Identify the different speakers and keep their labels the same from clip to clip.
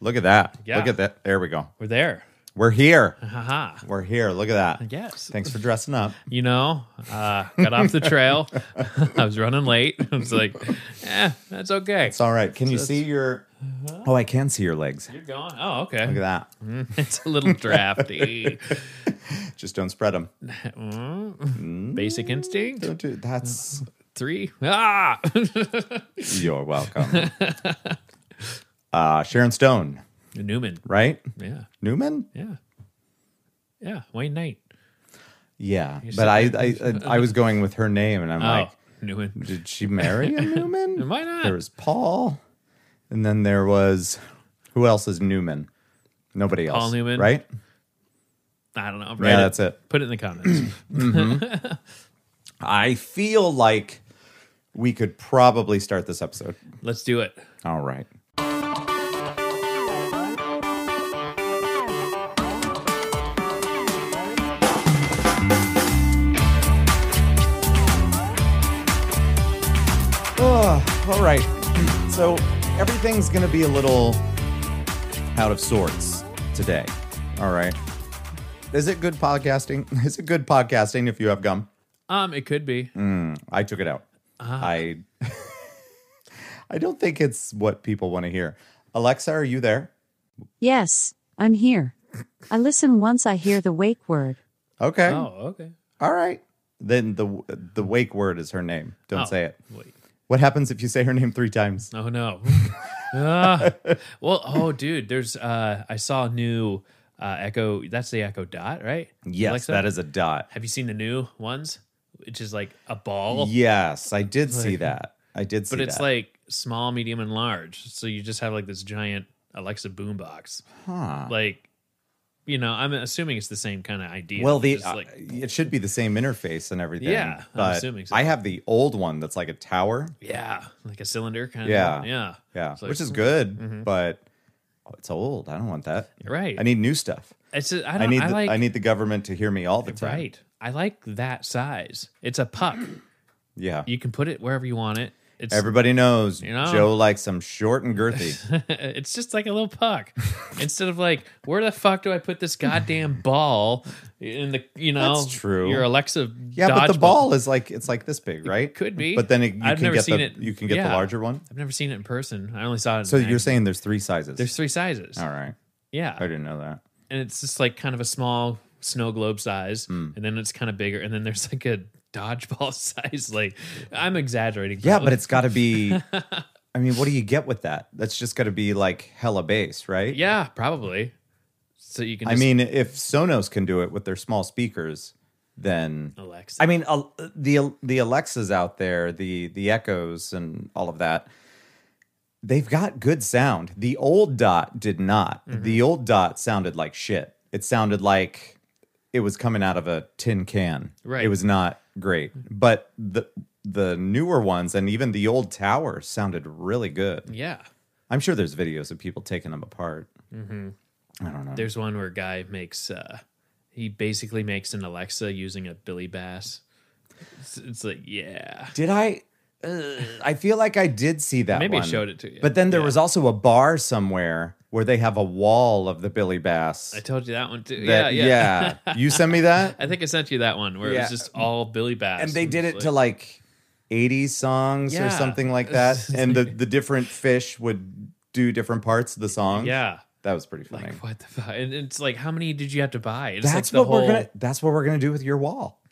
Speaker 1: Look at that.
Speaker 2: Yeah.
Speaker 1: Look at that. There we go.
Speaker 2: We're there.
Speaker 1: We're here.
Speaker 2: Haha.
Speaker 1: We're here. Look at that.
Speaker 2: Yes.
Speaker 1: Thanks for dressing up.
Speaker 2: You know, uh, got off the trail. I was running late. I was like, eh, that's okay.
Speaker 1: It's all right. Can you see your?
Speaker 2: Uh-huh.
Speaker 1: Oh, I can see your legs.
Speaker 2: You're going. Oh, okay.
Speaker 1: Look at that.
Speaker 2: It's a little drafty.
Speaker 1: Just don't spread them. Mm.
Speaker 2: Basic instinct
Speaker 1: Don't do. That's.
Speaker 2: three. Ah, Mm-hmm.
Speaker 1: You're welcome. Uh, Sharon Stone,
Speaker 2: Newman.
Speaker 1: right?
Speaker 2: Yeah,
Speaker 1: Newman.
Speaker 2: yeah, yeah. Wayne Knight.
Speaker 1: Yeah,
Speaker 2: said
Speaker 1: but I, I I I was going with her name, and I'm
Speaker 2: Oh,
Speaker 1: like,
Speaker 2: Newman.
Speaker 1: did she marry a Newman?
Speaker 2: Why not?
Speaker 1: There was Paul, and then there was who else is Newman? Nobody else.
Speaker 2: Paul Newman.
Speaker 1: right?
Speaker 2: I don't know.
Speaker 1: Yeah, that's it.
Speaker 2: Put it in the comments.
Speaker 1: I feel like we could probably start this episode.
Speaker 2: Let's do it.
Speaker 1: All right. Ugh, all right. So everything's going to be a little out of sorts today. All right. Is it good podcasting? Is it good podcasting if you have gum?
Speaker 2: Um, it could be.
Speaker 1: Mm. I took it out.
Speaker 2: Ah.
Speaker 1: I I don't think it's what people want to hear. Alexa, are you there?
Speaker 3: Yes, I'm here. I listen once I hear the wake word.
Speaker 1: Okay.
Speaker 2: Oh, okay.
Speaker 1: All right. Then the the wake word is her name. Don't
Speaker 2: Oh,
Speaker 1: say it.
Speaker 2: Wait.
Speaker 1: What happens if you say her name 3 times?
Speaker 2: Oh no. Ah. well, oh dude, there's uh I saw a new uh Echo that's the Echo Dot, right?
Speaker 1: Yes, that is a dot.
Speaker 2: Have you seen the new ones? Which is like a ball,
Speaker 1: Yes, I did see that. I did see
Speaker 2: but it's
Speaker 1: that.
Speaker 2: like small, medium and large. So you just have like this giant Alexa boombox.
Speaker 1: Huh.
Speaker 2: Like you know, I'm assuming it's the same kind of idea.
Speaker 1: well, the
Speaker 2: It's just
Speaker 1: uh,
Speaker 2: like
Speaker 1: it should be the same interface and everything.
Speaker 2: Yeah, I'm
Speaker 1: but
Speaker 2: assuming so.
Speaker 1: I have the old one that's like a tower.
Speaker 2: yeah, like a cylinder kind
Speaker 1: Yeah.
Speaker 2: of. Yeah.
Speaker 1: Yeah,
Speaker 2: like- hmm. Mm-hmm.
Speaker 1: which is good, but oh, it's old. I don't want that.
Speaker 2: Right.
Speaker 1: I need new stuff.
Speaker 2: it's just, I
Speaker 1: I
Speaker 2: don't
Speaker 1: need
Speaker 2: I
Speaker 1: the,
Speaker 2: like
Speaker 1: I need the government to hear me all the time.
Speaker 2: right. I like that size. It's a puck.
Speaker 1: Yeah.
Speaker 2: You can put it wherever you want it. It's
Speaker 1: Everybody knows
Speaker 2: You know.
Speaker 1: Joe likes them short and girthy.
Speaker 2: it's just like a little puck. Instead of like, where the fuck do I put this goddamn ball in the you know
Speaker 1: That's true.
Speaker 2: your Alexa
Speaker 1: Yeah, but the
Speaker 2: dodgeball.
Speaker 1: ball is like it's like this big, right?
Speaker 2: could be.
Speaker 1: But then it, you
Speaker 2: I've
Speaker 1: can
Speaker 2: never
Speaker 1: get
Speaker 2: seen
Speaker 1: the
Speaker 2: it.
Speaker 1: you can get the
Speaker 2: Yeah.
Speaker 1: larger one.
Speaker 2: I've never seen it in person. I only saw it.
Speaker 1: So
Speaker 2: in
Speaker 1: you're
Speaker 2: saying
Speaker 1: saying there's three sizes.
Speaker 2: there's three sizes.
Speaker 1: all right.
Speaker 2: Yeah,
Speaker 1: I didn't know that.
Speaker 2: and it's just like kind of a small snow globe size,
Speaker 1: Hmm.
Speaker 2: and then it's kind of bigger, and then there's like a dodgeball size. Like I'm exaggerating.
Speaker 1: Yeah, but it's got to be. I mean, what do you get with that? That's just got to be like hella base, right?
Speaker 2: yeah, probably. So you can.
Speaker 1: I
Speaker 2: Just
Speaker 1: mean, if Sonos can do it with their small speakers, then
Speaker 2: Alexa.
Speaker 1: I mean, Al- the the Alexas out there, the the Echoes and all of that, they've got good sound. The old Dot did not.
Speaker 2: Mm-hmm.
Speaker 1: The old Dot sounded like shit. It sounded like it was coming out of a tin can.
Speaker 2: Right.
Speaker 1: It was not great. But the the newer ones and even the old tower sounded really good.
Speaker 2: yeah.
Speaker 1: I'm sure there's videos of people taking them apart. I don't know.
Speaker 2: There's one where a guy makes uh he basically makes an Alexa using a Billy Bass. It's, it's like yeah.
Speaker 1: Did I? Uh, I feel like I did see that.
Speaker 2: Maybe I
Speaker 1: one.
Speaker 2: showed it to you.
Speaker 1: But then there
Speaker 2: Yeah.
Speaker 1: was also a bar somewhere where they have a wall of the Billy Bass.
Speaker 2: I told you that one too.
Speaker 1: that-
Speaker 2: yeah, yeah.
Speaker 1: you sent me that,
Speaker 2: I think I sent you that one where it
Speaker 1: Yeah.
Speaker 2: was just all Billy Bass.
Speaker 1: and they did it
Speaker 2: it's
Speaker 1: to like '80s songs
Speaker 2: Yeah.
Speaker 1: or something like that, and the the different fish would do different parts of the song.
Speaker 2: Yeah.
Speaker 1: that was pretty funny.
Speaker 2: Like what the fuck? And it's like how many did you have to buy? It's like
Speaker 1: that's
Speaker 2: the
Speaker 1: what
Speaker 2: whole
Speaker 1: we're gonna. That's what we're gonna do with your wall.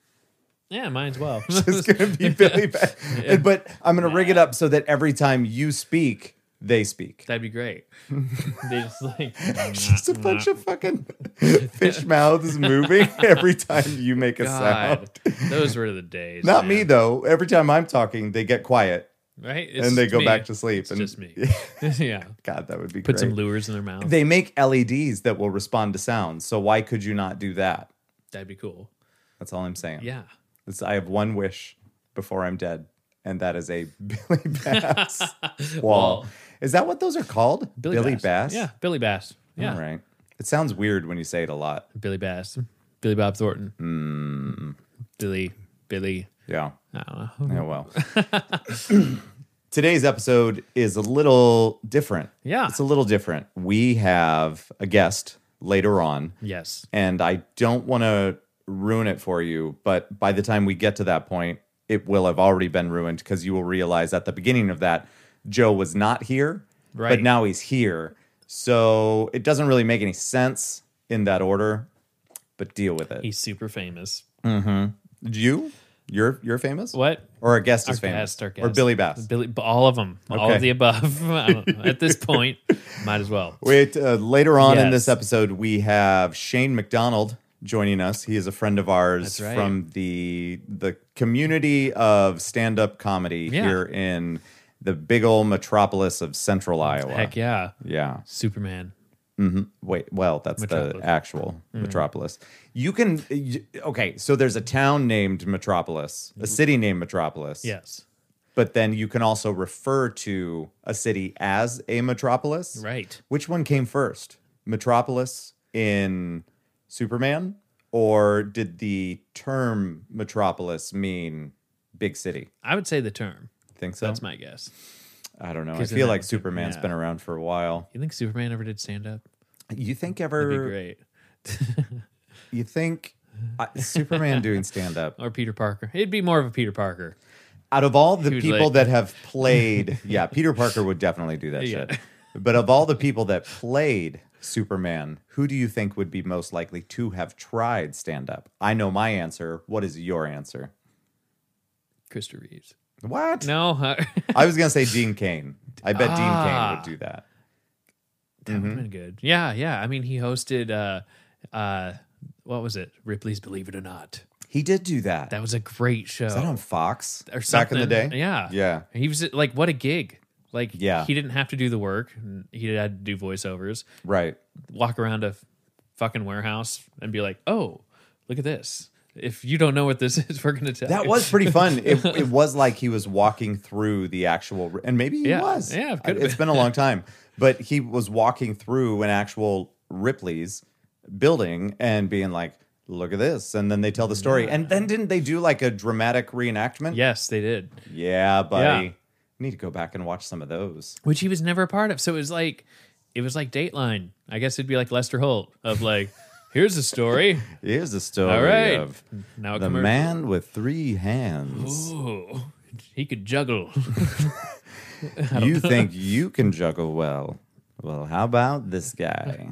Speaker 2: Yeah, mine's well.
Speaker 1: It's gonna be Billy Bass, but I'm gonna rig it up so that every time you speak, they speak.
Speaker 2: That'd be great. they just like
Speaker 1: just a bunch of fucking fish mouths moving every time you make a
Speaker 2: God.
Speaker 1: sound.
Speaker 2: Those were the days.
Speaker 1: Not me
Speaker 2: man.
Speaker 1: though. Every time I'm talking, they get quiet
Speaker 2: Right?
Speaker 1: and they
Speaker 2: It's
Speaker 1: go
Speaker 2: me.
Speaker 1: back to sleep.
Speaker 2: It's
Speaker 1: and
Speaker 2: just me. yeah.
Speaker 1: God, that would be
Speaker 2: Put
Speaker 1: great.
Speaker 2: some lures in their mouth.
Speaker 1: they make LEDs that will respond to sound. So why could you not do that?
Speaker 2: That'd be cool.
Speaker 1: That's all I'm saying.
Speaker 2: Yeah.
Speaker 1: It's- I have one wish before I'm dead, and that is a Billy Bass wall. Is that what those are called? Bass.
Speaker 2: Yeah, Billy Bass. Yeah.
Speaker 1: All right. It sounds weird when you say it a lot.
Speaker 2: Billy Bass. Billy Bob Thornton.
Speaker 1: Hmm.
Speaker 2: Billy. Billy.
Speaker 1: Yeah.
Speaker 2: I don't know.
Speaker 1: Oh well. Today's episode is a little different.
Speaker 2: Yeah.
Speaker 1: It's a little different. We have a guest later on,
Speaker 2: Yes.
Speaker 1: and I don't want to ruin it for you, but by the time we get to that point, it will have already been ruined because you will realize at the beginning of that, Joe was not here, but
Speaker 2: Right.
Speaker 1: now he's here. So it doesn't really make any sense in that order, but deal with it.
Speaker 2: He's super famous.
Speaker 1: You? You're you're famous?
Speaker 2: What?
Speaker 1: Or a guest
Speaker 2: Our
Speaker 1: is famous.
Speaker 2: guest, our
Speaker 1: Or
Speaker 2: guest.
Speaker 1: Billy Bass.
Speaker 2: Billy, all of them, all
Speaker 1: Okay.
Speaker 2: of the above. I don't know. At this point, might as well.
Speaker 1: Wait, uh, later on in this
Speaker 2: Yes.
Speaker 1: episode, we have Shane McDonald joining us. He is a friend of ours
Speaker 2: That's right.
Speaker 1: from the the community of stand up comedy
Speaker 2: Yeah.
Speaker 1: here in the big old metropolis of Central Iowa.
Speaker 2: Heck yeah,
Speaker 1: Yeah.
Speaker 2: Superman.
Speaker 1: Wait. Well, that's
Speaker 2: Metropolis. Mm-hmm.
Speaker 1: the actual metropolis. You can. y- Okay. So there's a town named Metropolis,
Speaker 2: Mm-hmm.
Speaker 1: a city named Metropolis.
Speaker 2: Yes,
Speaker 1: But then you can also refer to a city as a metropolis.
Speaker 2: right.
Speaker 1: Which one came first? Metropolis in Superman? Or did the term metropolis mean big city?
Speaker 2: I would say the term.
Speaker 1: Think so?
Speaker 2: That's my guess.
Speaker 1: I don't know. I
Speaker 2: 'Cause
Speaker 1: feel
Speaker 2: then
Speaker 1: like
Speaker 2: that-
Speaker 1: Superman's
Speaker 2: yeah.
Speaker 1: been around for a while.
Speaker 2: You think Superman ever did stand up?
Speaker 1: You think
Speaker 2: That'd be
Speaker 1: ever
Speaker 2: great.
Speaker 1: you think uh, Superman doing stand up
Speaker 2: Or Peter Parker. It'd be more of a Peter Parker.
Speaker 1: out of all the
Speaker 2: He would
Speaker 1: people
Speaker 2: like-
Speaker 1: that have played, yeah, Peter Parker would definitely do that
Speaker 2: Yeah.
Speaker 1: shit. But of all the people that played Superman, who do you think would be most likely to have tried stand up? I know my answer. What is your answer?
Speaker 2: Christopher Reeves.
Speaker 1: What?
Speaker 2: No, uh, that
Speaker 1: I was gonna say Dean Kane. I bet
Speaker 2: Ah.
Speaker 1: Dean Kane would do that.
Speaker 2: would
Speaker 1: Mm-hmm.
Speaker 2: have been good. Yeah, yeah. I mean, he hosted. uh uh What was it? Ripley's Believe It or Not.
Speaker 1: He did do that.
Speaker 2: That was a great show.
Speaker 1: was that on Fox
Speaker 2: or
Speaker 1: back in the day?
Speaker 2: something. Yeah.
Speaker 1: yeah.
Speaker 2: He was like, what a gig. Like,
Speaker 1: Yeah.
Speaker 2: he didn't have to do the work. and He had to do voiceovers,
Speaker 1: Right.
Speaker 2: walk around a fucking warehouse and be like, oh, look at this. If you don't know what this is, we're going to tell
Speaker 1: That
Speaker 2: you.
Speaker 1: was pretty fun. It, it was like he was walking through the actual, and maybe he
Speaker 2: Yeah.
Speaker 1: was.
Speaker 2: Yeah, it
Speaker 1: I-
Speaker 2: could've
Speaker 1: it's been a long time, but he was walking through an actual Ripley's building and being like, "Look at this," and then they tell the story, and then didn't they do like a dramatic reenactment?
Speaker 2: Yes, they did.
Speaker 1: yeah, buddy.
Speaker 2: Yeah.
Speaker 1: Need to go back and watch some of those.
Speaker 2: Which he was never a part of. So it was like, it was like Dateline. I guess it'd be like Lester Holt of like, here's a story.
Speaker 1: Here's the story
Speaker 2: All right.
Speaker 1: of
Speaker 2: Now a
Speaker 1: the
Speaker 2: commercial.
Speaker 1: man with three hands.
Speaker 2: Ooh, he could juggle.
Speaker 1: you think you can juggle well? Well, how about this guy?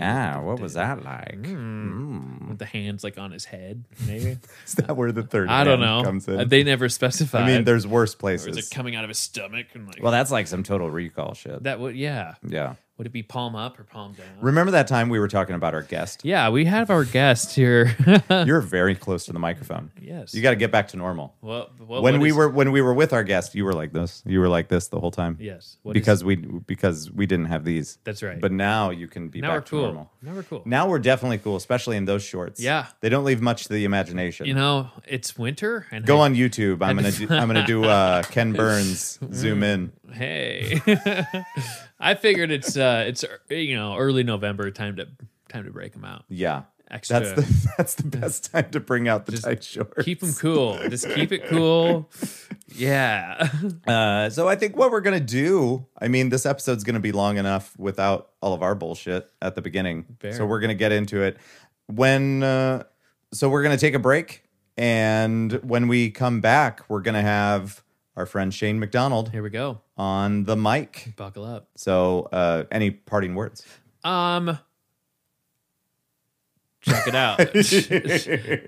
Speaker 1: Ah, what was that like?
Speaker 2: With the hands like on his head, maybe.
Speaker 1: Is that where the third
Speaker 2: I don't
Speaker 1: hand
Speaker 2: know.
Speaker 1: comes in?
Speaker 2: Uh, They never specified.
Speaker 1: I mean, there's worse
Speaker 2: Or is
Speaker 1: places.
Speaker 2: it coming out of his stomach and like
Speaker 1: well, that's like some total recall shit.
Speaker 2: that would yeah.
Speaker 1: yeah.
Speaker 2: Would it be palm up or palm down?
Speaker 1: Remember that time we were talking about our guest?
Speaker 2: yeah, we have our guest here.
Speaker 1: You're very close to the microphone.
Speaker 2: yes.
Speaker 1: You got to get back to normal.
Speaker 2: what, what-
Speaker 1: when
Speaker 2: what
Speaker 1: we
Speaker 2: is-
Speaker 1: were when we were with our guest, you were like this. You were like this the whole time.
Speaker 2: yes. What is-
Speaker 1: because we because we didn't have these.
Speaker 2: That's right.
Speaker 1: But now you can be
Speaker 2: now
Speaker 1: back
Speaker 2: we're
Speaker 1: to
Speaker 2: cool.
Speaker 1: normal.
Speaker 2: Now we're cool.
Speaker 1: Now we're definitely cool, especially in those shorts.
Speaker 2: Yeah.
Speaker 1: they don't leave much to the imagination.
Speaker 2: you know it's winter and
Speaker 1: Go
Speaker 2: I-
Speaker 1: on YouTube. I'm gonna do, I'm gonna do uh, Ken Burns zoom in.
Speaker 2: Hey, I figured it's uh it's er, you know early November time to time to break them out.
Speaker 1: Yeah,
Speaker 2: Extra.
Speaker 1: that's the that's the best time to bring out the tight shorts.
Speaker 2: Keep them cool. Just keep it cool. Yeah.
Speaker 1: Uh, so I think what we're gonna do. I mean, this episode's gonna be long enough without all of our bullshit at the beginning.
Speaker 2: Fair.
Speaker 1: So we're gonna get into it when. Uh, so we're gonna take a break, and when we come back, we're gonna have our friend Shane McDonald
Speaker 2: Here we go.
Speaker 1: on the mic.
Speaker 2: Buckle up.
Speaker 1: So, uh, any parting words?
Speaker 2: Um, check it out.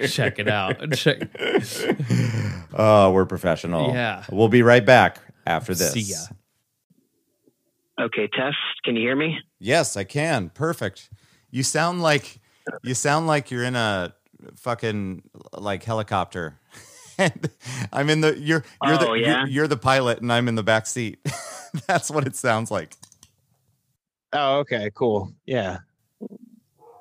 Speaker 2: check it out. Check.
Speaker 1: Oh, we're professional.
Speaker 2: Yeah.
Speaker 1: We'll be right back after this.
Speaker 2: See ya.
Speaker 4: Okay, test. Can you hear me?
Speaker 1: Yes, I can. Perfect. You sound like you sound like you're in a fucking like helicopter. and I'm in the you're you're the
Speaker 4: Oh, yeah?
Speaker 1: you're, you're the pilot and I'm in the back seat. That's what it sounds like.
Speaker 5: Oh, okay, cool. Yeah.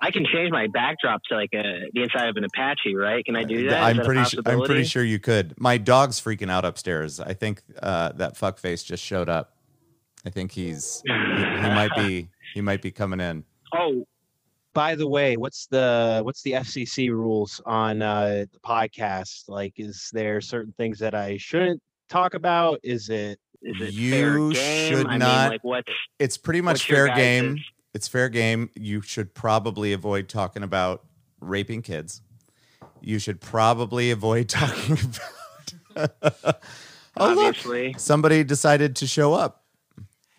Speaker 4: I can change my backdrop to like a, the inside of an Apache, right? Can I do that? Is
Speaker 1: Uh, I'm
Speaker 4: that a
Speaker 1: pretty su- I'm pretty
Speaker 4: possibility?
Speaker 1: sure you could. My dog's freaking out upstairs. I think uh, that fuckface just showed up. I think he's he, he might be he might be coming in.
Speaker 4: Oh,
Speaker 5: By the way, what's the what's the FCC rules on uh, the podcast? Like, is there certain things that I shouldn't talk about? Is it
Speaker 4: Is it
Speaker 1: You
Speaker 4: fair game?
Speaker 1: should not-
Speaker 4: I mean, like what's
Speaker 1: It's pretty much
Speaker 4: What's your
Speaker 1: fair
Speaker 4: guys'
Speaker 1: game. It's fair game. You should probably avoid talking about raping kids. You should probably avoid talking about. oh look,
Speaker 4: obviously.
Speaker 1: somebody decided to show up.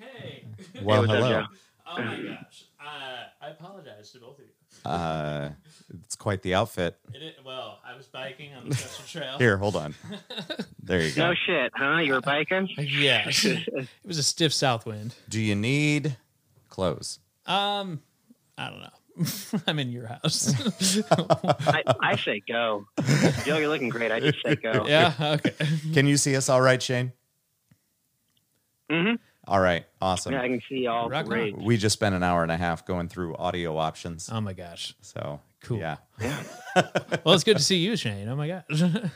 Speaker 2: Hey.
Speaker 1: Well,
Speaker 4: what's up,
Speaker 1: hello.
Speaker 2: Oh my gosh. Uh, I apologize to both of you.
Speaker 1: Uh, it's quite the outfit.
Speaker 2: It, it, well, I was biking on the Chester Trail.
Speaker 1: Here, hold on. There you go.
Speaker 4: No shit, huh? You were biking?
Speaker 2: Uh, Yes. it was a stiff south wind.
Speaker 1: Do you need clothes?
Speaker 2: Um, I don't know. I'm in your house.
Speaker 4: I, I say go. Yo, you're looking great. I just say go.
Speaker 2: yeah. Okay.
Speaker 1: Can you see us all right, Shane?
Speaker 4: Mhm.
Speaker 1: All right. Awesome.
Speaker 4: Yeah, I can see all
Speaker 2: Rock
Speaker 4: great.
Speaker 1: We just spent an hour and a half going through audio options.
Speaker 2: Oh my gosh.
Speaker 1: So
Speaker 2: Cool.
Speaker 1: Yeah.
Speaker 2: Well, it's good to see you, Shane. Oh my gosh.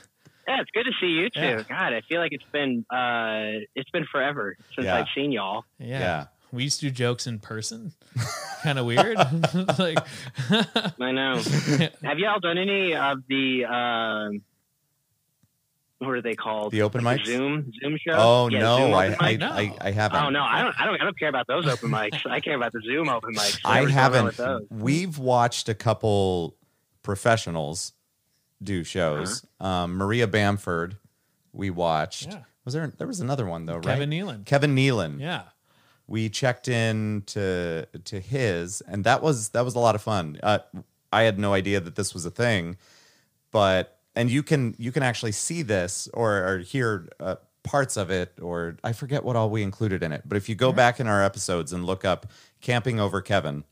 Speaker 4: Yeah, it's good to see you too.
Speaker 2: Yeah.
Speaker 4: God, I feel like it's been uh it's been forever since
Speaker 1: Yeah.
Speaker 4: I've seen y'all.
Speaker 2: Yeah.
Speaker 1: Yeah.
Speaker 2: We used to do jokes in person. kind of weird. like,
Speaker 4: I know. Have y'all done any of the um what are they called?
Speaker 1: The open
Speaker 4: Like
Speaker 1: mics?
Speaker 4: Zoom Zoom show?
Speaker 1: Oh
Speaker 4: Yeah,
Speaker 1: no,
Speaker 4: Zoom
Speaker 1: I,
Speaker 4: open
Speaker 1: I,
Speaker 4: mic?
Speaker 2: No.
Speaker 1: I I haven't.
Speaker 4: Oh no, I don't I don't I don't care about those open mics. I care about the Zoom open mics.
Speaker 1: I
Speaker 4: Whatever's going on with
Speaker 1: haven't.
Speaker 4: those.
Speaker 1: We've watched a couple professionals do shows.
Speaker 4: Uh-huh.
Speaker 1: Um, Maria Bamford, we watched.
Speaker 2: Yeah.
Speaker 1: Was there? There was another one though,
Speaker 2: Kevin
Speaker 1: right?
Speaker 2: Nealon.
Speaker 1: Kevin Nealon.
Speaker 2: Yeah.
Speaker 1: we checked in to to his and that was that was a lot of fun uh, i had no idea that this was a thing but and you can you can actually see this or, or hear uh, parts of it or i forget what all we included in it but if you go back in our episodes and look up camping over kevin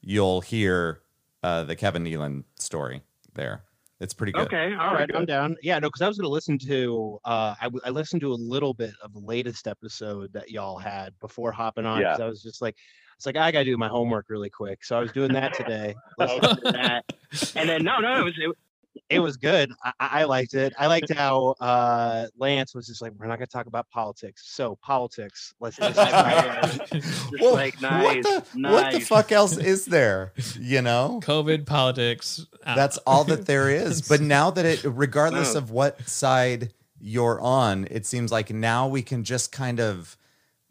Speaker 1: you'll hear uh, the kevin Nealon story there it's pretty good
Speaker 4: Okay, all
Speaker 5: All
Speaker 4: right.
Speaker 5: right, I'm down. Yeah, no, because I was going to listen to. Uh, I, w- I listened to a little bit of the latest episode that y'all had before hopping on. Because I was just like, it's like I got to do my homework really quick. So I was doing that today. listening to that.
Speaker 4: And then no, no, it was it,
Speaker 5: It was good. I, I I liked it. I liked how uh, Lance was just like, we're not going to talk about politics. So politics. Let's just.
Speaker 4: Yeah. uh, just
Speaker 1: Well,
Speaker 4: like nice,
Speaker 1: what, the,
Speaker 4: nice.
Speaker 1: what the fuck else is there you know
Speaker 2: COVID, politics. Ah. I don't
Speaker 1: That's
Speaker 2: know.
Speaker 1: all that there is. But now that it, regardless
Speaker 4: Wow.
Speaker 1: of what side you're on, it seems like now we can just kind of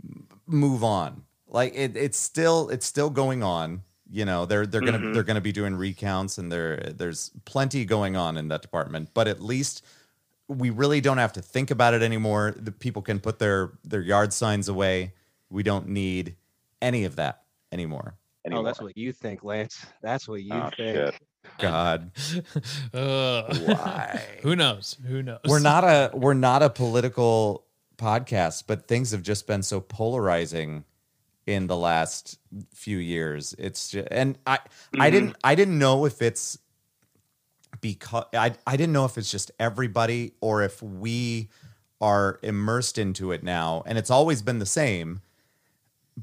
Speaker 1: m- move on. Like it, it's still it's still going on. You know, they're they're gonna
Speaker 4: Mhm.
Speaker 1: they're gonna be doing recounts, and there there's plenty going on in that department. But at least we really don't have to think about it anymore. The people can put their their yard signs away. We don't need any of that anymore.
Speaker 5: Oh, that's what you think, Lance. That's what you
Speaker 6: Oh,
Speaker 5: think.
Speaker 6: shit.
Speaker 1: God.
Speaker 2: Ugh.
Speaker 1: Why?
Speaker 2: Who knows? Who knows?
Speaker 1: we're not a we're not a political podcast, but things have just been so polarizing in the last few years. It's just, and I I
Speaker 4: Mhm.
Speaker 1: didn't I didn't know if it's because I I didn't know if it's just everybody or if we are immersed into it now and it's always been the same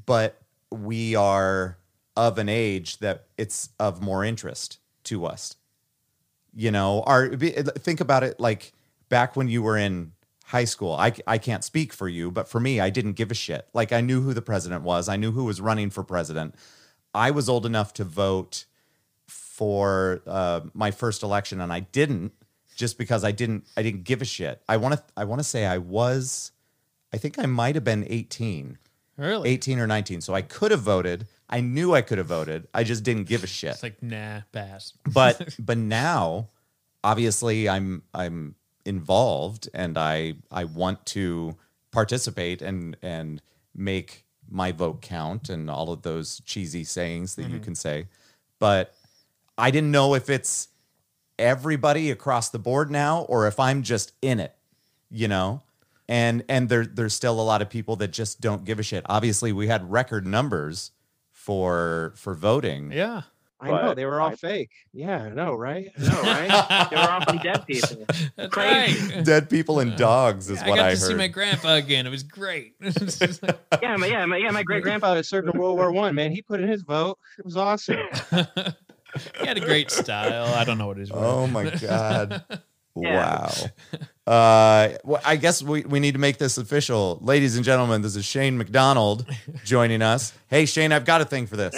Speaker 1: but we are of an age that it's of more interest to us you know our be- think about it like back when you were in high school I, I can't speak for you but for me i didn't give a shit like i knew who the president was i knew who was running for president i was old enough to vote for uh, my first election and i didn't just because i didn't i didn't give a shit i want to i want to say i was i think i might have been 18
Speaker 2: really.
Speaker 1: 18 or 19 so i could have voted i knew i could have voted i just didn't give a shit
Speaker 2: It's like nah, pass.
Speaker 1: but but now obviously i'm i'm involved and i i want to participate and and make my vote count and all of those cheesy sayings that you can say but i didn't know if it's everybody across the board now or if i'm just in it you know and and there there's still a lot of people that just don't give a shit obviously we had record numbers for for voting
Speaker 2: Yeah.
Speaker 5: I know
Speaker 6: But
Speaker 5: they were all
Speaker 6: I-
Speaker 5: fake. Yeah, I know, right?
Speaker 4: no, right? they were all from dead people.
Speaker 2: That's
Speaker 4: Crazy.
Speaker 2: right.
Speaker 1: dead people and dogs is
Speaker 2: I
Speaker 1: what
Speaker 2: got
Speaker 1: I,
Speaker 2: to
Speaker 1: heard.
Speaker 2: see my grandpa again. It was great. It's just like-
Speaker 4: Yeah, my, yeah, my, yeah. My
Speaker 5: Great
Speaker 4: great grandpa.
Speaker 5: grandfather served in World War One. Man, he put in his vote. It was awesome.
Speaker 2: he had a great style. I don't know what his word.
Speaker 1: oh my god!
Speaker 4: Yeah.
Speaker 1: Wow. Uh, well, I guess we, we need to make this official, ladies and gentlemen. This is Shane McDonald joining us. Hey Shane, I've got a thing for this.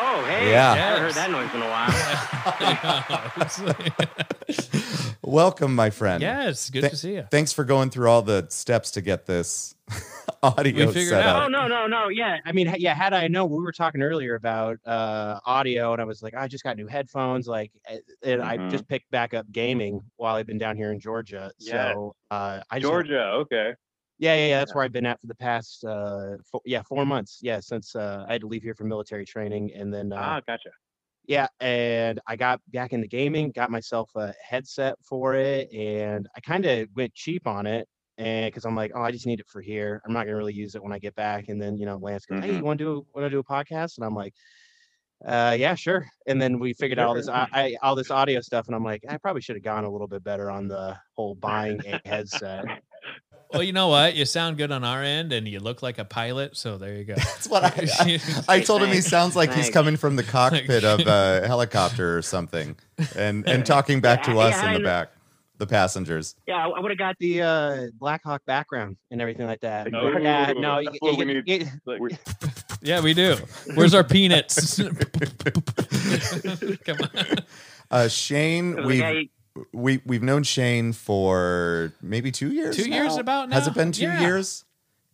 Speaker 4: Oh, hey.
Speaker 1: Yeah.
Speaker 4: oh,
Speaker 1: Oh.
Speaker 4: I haven't heard that noise in a while.
Speaker 2: It's like-
Speaker 1: Welcome, my friend.
Speaker 2: Yes, good
Speaker 1: Th-
Speaker 2: to see you.
Speaker 1: Thanks for going through all the steps to get this audio
Speaker 2: We figured
Speaker 1: set
Speaker 2: it out.
Speaker 1: up.
Speaker 2: Uh,
Speaker 5: Oh no, no, no. Yeah, I mean, ha- yeah. Had I known, we were talking earlier about uh, audio, and I was like, I just got new headphones, like, uh, and I
Speaker 6: Mhm.
Speaker 5: just picked back up gaming while I've been down here in Georgia.
Speaker 6: Yes.
Speaker 5: So uh, I just,
Speaker 6: Georgia, okay.
Speaker 5: yeah, yeah, yeah. That's where I've been at for the past, uh, four, yeah, four months. Yeah, since uh, I had to leave here for military training, and then uh,
Speaker 6: Ah, gotcha.
Speaker 5: yeah, and I got back into gaming, got myself a headset for it, and I kind of went cheap on it. And because I'm like, oh, I just need it for here. I'm not gonna really use it when I get back. And then you know, Lance goes, hey,
Speaker 6: Mhm.
Speaker 5: you want to do want to do a podcast? And I'm like, uh, yeah, sure. And then we figured out all this uh, I, I, all this audio stuff, and I'm like, I probably should have gone a little bit better on the whole buying a headset.
Speaker 2: Well, you know what? You sound good on our end, and you look like a pilot. So there you go.
Speaker 1: That's what I, I I told him he
Speaker 4: Thanks.
Speaker 1: sounds like he's
Speaker 4: Thanks.
Speaker 1: coming from the cockpit of a helicopter or something, and and talking back to
Speaker 4: Yeah,
Speaker 1: us
Speaker 4: yeah,
Speaker 1: in
Speaker 4: I
Speaker 1: the
Speaker 4: know.
Speaker 1: back, the passengers.
Speaker 5: Yeah, I would have got the uh, Black Hawk background and everything like that.
Speaker 6: Oh,
Speaker 5: but, yeah, no,
Speaker 6: that's
Speaker 5: you-
Speaker 6: what we
Speaker 5: you-
Speaker 6: need.
Speaker 5: you-
Speaker 6: Like,
Speaker 2: yeah, we do. Where's our peanuts? Come on.
Speaker 1: Uh,
Speaker 4: It
Speaker 1: Shane,
Speaker 4: was
Speaker 1: we've
Speaker 4: like, hey,
Speaker 1: we we've known Shane for maybe two years.
Speaker 2: Two years
Speaker 1: now?
Speaker 2: about now.
Speaker 1: Has it been two
Speaker 2: Yeah,
Speaker 1: years?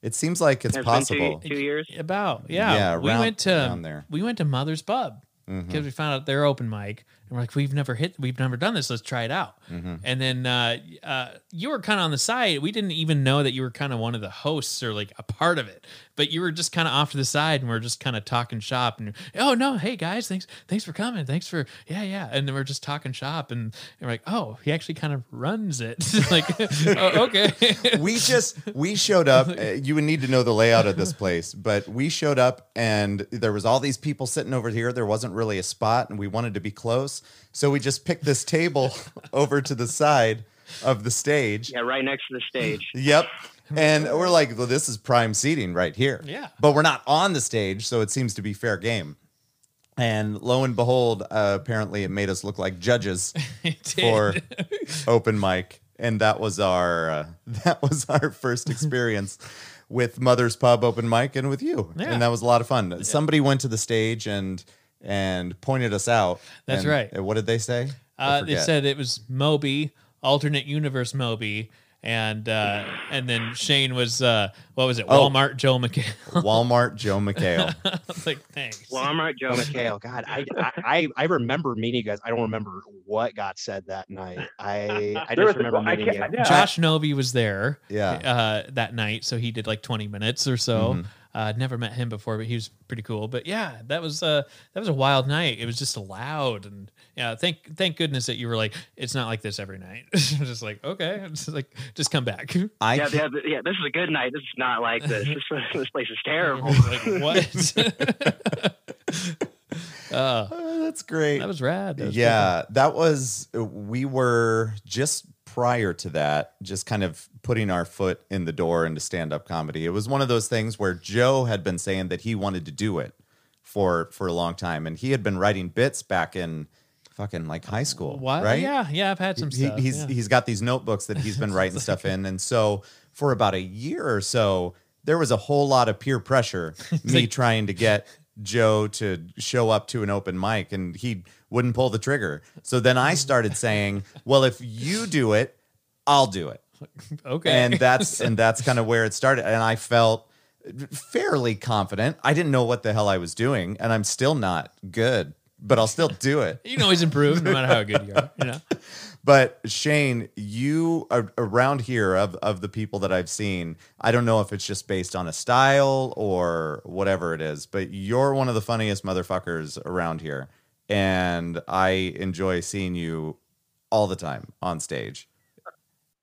Speaker 1: It seems like it's
Speaker 4: it's been two-
Speaker 1: possible.
Speaker 4: Two, years.
Speaker 2: About yeah.
Speaker 1: Yeah,
Speaker 2: we
Speaker 1: around-
Speaker 2: went to
Speaker 1: around Uh-huh. there. Mm-hmm,
Speaker 2: we went to Mother's Pub because we found out their open mic, and we're like, we've never hit, we've never done this. Let's try it out.
Speaker 1: mm-hmm.
Speaker 2: And then uh, uh, you were kind of on the side. We didn't even know that you were kind of one of the hosts or like a part of it, but you were just kind of off to the side, and we are just kind of talking shop. And oh no, hey guys, thanks, thanks for coming, thanks for yeah, yeah. And then we are just talking shop, and, and we're like, oh, he actually kind of runs it. like, oh, okay,
Speaker 1: we just we showed up uh, you would need to know the layout of this place but we showed up and there was all these people sitting over here there wasn't really a spot and we wanted to be close so we just picked this table over to the side of the stage
Speaker 4: Yeah, right next to the stage.
Speaker 1: yep and we're like well this is prime seating right here
Speaker 2: Yeah.
Speaker 1: but we're not on the stage so it seems to be fair game and lo and behold uh, apparently it made us look like judges
Speaker 2: It did.
Speaker 1: for open mic and that was our uh, that was our first experience with mother's pub open mic and with you
Speaker 2: Yeah.
Speaker 1: and that was a lot of fun somebody went to the stage and and pointed us out
Speaker 2: That's
Speaker 1: And-
Speaker 2: right.
Speaker 1: and what did they say I
Speaker 2: Uh, they
Speaker 1: forget.
Speaker 2: said it was Moby, alternate universe Moby, and uh, and then Shane was uh, what was it?
Speaker 1: Oh.
Speaker 2: Walmart Joe McHale.
Speaker 1: walmart joe mchale
Speaker 2: I was like, thanks.
Speaker 4: Walmart Joe
Speaker 5: Oh,
Speaker 4: McHale.
Speaker 5: Mikhail, God, I, I I I remember meeting you guys. I don't remember what got said that night. I I
Speaker 6: there
Speaker 5: just
Speaker 6: was-
Speaker 5: remember
Speaker 6: I
Speaker 5: meeting
Speaker 6: can't-
Speaker 5: you.
Speaker 6: yeah,
Speaker 2: Josh Novi was there
Speaker 1: yeah Mm-hmm.
Speaker 2: uh, that night, so he did like 20 minutes or so. Uh, I'd never met him before, but he was pretty cool. But yeah, that was uh, that was a wild night. It was just loud, and yeah, thank thank goodness that you were like, it's not like this every night. just like okay, just like just come back.
Speaker 1: i
Speaker 4: Yeah,
Speaker 1: can't-
Speaker 4: yeah, yeah, this is a good night. This is not like this. This, this place is terrible.
Speaker 2: like what? uh,
Speaker 1: Oh, that's great
Speaker 2: that was rad. That was
Speaker 1: yeah that was we were just prior to that just kind of putting our foot in the door into stand-up comedy it was one of those things where joe had been saying that he wanted to do it for for a long time and he had been writing bits back in fucking like high school
Speaker 2: pretty cool. What?
Speaker 1: right
Speaker 2: Yeah, yeah. I've had some
Speaker 1: he,
Speaker 2: stuff.
Speaker 1: he's
Speaker 2: yeah.
Speaker 1: he's got these notebooks that he's been writing stuff in, and so for about a year or so, there was a whole lot of peer pressure. me
Speaker 2: like-
Speaker 1: trying to get Joe to show up to an open mic, and he wouldn't pull the trigger. So then I started saying, "Well, if you do it, I'll do it,"
Speaker 2: okay.
Speaker 1: and that's and that's kind of where it started. And I felt fairly confident. I didn't know what the hell I was doing, and I'm still not good, but I'll still do it.
Speaker 2: you can always improve, no matter how good you are. You know.
Speaker 1: But Shane, you are around here of of the people that I've seen, I don't know if it's just based on a style or whatever it is, but you're one of the funniest motherfuckers around here, and I enjoy seeing you all the time on stage.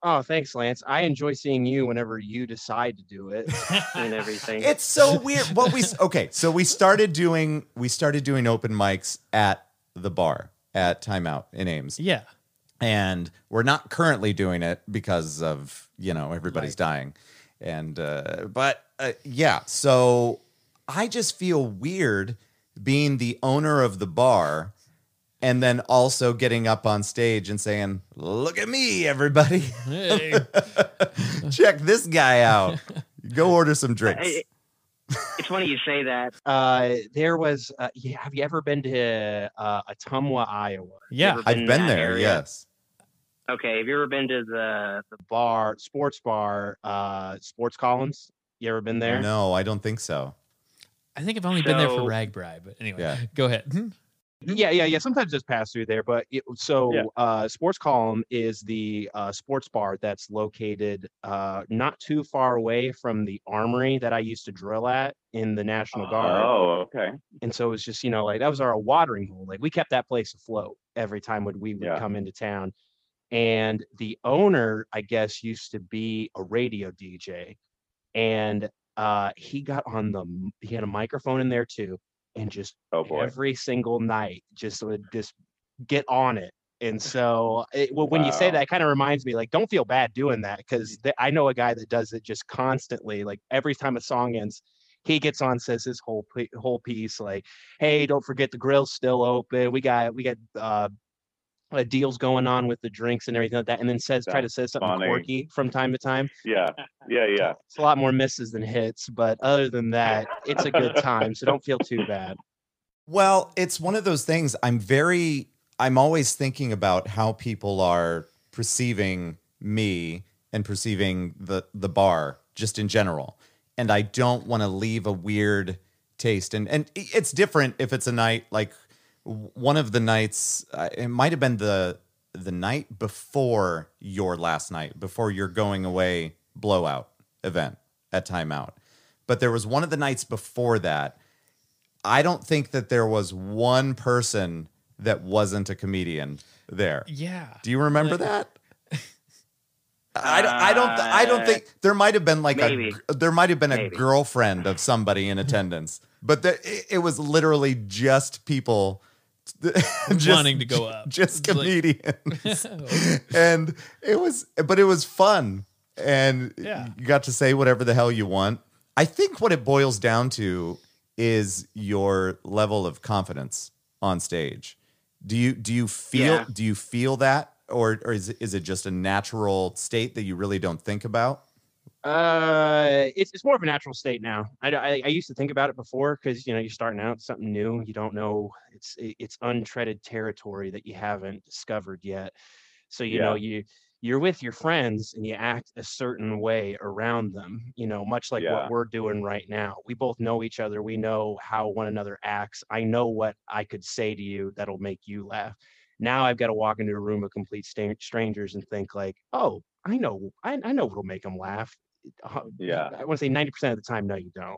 Speaker 5: Oh, thanks, Lance. I enjoy seeing you whenever you decide to do it.
Speaker 4: and everything.
Speaker 1: It's so weird. What we okay, so we started doing we started doing open mics at the bar at Timeout in Ames.
Speaker 2: Yeah.
Speaker 1: and we're not currently doing it because of you know everybody's dying and uh but uh, yeah so i just feel weird being the owner of the bar and then also getting up on stage and saying look at me everybody
Speaker 2: Hey.
Speaker 1: check this guy out go order some
Speaker 4: I-
Speaker 1: drinks
Speaker 4: it- it's funny you say that.
Speaker 5: Uh, there was. Uh, yeah, have you ever been to uh, Atumwa, Iowa?
Speaker 2: Yeah.
Speaker 4: Ever
Speaker 1: i've
Speaker 4: in
Speaker 1: been
Speaker 4: that
Speaker 1: there
Speaker 4: area?
Speaker 1: yes
Speaker 4: Okay, have you ever been to the, the
Speaker 5: bar, sports bar, uh, sports columns. You ever been there?
Speaker 1: No, I don't think so.
Speaker 2: I think I've only been there for
Speaker 4: So-
Speaker 2: rag bribe. But anyway,
Speaker 1: Yeah.
Speaker 2: go ahead.
Speaker 5: Yeah, yeah, yeah. Sometimes just pass through there, but it, so
Speaker 6: Yeah.
Speaker 5: uh, sports column is the uh, sports bar that's located uh, not too far away from the armory that I used to drill at in the National Guard.
Speaker 6: Oh, okay.
Speaker 5: And so it was just, you know, like that was our watering hole. Like we kept that place afloat every time when we would
Speaker 6: Yeah.
Speaker 5: come into town. And the owner, I guess, used to be a radio DJ. And uh he got on the m- he had a microphone in there too and just
Speaker 6: Oh boy.
Speaker 5: every single night just would just get on it. And so it, well, when you say
Speaker 6: Wow. Mm.
Speaker 5: that, it kind of reminds me like, don't feel bad doing that because th- I know a guy that does it just constantly. Like every time a song ends, he gets on, says his whole pi- whole piece like, "Hey, don't forget the grill's still open. We got we got uh, uh, deals going on with the drinks and everything like that." And then says try to
Speaker 6: That's
Speaker 5: say something
Speaker 6: funny.
Speaker 5: quirky from time to time.
Speaker 6: Yeah. Yeah. Yeah.
Speaker 5: It's a lot more misses than hits, but other than that, it's a good time. So don't feel too bad.
Speaker 1: Well, it's one of those things. I'm very, I'm always thinking about how people are perceiving me and perceiving the the bar just in general. And I don't want to leave a weird taste. And and i- it's different if it's a night like w- one of the nights. Uh, it might have been the the night before your last night, before your going away blowout event at timeout. But there was one of the nights before that I don't think that there was one person that wasn't a comedian there.
Speaker 2: yeah.
Speaker 1: Do you remember that? I don't, I don't I don't think there might have been like
Speaker 4: Maybe.
Speaker 1: a there might have been a
Speaker 4: Maybe.
Speaker 1: girlfriend of somebody in attendance, but the, it, it was literally just people just,
Speaker 2: Wanting to go up.
Speaker 1: just
Speaker 2: It's like-
Speaker 1: comedians, and it was but it was fun, and
Speaker 2: Yeah.
Speaker 1: you got to say whatever the hell you want. I think what it boils down to is your level of confidence on stage. Do you do you feel
Speaker 4: Yeah.
Speaker 1: do you feel that or or is it, is it just a natural state that you really don't think about?
Speaker 5: Uh, it's, it's more of a natural state now. I, d- I- I used to think about it before because you know you're starting out it's something new. You don't know it's it- it's untreaded territory that you haven't discovered yet. So you
Speaker 6: Yeah.
Speaker 5: know you you're with your friends and you act a certain way around them. You know, much like
Speaker 6: Yeah.
Speaker 5: what we're doing right now. We both know each other. We know how one another acts. I know what I could say to you that'll make you laugh. Now I've got to walk into a room of complete sta- strangers and think like, oh, I know, I, I know what'll make them laugh uh,
Speaker 6: Yeah.
Speaker 5: I want to say 90% of the time, no, you don't.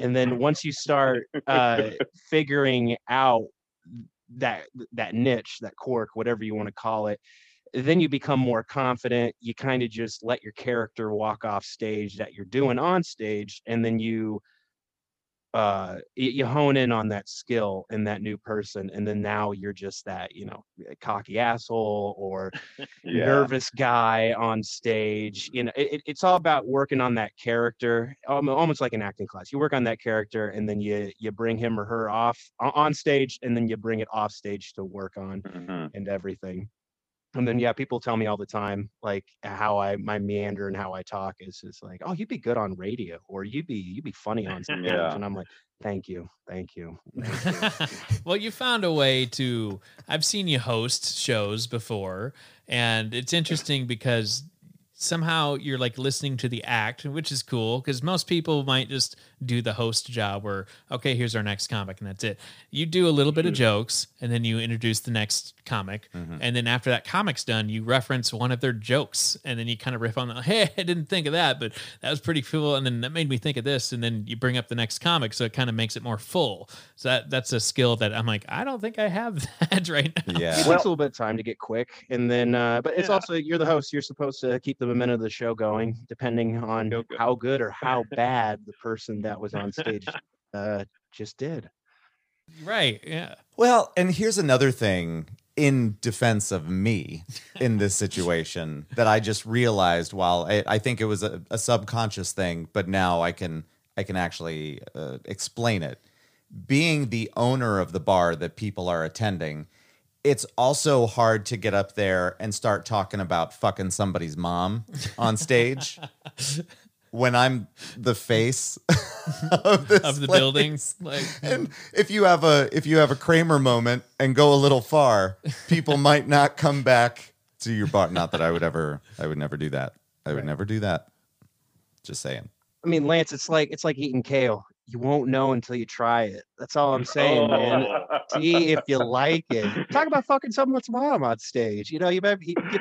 Speaker 5: And then once you start uh, figuring out that that niche, that quirk, whatever you want to call it, then you become more confident. You kind of just let your character walk off stage that you're doing on stage, and then you uh y- you hone in on that skill and that new person and then now you're just that you know cocky asshole or
Speaker 6: Yeah.
Speaker 5: nervous guy on stage. You know, it, it- it's all about working on that character, alm- almost like an acting class. You work on that character, and then you you bring him or her off o- on stage, and then you bring it off stage to work on
Speaker 6: Mhm.
Speaker 5: and everything. And then yeah, people tell me all the time like how I my meander and how I talk is is like, oh, you'd be good on radio, or you'd be you'd be funny on stage,
Speaker 6: Yeah.
Speaker 5: and I'm like, thank you, thank you.
Speaker 2: well, you found a way to. I've seen you host shows before, and it's interesting because somehow you're like listening to the act, which is cool because most people might just do the host job where, okay, here's our next comic, and that's it. You do a little bit of jokes, and then you introduce the next comic. And then after that comic's done, you reference one of their jokes, and then you kind of riff on the, hey, I didn't think of that, but that was pretty cool. And then that made me think of this. And then you bring up the next comic. So it kind of makes it more full. So that that's a skill that I'm like, I don't think I have that right now.
Speaker 1: Yeah.
Speaker 5: It takes a little bit of time to get quick, and then, uh, but it's also you're the host. You're supposed to keep the momentum of the show going, depending on
Speaker 6: Go go.
Speaker 5: how good or how bad the person that was on stage uh, just did.
Speaker 2: Right. Yeah.
Speaker 1: Well, and here's another thing in defense of me in this situation that I just realized while I, I think it was a, a subconscious thing, but now I can I can actually uh, explain it. Being the owner of the bar that people are attending, it's also hard to get up there and start talking about fucking somebody's mom on stage when I'm the face of this
Speaker 2: Of the
Speaker 1: place
Speaker 2: building. Like
Speaker 1: and if you have a if you have a Kramer moment and go a little far, people might not come back to your bar. Not that I would ever, I would never do that. I would
Speaker 5: Right.
Speaker 1: never do that. Just saying.
Speaker 5: I mean, Lance, it's like it's like eating kale. You won't know until you try it. That's all I'm
Speaker 6: Oh.
Speaker 5: saying, man. See if you like it. Talk about fucking something once in a while on stage. You know, you better. You, you-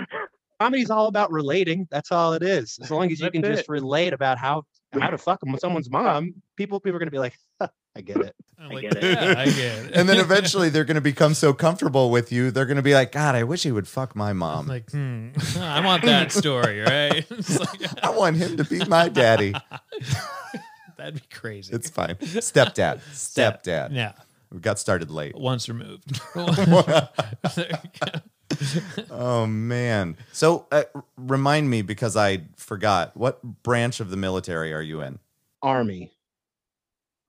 Speaker 5: comedy's all about relating. That's all it is. As long as you
Speaker 6: That's
Speaker 5: can just
Speaker 6: it.
Speaker 5: relate about how how to fuck 'em with someone's mom, people people are gonna be like, "Huh, I get it.
Speaker 2: I'm
Speaker 4: I
Speaker 2: like,
Speaker 4: get it.
Speaker 2: yeah, I get it.
Speaker 1: And then eventually they're going to become so comfortable with you, they're going to be like, God, I wish he would fuck my
Speaker 2: I'm
Speaker 1: mom.
Speaker 2: like, hmm, I want that story, right? It's like,
Speaker 1: I want him to be my daddy.
Speaker 2: that'd be crazy.
Speaker 1: It's fine. Stepdad.
Speaker 2: Step.
Speaker 1: Stepdad.
Speaker 2: yeah,
Speaker 1: We got started late.
Speaker 2: once removed.
Speaker 1: Oh man. So uh, r- remind me because I forgot. What branch of the military are you in?
Speaker 5: Army.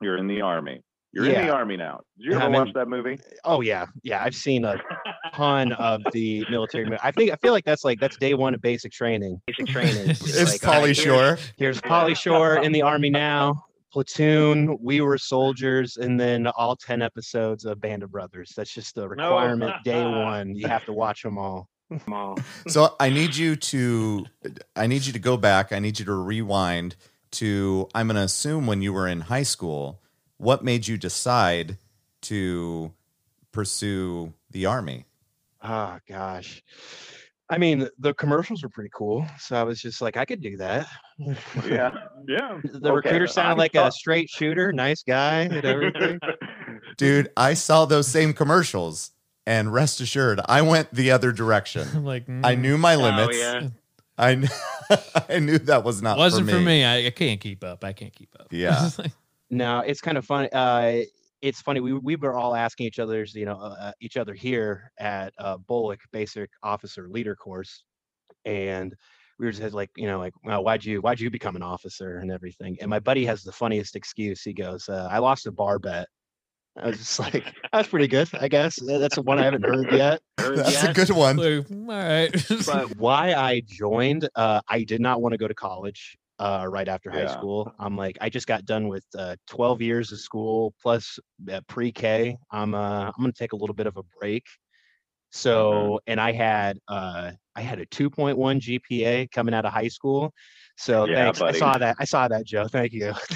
Speaker 6: You're in the army. You're in
Speaker 5: Yeah.
Speaker 6: the army now. Did you
Speaker 5: Yeah,
Speaker 6: ever
Speaker 5: I'm
Speaker 6: watch
Speaker 5: in-
Speaker 6: that movie?
Speaker 5: Oh yeah, yeah. I've seen a ton of the military. mo- I think I feel like that's like that's day one of basic training.
Speaker 4: Basic training.
Speaker 1: It's
Speaker 5: like,
Speaker 1: Polly
Speaker 5: I-
Speaker 1: Shore.
Speaker 5: Here's Polly Shore in the army now. Platoon, we were soldiers, and then all ten episodes of Band of Brothers. That's just the requirement. Day one, you have to watch them all.
Speaker 4: Small.
Speaker 1: So I need you to I need you to go back. I need you to rewind to I'm going to assume when you were in high school, what made you decide to pursue the army?
Speaker 5: Oh gosh. I mean, the commercials were pretty cool, so I was just like, I could do that.
Speaker 6: Yeah. Yeah.
Speaker 5: The
Speaker 6: Okay,
Speaker 5: recruiter sounded
Speaker 6: I
Speaker 5: like
Speaker 6: saw-
Speaker 5: a straight shooter, nice guy, and everything.
Speaker 1: Dude, I saw those same commercials and rest assured, I went the other direction.
Speaker 2: I'm like,
Speaker 1: I
Speaker 2: mm,
Speaker 1: knew my
Speaker 4: Oh,
Speaker 1: limits.
Speaker 4: yeah.
Speaker 1: I kn- I knew that was not
Speaker 2: wasn't
Speaker 1: for me.
Speaker 2: I, I can't keep up. I can't keep up.
Speaker 1: Yeah.
Speaker 2: It's like,
Speaker 5: No, it's kind of funny. Uh, it's funny. We we were all asking each other's, you know, uh, uh, each other here at uh, Bullock Basic Officer Leader course, and we were just like, you know, like, well, why'd you why'd you become an officer and everything? And my buddy has the funniest excuse. He goes, uh, "I lost a bar bet." I was just like, "That's pretty good, I guess." Uh, That's the one I haven't heard yet.
Speaker 1: That's
Speaker 4: yeah.
Speaker 1: a good one.
Speaker 2: like, "Mm, all right.
Speaker 5: But why I joined, uh, I did not want to go to college uh, right after high
Speaker 6: Yeah.
Speaker 5: school. I'm like, I just got done with uh, 12 years of school plus uh, pre-K. I'm uh, I'm gonna take a little bit of a break. So, and I had uh, I had a 2.1 GPA coming out of high school. So
Speaker 6: Yeah,
Speaker 5: thanks.
Speaker 6: buddy.
Speaker 5: I saw that. I saw that, Joe. Thank you.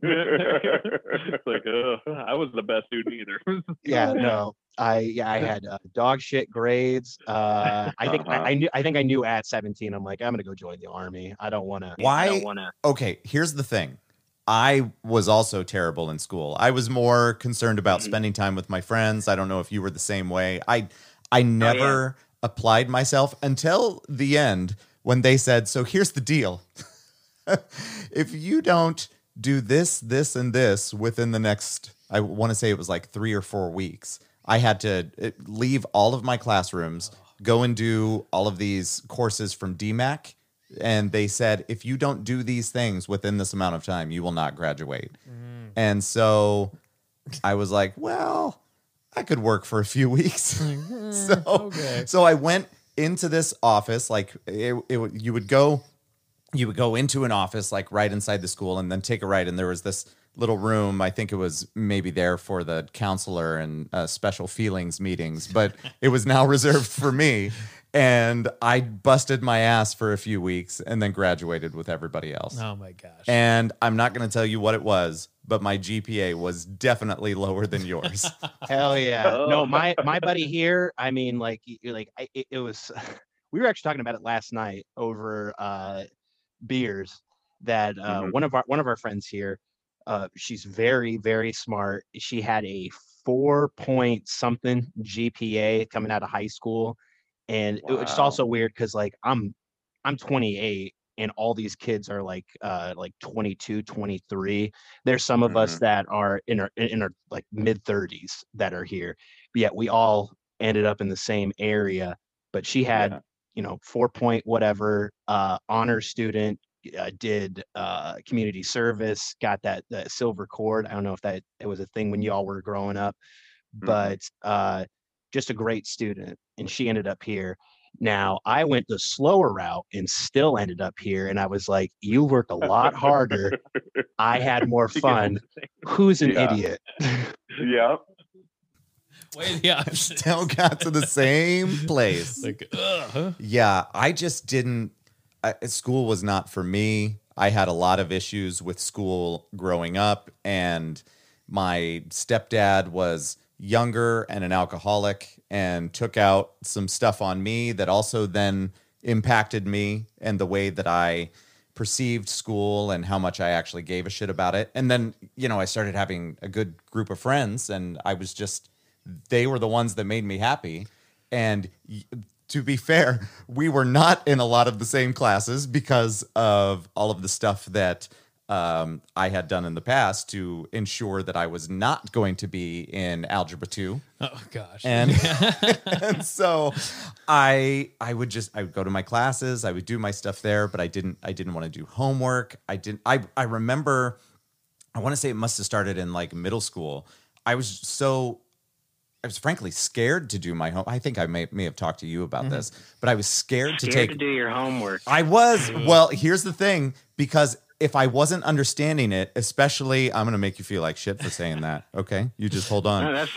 Speaker 6: It's like, "Ugh, I was the best dude either.
Speaker 5: yeah no i yeah i had uh, dog shit grades uh i think
Speaker 6: Uh-huh.
Speaker 5: I, I knew i think i knew at 17 i'm like i'm gonna go join the army i don't want to
Speaker 4: I
Speaker 1: Why
Speaker 4: don't wanna.
Speaker 1: okay, here's the thing. I was also terrible in school. I was more concerned about
Speaker 4: Mhm.
Speaker 1: spending time with my friends. I don't know if you were the same way. I I never applied myself until the end when they said, "So here's the deal. if you don't do this, this and this within the next I want to say it was like 3 or 4 weeks, I had to uh, leave all of my classrooms, go and do all of these courses from DMAC and they said if you don't do these things within this amount of time you will not graduate
Speaker 2: Mm.
Speaker 1: and so i was like well i could work for a few weeks
Speaker 2: Like, eh,
Speaker 1: So-
Speaker 2: okay.
Speaker 1: so i went into this office like it, it would- you would go you would go into an office like right inside the school and then take a right and there was this little room i think it was maybe there for the counselor and uh, special feelings meetings but it was now reserved for me and i busted my ass for a few weeks and then graduated with everybody else
Speaker 2: Oh my gosh.
Speaker 1: and i'm not going to tell you what it was but my gpa was definitely lower than yours
Speaker 5: hell yeah
Speaker 6: Oh.
Speaker 5: no my my buddy here i mean like y- y- like I, it, it was we were actually talking about it last night over uh beers that uh
Speaker 6: Mhm.
Speaker 5: one of our one of our friends here uh she's very very smart she had a four point something gpa coming out of high school and it- it's
Speaker 6: Wow.
Speaker 5: also weird because like i'm i'm 28 and all these kids are like uh like 22 23 there's some of us that are in our in our like mid 30s that are here but yet we all ended up in the same area but she had
Speaker 6: Yeah.
Speaker 5: you know four point whatever uh honor student uh, did uh community service got that, that silver cord i don't know if that it was a thing when y'all were growing up
Speaker 6: Mhm.
Speaker 5: but uh just a great student and she ended up here now i went the slower route and still ended up here and i was like you worked a lot harder i had more
Speaker 6: She gets
Speaker 5: fun who's an
Speaker 6: Yeah.
Speaker 5: idiot
Speaker 6: Yeah.
Speaker 2: Way the opposite.
Speaker 1: Still got to the same place.
Speaker 2: like, ugh, huh?
Speaker 1: Yeah, I just didn't. I, school was not for me. I had a lot of issues with school growing up, and my stepdad was younger and an alcoholic and took out some stuff on me that also then impacted me and the way that I perceived school and how much I actually gave a shit about it. And then, you know, I started having a good group of friends, and I was just, they were the ones that made me happy. And y- to be fair, we were not in a lot of the same classes because of all of the stuff that um, I had done in the past to ensure that I was not going to be in Algebra 2
Speaker 2: Oh gosh.
Speaker 1: and and so i i would just i would go to my classes i would do my stuff there but i didn't i didn't want to do homework i didn't i i remember i want to say it must have started in like middle school i was so i was frankly scared to do my home i think i may, may have talked to you about this but i was scared to
Speaker 4: Scared
Speaker 1: take
Speaker 4: to do your homework.
Speaker 1: I was. Well, here's the thing because if I wasn't understanding it, especially, I'm going to make you feel like shit for saying that. Okay. You just hold
Speaker 4: No,
Speaker 1: on.
Speaker 4: Oh, that's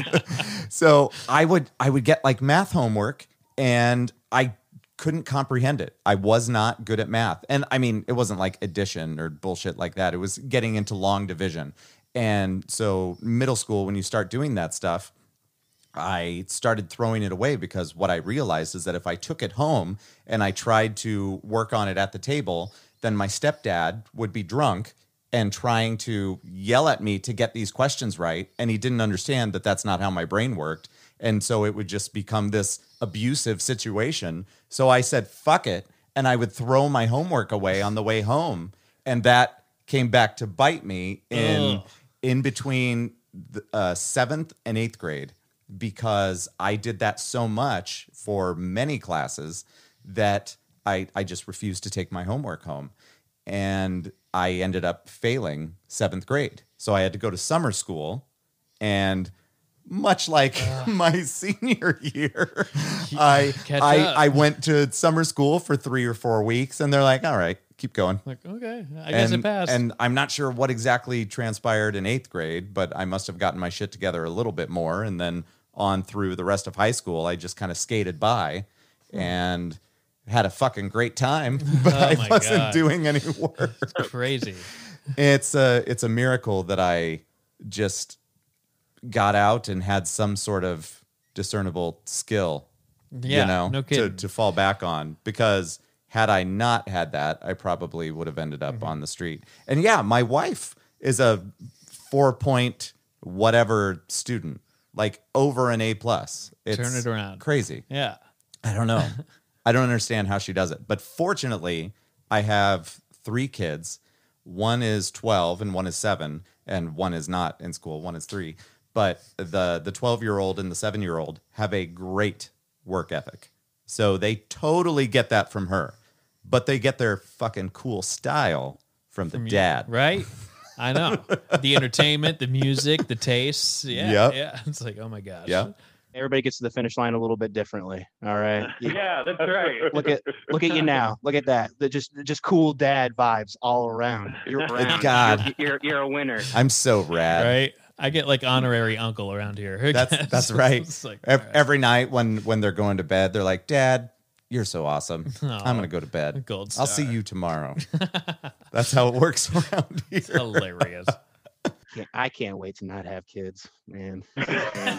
Speaker 4: bad.
Speaker 1: so I would, I would get like math homework and I couldn't comprehend it. I was not good at math. And I mean, it wasn't like addition or bullshit like that. It was getting into long division. And so middle school, when you start doing that stuff, I started throwing it away because what I realized is that if I took it home and I tried to work on it at the table, then my stepdad would be drunk and trying to yell at me to get these questions right. And he didn't understand that that's not how my brain worked. And so it would just become this abusive situation. So I said, fuck it. And I would throw my homework away on the way home. And that came back to bite me in
Speaker 2: Ugh.
Speaker 1: in between the, uh, seventh and eighth grade because I did that so much for many classes that I, I just refused to take my homework home. And I ended up failing seventh grade. So I had to go to summer school. And much like my senior year, I,
Speaker 2: Catch
Speaker 1: I,
Speaker 2: up.
Speaker 1: I went to summer school for three or four weeks. And they're like, all right, keep going
Speaker 2: like, okay, I guess
Speaker 1: and,
Speaker 2: it passed.
Speaker 1: And I'm not sure what exactly transpired in eighth grade, but I must have gotten my shit together a little bit more. And then on through the rest of high school, I just kind of skated by and had a fucking great time, but
Speaker 2: Hmm. Oh
Speaker 1: I
Speaker 2: my
Speaker 1: wasn't
Speaker 2: God.
Speaker 1: doing any work.
Speaker 2: Crazy.
Speaker 1: it's a it's a miracle that I just got out and had some sort of discernible skill
Speaker 2: Yeah.
Speaker 1: you know,
Speaker 2: no
Speaker 1: to,
Speaker 2: kidding.
Speaker 1: to fall back on because had I not had that, I probably would have ended
Speaker 2: Mm-hmm.
Speaker 1: up on the street. And yeah, my wife is a four point whatever student, like over an A plus. It's
Speaker 2: Turn it around.
Speaker 1: Crazy.
Speaker 2: yeah.
Speaker 1: I don't know. I don't understand how she does it. But fortunately, I have three kids. One is 12 and one is 7 and one is not in school, one is 3. But the the 12-year-old and the 7-year-old have a great work ethic. So they totally get that from her. But they get their fucking cool style from the dad.
Speaker 2: Right? I know. the entertainment, the music, the tastes. Yeah.
Speaker 1: Yep.
Speaker 2: Yeah. It's like, oh my gosh.
Speaker 1: Yep.
Speaker 5: Everybody gets to the finish line a little bit differently. All right. You-
Speaker 6: Yeah, that's right.
Speaker 5: Look at look at you now. Look at that. The just just cool dad vibes all around. You're
Speaker 4: Brown,
Speaker 1: God.
Speaker 4: You're, you're, you're a winner.
Speaker 1: I'm so rad.
Speaker 2: Right? I get like honorary uncle around here. I
Speaker 1: That's-
Speaker 2: guess.
Speaker 1: that's right.
Speaker 2: It's like,
Speaker 1: Ev-
Speaker 2: all right.
Speaker 1: Every night when when they're going to bed, they're like, "Dad, you're so awesome. I'm
Speaker 2: Aw.
Speaker 1: gonna go to bed.
Speaker 2: Gold
Speaker 1: I'll see
Speaker 2: star.
Speaker 1: you tomorrow." That's how it works around
Speaker 2: It's
Speaker 1: here.
Speaker 2: hilarious.
Speaker 5: Can't- I can't wait to not have kids, man.
Speaker 2: I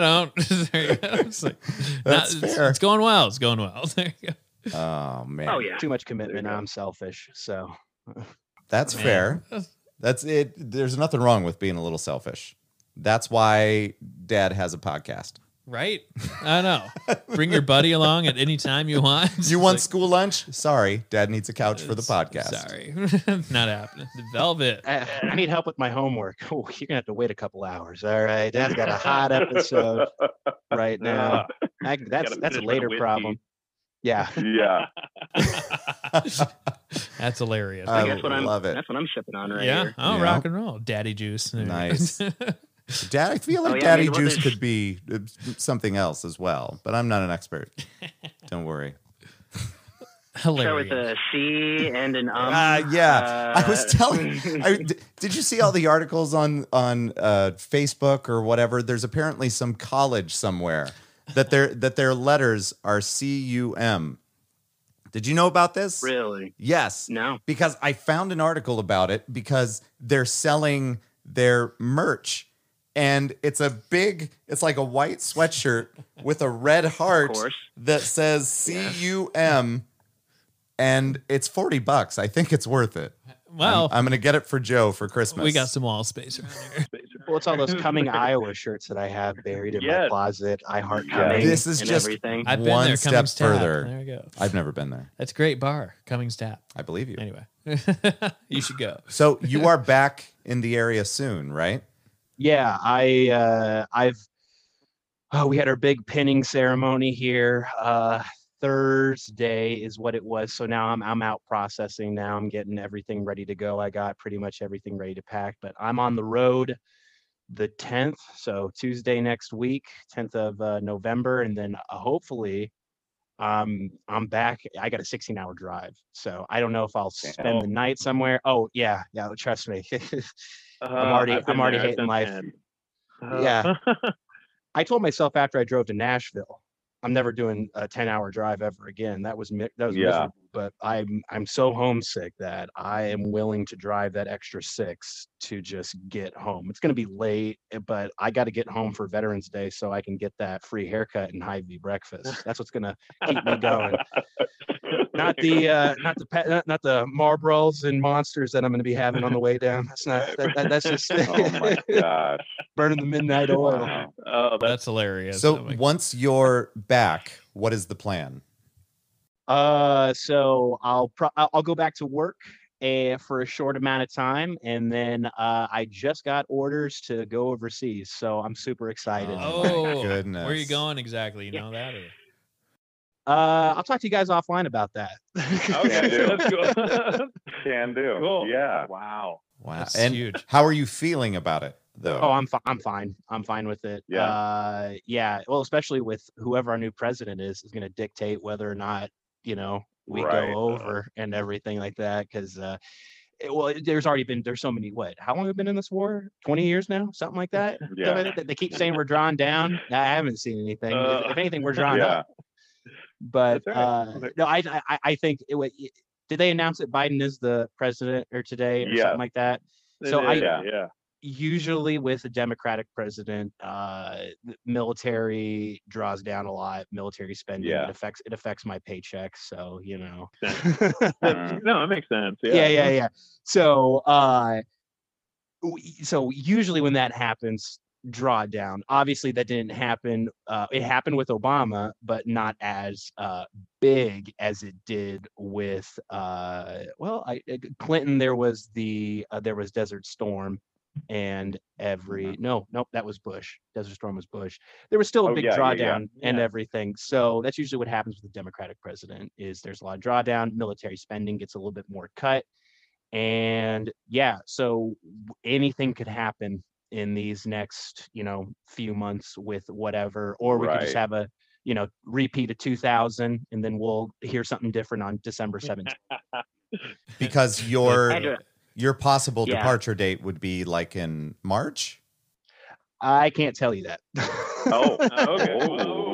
Speaker 2: don't. There you go. It's like,
Speaker 1: That's
Speaker 2: it's,
Speaker 1: fair.
Speaker 2: it's going well. It's going well. There you go.
Speaker 1: Oh man,
Speaker 4: Oh yeah.
Speaker 5: Too much commitment. I'm selfish. So
Speaker 1: that's
Speaker 2: Man.
Speaker 1: fair. That's it. There's nothing wrong with being a little selfish. That's why Dad has a podcast.
Speaker 2: Right? I know. Bring your buddy along at any time you want.
Speaker 1: You want school lunch? Sorry, Dad needs a couch for the podcast.
Speaker 2: Sorry. Not happening. The velvet.
Speaker 5: I, I need help with my homework. Oh, you're gonna have to wait a couple hours. All right. Dad's got a hot episode right now. I, that's
Speaker 6: Gotta
Speaker 5: that's a
Speaker 6: finish with
Speaker 5: later
Speaker 6: whiskey.
Speaker 5: problem. Yeah.
Speaker 6: yeah.
Speaker 2: That's hilarious.
Speaker 1: I
Speaker 4: that's what I'm,
Speaker 1: love it.
Speaker 4: That's what I'm sipping on right
Speaker 2: yeah.
Speaker 4: here.
Speaker 2: Oh,
Speaker 1: Yeah.
Speaker 2: rock and roll. Daddy juice. There you go.
Speaker 1: Nice. Dad, I feel like
Speaker 4: Oh, yeah,
Speaker 1: Daddy
Speaker 4: I mean, well,
Speaker 1: Juice
Speaker 4: there's-
Speaker 1: could be uh, something else as well, but I'm not an expert. Don't worry.
Speaker 4: Start with
Speaker 2: hilarious.
Speaker 4: a C and an um.
Speaker 1: Ah, yeah. I was
Speaker 4: Uh,
Speaker 1: telling. I, d- did you see all the articles on on uh, Facebook or whatever? There's apparently some college somewhere that their that their letters are C U M. Did you know about this?
Speaker 4: really?
Speaker 1: Yes,
Speaker 4: No.
Speaker 1: because I found an article about it because they're selling their merch. And it's a big, it's like a white sweatshirt with a red heart
Speaker 4: course.
Speaker 1: that says C U M, and it's forty bucks. I think it's worth it.
Speaker 2: Well,
Speaker 1: I'm, I'm gonna get it for Joe for Christmas.
Speaker 2: we got some wall space around here.
Speaker 5: Well, it's all those coming Iowa shirts that I have buried in my
Speaker 6: Yes.
Speaker 5: closet. I heart
Speaker 6: Yeah.
Speaker 5: coming.
Speaker 1: This is
Speaker 4: and
Speaker 1: just-
Speaker 4: everything.
Speaker 2: I've been
Speaker 1: One
Speaker 2: there.
Speaker 1: step
Speaker 2: Cummings Tap.
Speaker 1: further.
Speaker 2: There we go.
Speaker 1: I've never been there.
Speaker 2: That's a great bar. Cummings Tap.
Speaker 1: I believe you.
Speaker 2: Anyway, you should go.
Speaker 1: So you are back in the area soon, right?
Speaker 5: Yeah, I uh, I've oh, we had our big pinning ceremony here. Uh, Thursday is what it was. So now I'm I'm out processing now. I'm getting everything ready to go. I got pretty much everything ready to pack, but I'm on the road the 10th, so Tuesday next week, 10th of uh, November, and then uh, hopefully um I'm back. I got a 16 hour drive. So I don't know if I'll spend the night somewhere. Oh yeah, yeah, trust me.
Speaker 6: Uh,
Speaker 5: already-
Speaker 6: I've been
Speaker 5: I'm already
Speaker 6: there. I've
Speaker 5: hating
Speaker 6: been
Speaker 5: life.
Speaker 6: there.
Speaker 5: Yeah.
Speaker 6: Uh,
Speaker 5: I told myself after I drove to Nashville, I'm never doing a 10 hour drive ever again. That was mi- that was
Speaker 6: Yeah.
Speaker 5: miserable. But I'm I'm so homesick that I am willing to drive that extra six to just get home. It's gonna be late, eh, but I got to get home for Veterans Day so I can get that free haircut and high V breakfast. That's what's gonna keep me going. Not the uh, not the pet, not, not the Marlboros and monsters that I'm gonna be having on the way down. That's not that, that, that's just
Speaker 6: oh my gosh.
Speaker 5: burning the midnight oil.
Speaker 6: Wow. Oh, that's
Speaker 2: That's hilarious.
Speaker 1: so
Speaker 2: Oh my-
Speaker 1: once you're back, what is the plan?
Speaker 5: Uh, so I'll pro- I'll I'll go back to work uh, for a short amount of time, and then uh, I just got orders to go overseas, so I'm super excited.
Speaker 2: oh,
Speaker 1: goodness.
Speaker 2: where are you going exactly? You know that? Or?
Speaker 5: Uh, I'll talk to you guys offline about that.
Speaker 6: okay.
Speaker 5: Yeah.
Speaker 6: That's cool. Can do.
Speaker 7: Cool.
Speaker 6: Yeah. Wow.
Speaker 1: Wow.
Speaker 2: That's
Speaker 1: and
Speaker 2: huge.
Speaker 1: how are you feeling about it though?
Speaker 5: Oh, I'm fi- I'm fine. I'm fine with it.
Speaker 6: Yeah.
Speaker 5: Uh, yeah. Well, especially with whoever our new president is, is going to dictate whether or not you know we
Speaker 6: Right, uh,
Speaker 5: go over and everything like that. Because uh, it- well, it- there's already been there's so many. What? How long have we been in this war? Twenty years now, something like that. Something
Speaker 6: Yeah.
Speaker 5: like that? They keep saying we're drawn down. I haven't seen anything. If-
Speaker 6: Uh,
Speaker 5: if, anything, we're drawn
Speaker 6: yeah.
Speaker 5: up. But
Speaker 6: That's right.
Speaker 5: uh,
Speaker 6: Like-
Speaker 5: no, I I- I, I think it, wa- y- did they announce that Biden is the president or today or
Speaker 6: Yeah.
Speaker 5: something like that? So I-
Speaker 6: yeah. yeah.
Speaker 5: usually with a democratic president uh th- military draws down a lot military spending
Speaker 6: Yeah.
Speaker 5: it affects it affects my paycheck so you know
Speaker 6: That- no, it makes sense. Yeah.
Speaker 5: yeah yeah yeah so uh w- so usually when that happens drawdown obviously that didn't happen uh it happened with obama but not as uh big as it did with uh well i uh, clinton there was the uh, there was desert storm and every no nope that was bush desert storm was bush there was still a
Speaker 6: Mm-hmm. Oh,
Speaker 5: big
Speaker 6: yeah, yeah,
Speaker 5: drawdown
Speaker 6: yeah.
Speaker 5: and
Speaker 6: Yeah.
Speaker 5: everything so that's usually what happens with a democratic president is there's a lot of drawdown military spending gets a little bit more cut and yeah so w- anything could happen in these next you know few months with whatever or we could just
Speaker 6: Right.
Speaker 5: have a you know repeat of 2000 and then we'll hear something different on december 17th
Speaker 1: because your
Speaker 4: do-
Speaker 1: your possible
Speaker 4: Yeah.
Speaker 1: departure date would be like in March.
Speaker 5: i can't tell you that
Speaker 6: Oh. Okay. Oh.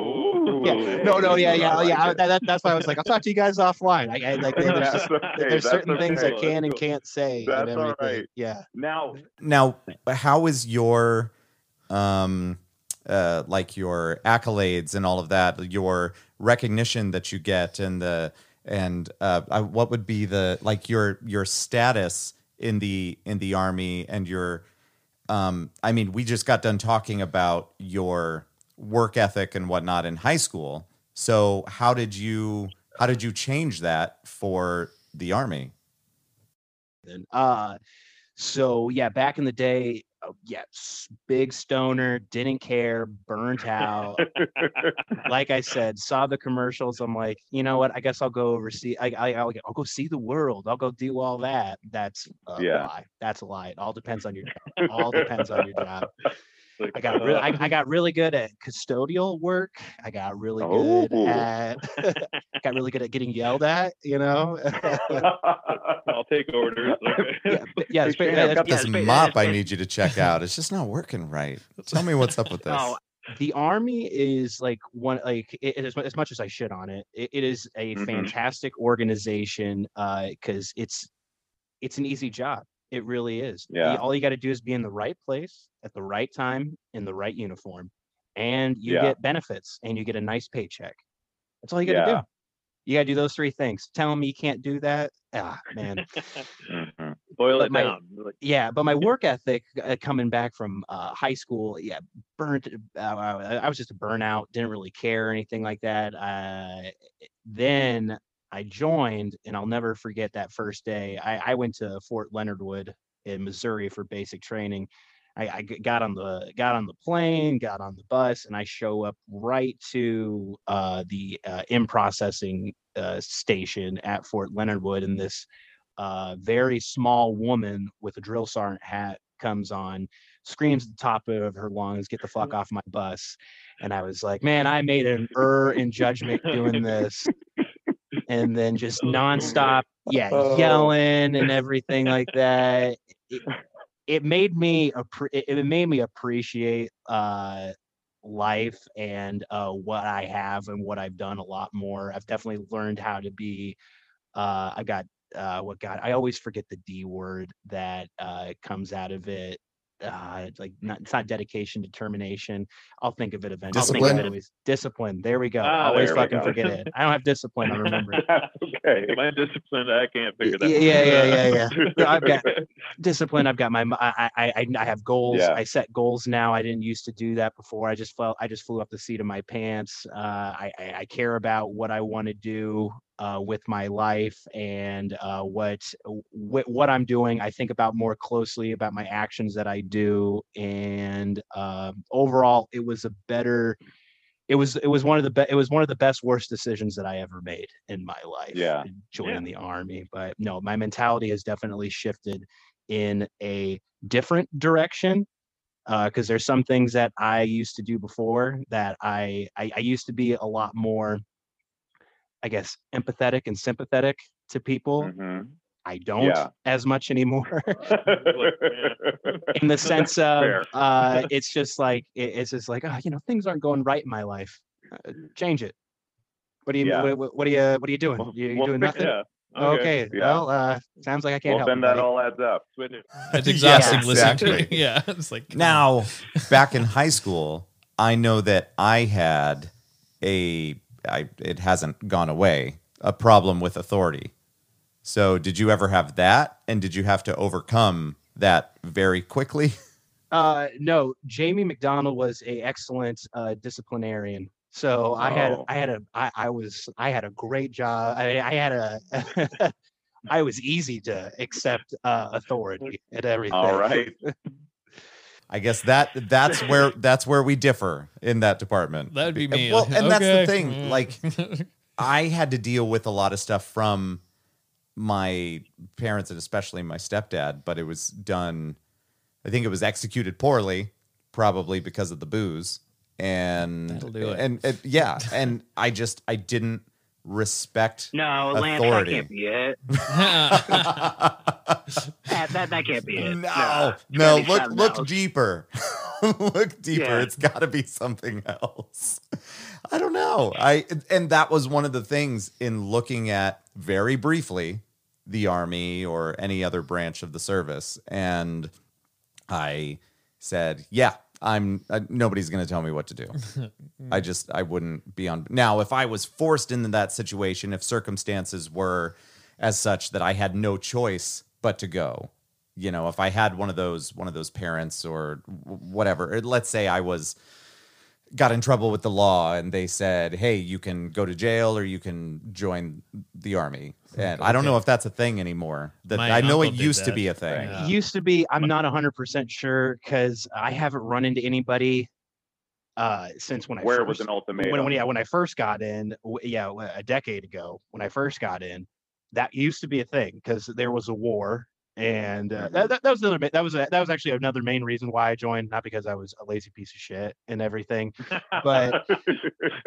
Speaker 5: yeah no no yeah
Speaker 6: I
Speaker 5: yeah
Speaker 6: like
Speaker 5: yeah I-
Speaker 6: it.
Speaker 5: that, that- that's why i was like i'll talk to you guys offline i, I like there's,
Speaker 6: That's
Speaker 5: just-
Speaker 6: okay,
Speaker 5: there's
Speaker 6: that's
Speaker 5: certain things i
Speaker 6: okay.
Speaker 5: can and can't say and
Speaker 6: That's all
Speaker 5: everything
Speaker 6: right.
Speaker 5: yeah
Speaker 6: Now,
Speaker 1: Now, how is your um uh like your accolades and all of that, your recognition that you get and the and uh I- what would be the like your your status in the in the army and your um I mean, we just got done talking about your work ethic and whatnot in high school. So, how did you how did you change that for the army?
Speaker 5: then. Uh, so yeah, back in the day, oh, yeah, s- big stoner, didn't care, burnt out. like I said, saw the commercials. I'm like, you know what? I guess I'll go oversee. I, I I'll, I'll go see the world. I'll go do all that. That's a
Speaker 6: Yeah.
Speaker 5: lie. That's a lie. It all depends on your. Job. All depends on your job.
Speaker 6: Like,
Speaker 5: I got really,
Speaker 6: uh,
Speaker 5: I, I got really good at custodial work. I got really good
Speaker 6: Oh.
Speaker 5: at got really good at getting yelled at. You know,
Speaker 6: I'll take orders.
Speaker 5: yeah,
Speaker 6: Okay.
Speaker 5: but- yeah, it's
Speaker 6: Sure,
Speaker 5: ba-
Speaker 6: I've
Speaker 5: yeah, uh,
Speaker 1: I've got
Speaker 5: it's-
Speaker 1: this
Speaker 4: it's ba-
Speaker 1: mop
Speaker 4: it's
Speaker 1: I
Speaker 4: ba-
Speaker 1: need you to check out. It's just not working right. Tell me what's up with this.
Speaker 5: Oh, the army is like one like it, it is as much as I shit on it. It, it is a
Speaker 6: Mhm.
Speaker 5: fantastic organization because it's it's an easy job. It really is. The-
Speaker 6: Yeah.
Speaker 5: all you got to do is be in the right place at the right time in the right uniform, and you
Speaker 6: Yeah.
Speaker 5: get benefits and you get a nice paycheck. That's all you got to
Speaker 6: Yeah.
Speaker 5: do. You got to do those three things. Tell me you can't do that. Ah, man.
Speaker 6: Mhm. Boil
Speaker 5: But
Speaker 6: it
Speaker 5: my-
Speaker 6: down. Like,
Speaker 5: yeah but my work ethic uh, coming back from uh, high school yeah burnt uh, i I was just a burnout didn't really care or anything like that uh, then i joined and i'll never forget that first day i, I went to fort leonard wood in missouri for basic training I, I g- got on the got on the plane got on the bus and i show up right to uh, the uh, in processing uh, station at fort leonard wood and this uh, very small woman with a drill sergeant hat comes on, screams at the top of her lungs, "Get the fuck off my bus!" And I was like, "Man, I made an error in judgment doing this." And then just nonstop, yeah,
Speaker 6: Oh.
Speaker 5: yelling and everything like that. It, it made me appre- it it made me appreciate uh, life and uh, what I have and what I've done a lot more. I've definitely learned how to be. Uh, I got uh, what God? I always forget the D word that uh, comes out of it. Uh, it's like not, it's not dedication, determination. I'll think of it eventually. I'll think of it
Speaker 1: Discipline?
Speaker 5: always. Discipline. There we go. I
Speaker 6: Ah,
Speaker 5: always
Speaker 6: there we
Speaker 5: fucking
Speaker 6: go.
Speaker 5: forget it. I don't have discipline. I remember it.
Speaker 6: That's okay. Am I disciplined? I can't figure that.
Speaker 5: Yeah,
Speaker 6: out.
Speaker 5: yeah, yeah, yeah. I've got- discipline. I've got my. m- I I I- I have goals.
Speaker 6: Yeah.
Speaker 5: I set goals now. I didn't used to do that before. I just felt. I just flew up the seat of my pants. Uh, I I, I care about what I want to do uh, with my life and uh, what wh- what I'm doing. I think about more closely about my actions that I do. And um, overall, it was a better. It was it was one of the be- it was one of the best worst decisions that I ever made in my life.
Speaker 6: Yeah.
Speaker 5: joining the army, but no, my mentality has definitely shifted in a different direction because there's some things that I used to do before that I, I I used to be a lot more, I guess, empathetic and sympathetic to people.
Speaker 6: Mhm.
Speaker 5: I don't
Speaker 6: Yeah.
Speaker 5: as much anymore.
Speaker 6: Like,
Speaker 5: in the sense of
Speaker 6: Fair.
Speaker 5: uh, it's just like it- it's just like oh, you know things aren't going right in my life. Uh, change it. What do you
Speaker 6: Yeah.
Speaker 5: what, what- what are you what are you doing?
Speaker 6: Well,
Speaker 5: You- You're
Speaker 6: well,
Speaker 5: doing
Speaker 6: fix-
Speaker 5: nothing.
Speaker 6: yeah.
Speaker 5: Okay.
Speaker 6: Yeah.
Speaker 5: Well, uh, sounds like I can't
Speaker 6: well,
Speaker 5: help.
Speaker 6: then
Speaker 5: you,
Speaker 6: that
Speaker 5: buddy.
Speaker 6: all adds up. Switch it.
Speaker 2: It's
Speaker 1: Yeah,
Speaker 2: exhausting listening to it.
Speaker 1: exactly.
Speaker 2: Yeah, it's like come on.
Speaker 1: Now, back in high school, I know that I had a I it hasn't gone away, a problem with authority. So, did you ever have that and did you have to overcome that very quickly?
Speaker 5: Uh, no, Jamie McDonald was a excellent uh, disciplinarian. So I had
Speaker 6: Oh.
Speaker 5: I had a I, I was I had a great job. I, I had a I was easy to accept uh, authority at everything.
Speaker 6: All right.
Speaker 1: I guess that that's where that's where we differ in that department.
Speaker 2: that would be me.
Speaker 1: Well, and that's the
Speaker 2: Okay. Mm.
Speaker 1: thing, like- I had to deal with a lot of stuff from my parents and especially my stepdad, but it was done, I think it was executed poorly, probably because of the booze. And,
Speaker 2: That'll do it.
Speaker 1: and, and yeah, and I just, I didn't respect.
Speaker 4: No, Lance,
Speaker 1: Authority.
Speaker 4: that can't be it. That, that, that can't be it.
Speaker 1: No,
Speaker 4: Nah,
Speaker 1: no,
Speaker 4: trying to
Speaker 1: look
Speaker 4: shout
Speaker 1: look
Speaker 4: out.
Speaker 1: deeper. look deeper.
Speaker 4: Yeah.
Speaker 1: It's got to be something else. I don't know. I and that was one of the things in looking at very briefly the army or any other branch of the service and I said, "Yeah, I'm uh, nobody's going to tell me what to do." I just I wouldn't be on. Now, if I was forced into that situation, if circumstances were as such that I had no choice but to go, you know, if I had one of those one of those parents or wh- whatever, or let's say I was got in trouble with the law and they said, "Hey, you can go to jail or you can join the army." And I don't know if that's a thing anymore. That
Speaker 2: My
Speaker 1: I know it
Speaker 2: uncle did
Speaker 1: used to
Speaker 2: that.
Speaker 1: be a thing.
Speaker 2: Yeah.
Speaker 5: Used to be I'm not 100% sure cuz I haven't run into anybody uh since when I
Speaker 6: Where it was
Speaker 5: first
Speaker 6: an ultimatum.
Speaker 5: when, when yeah when I first got in w- yeah w- a decade ago when I first got in that used to be a thing because there was a war and uh,
Speaker 6: Mm-hmm.
Speaker 5: that, that, that was another ma- that was a, that was actually another main reason why I joined, not because I was a lazy piece of shit and everything. But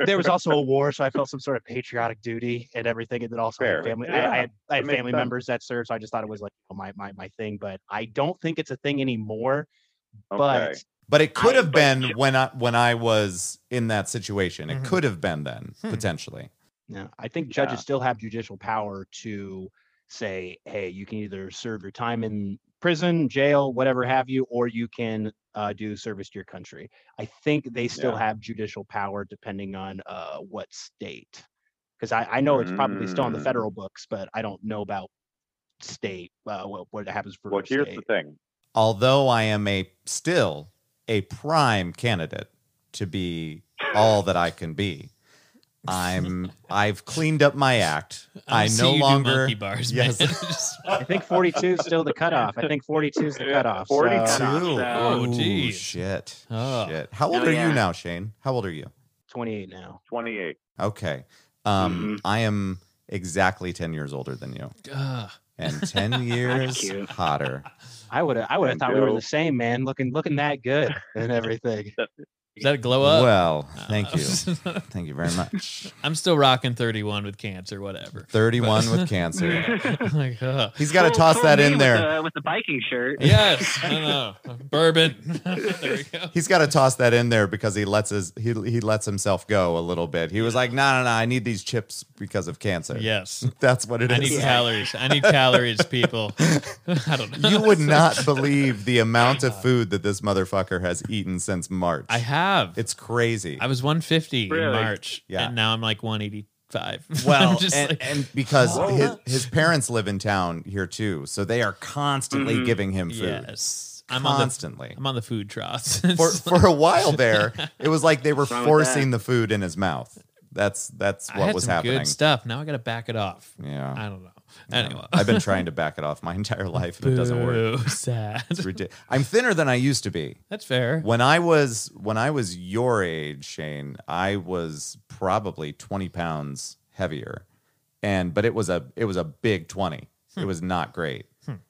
Speaker 5: There was also a war, so I felt some sort of patriotic duty and everything. And then also I had
Speaker 6: Fair.
Speaker 5: family,
Speaker 6: Yeah,
Speaker 5: I, I had, I had
Speaker 6: makes
Speaker 5: family
Speaker 6: sense.
Speaker 5: members that served, so I just thought it was like my my my thing. But I don't think it's a thing anymore. But
Speaker 1: But it could
Speaker 5: I-
Speaker 1: have been when I when I was in that situation. It
Speaker 2: Mhm.
Speaker 1: could have been then
Speaker 2: Hmm.
Speaker 1: potentially.
Speaker 5: Yeah, I think
Speaker 6: Yeah.
Speaker 5: judges still have judicial power to say, hey, you can either serve your time in prison, jail, whatever have you, or you can uh, do service to your country. I think they still
Speaker 6: Yeah.
Speaker 5: have judicial power depending on uh, what state. Because I, I know it's probably still on the
Speaker 6: Mm.
Speaker 5: federal books, but I don't know about state, uh, what, what happens for
Speaker 6: well,
Speaker 5: each
Speaker 6: here's
Speaker 5: state.
Speaker 6: the thing.
Speaker 1: Although I am a still a prime candidate to be all that I can be. I'm I've cleaned up my act. I,
Speaker 2: wanna see
Speaker 1: no
Speaker 2: you do
Speaker 1: longer
Speaker 2: monkey bars.
Speaker 1: Yes.
Speaker 2: man. Just-
Speaker 5: I think 42 is still the cutoff. I think 42 is the
Speaker 6: Yeah,
Speaker 5: cutoff.
Speaker 6: 42.
Speaker 5: so
Speaker 1: Two.
Speaker 2: Oh,
Speaker 1: Ooh,
Speaker 2: geez.
Speaker 1: shit.
Speaker 2: Oh.
Speaker 1: Shit. How
Speaker 4: Oh,
Speaker 1: old are you
Speaker 4: yeah.
Speaker 1: now, Shane? How old are you?
Speaker 5: 28 now.
Speaker 6: 28.
Speaker 1: Okay.
Speaker 4: Mm-hmm.
Speaker 1: Um, I am exactly 10 years older than you
Speaker 2: Ugh.
Speaker 1: and 10 years
Speaker 4: cute.
Speaker 1: hotter.
Speaker 5: I would have I would have
Speaker 6: And
Speaker 5: thought we were
Speaker 6: Joe-
Speaker 5: the same, man. Looking looking that good and everything.
Speaker 2: Is that a glow up?
Speaker 1: Well,
Speaker 2: Oh.
Speaker 1: thank you.
Speaker 2: you.
Speaker 1: Thank you very much.
Speaker 2: I'm still rocking 31 with cancer, whatever.
Speaker 1: 31 with cancer.
Speaker 2: like, uh,
Speaker 1: He's got to
Speaker 4: Well,
Speaker 1: toss
Speaker 4: so
Speaker 1: that
Speaker 4: me
Speaker 1: in
Speaker 4: with
Speaker 1: there.
Speaker 4: the- with the biking shirt.
Speaker 2: yes, I know. Bourbon. there we go.
Speaker 1: He's got to toss that in there because he lets his he he lets himself go a little bit. He was like, "No, no, no, I need these chips because of cancer."
Speaker 2: Yes.
Speaker 1: that's what it
Speaker 2: I
Speaker 1: is.
Speaker 2: need calories. I need calories, people. I don't know.
Speaker 1: You would not believe the amount of food that this motherfucker has eaten since March.
Speaker 2: I have.
Speaker 1: It's crazy.
Speaker 2: I was 150 in
Speaker 4: Really?
Speaker 2: March,
Speaker 1: Yeah.
Speaker 2: and now I'm like 185.
Speaker 1: Well,
Speaker 2: I'm just
Speaker 1: and,
Speaker 2: like,
Speaker 1: and because
Speaker 2: Whoa.
Speaker 1: his, his parents live in town here too, so they are constantly
Speaker 4: Mhm.
Speaker 1: giving him food.
Speaker 2: yes, I'm on the
Speaker 1: constantly.
Speaker 2: I'm on the food trots.
Speaker 1: for for a while there, it was like they were
Speaker 4: wrong with
Speaker 1: forcing the food in his mouth. That's that's
Speaker 2: I
Speaker 1: what
Speaker 2: had
Speaker 1: was
Speaker 2: some
Speaker 1: happening.
Speaker 2: good stuff. Now I got to back it off.
Speaker 1: Yeah.
Speaker 2: I don't know.
Speaker 1: Yeah.
Speaker 2: Anyway,
Speaker 1: I've been trying to back it off my entire life and it doesn't work.
Speaker 2: Boo, Sad.
Speaker 1: It's ridiculous. I'm thinner than I used to be.
Speaker 2: That's fair.
Speaker 1: When I was when I was your age, Shane, I was probably 20 pounds heavier. And but it was a it was a big 20.
Speaker 2: Hmm.
Speaker 1: It was not great.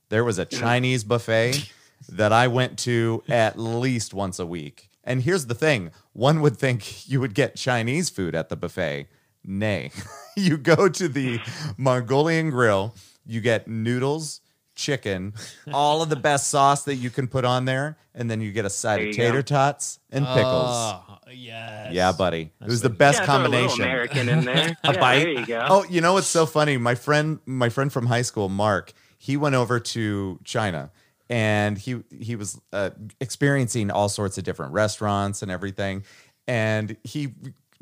Speaker 1: There was a Chinese buffet that I went to at least once a week. And here's the thing, one would think you would get Chinese food at the buffet. Nay. you go to the Mongolian grill, you get noodles, chicken, all of the best sauce that you can put on there, and then you get a side
Speaker 4: There
Speaker 1: of
Speaker 4: you go.
Speaker 1: tater tots and pickles.
Speaker 2: Oh, yes.
Speaker 1: Yeah, buddy. it
Speaker 2: That's
Speaker 1: was the
Speaker 2: what-
Speaker 1: best
Speaker 4: Yeah, throw a little
Speaker 1: combination.
Speaker 4: American in there.
Speaker 1: A
Speaker 4: Yeah,
Speaker 1: bite.
Speaker 4: There you go.
Speaker 1: Oh, you know what's so funny? My friend, my friend from high school, Mark, he went over to China and he he was uh, experiencing all sorts of different restaurants and everything, and he.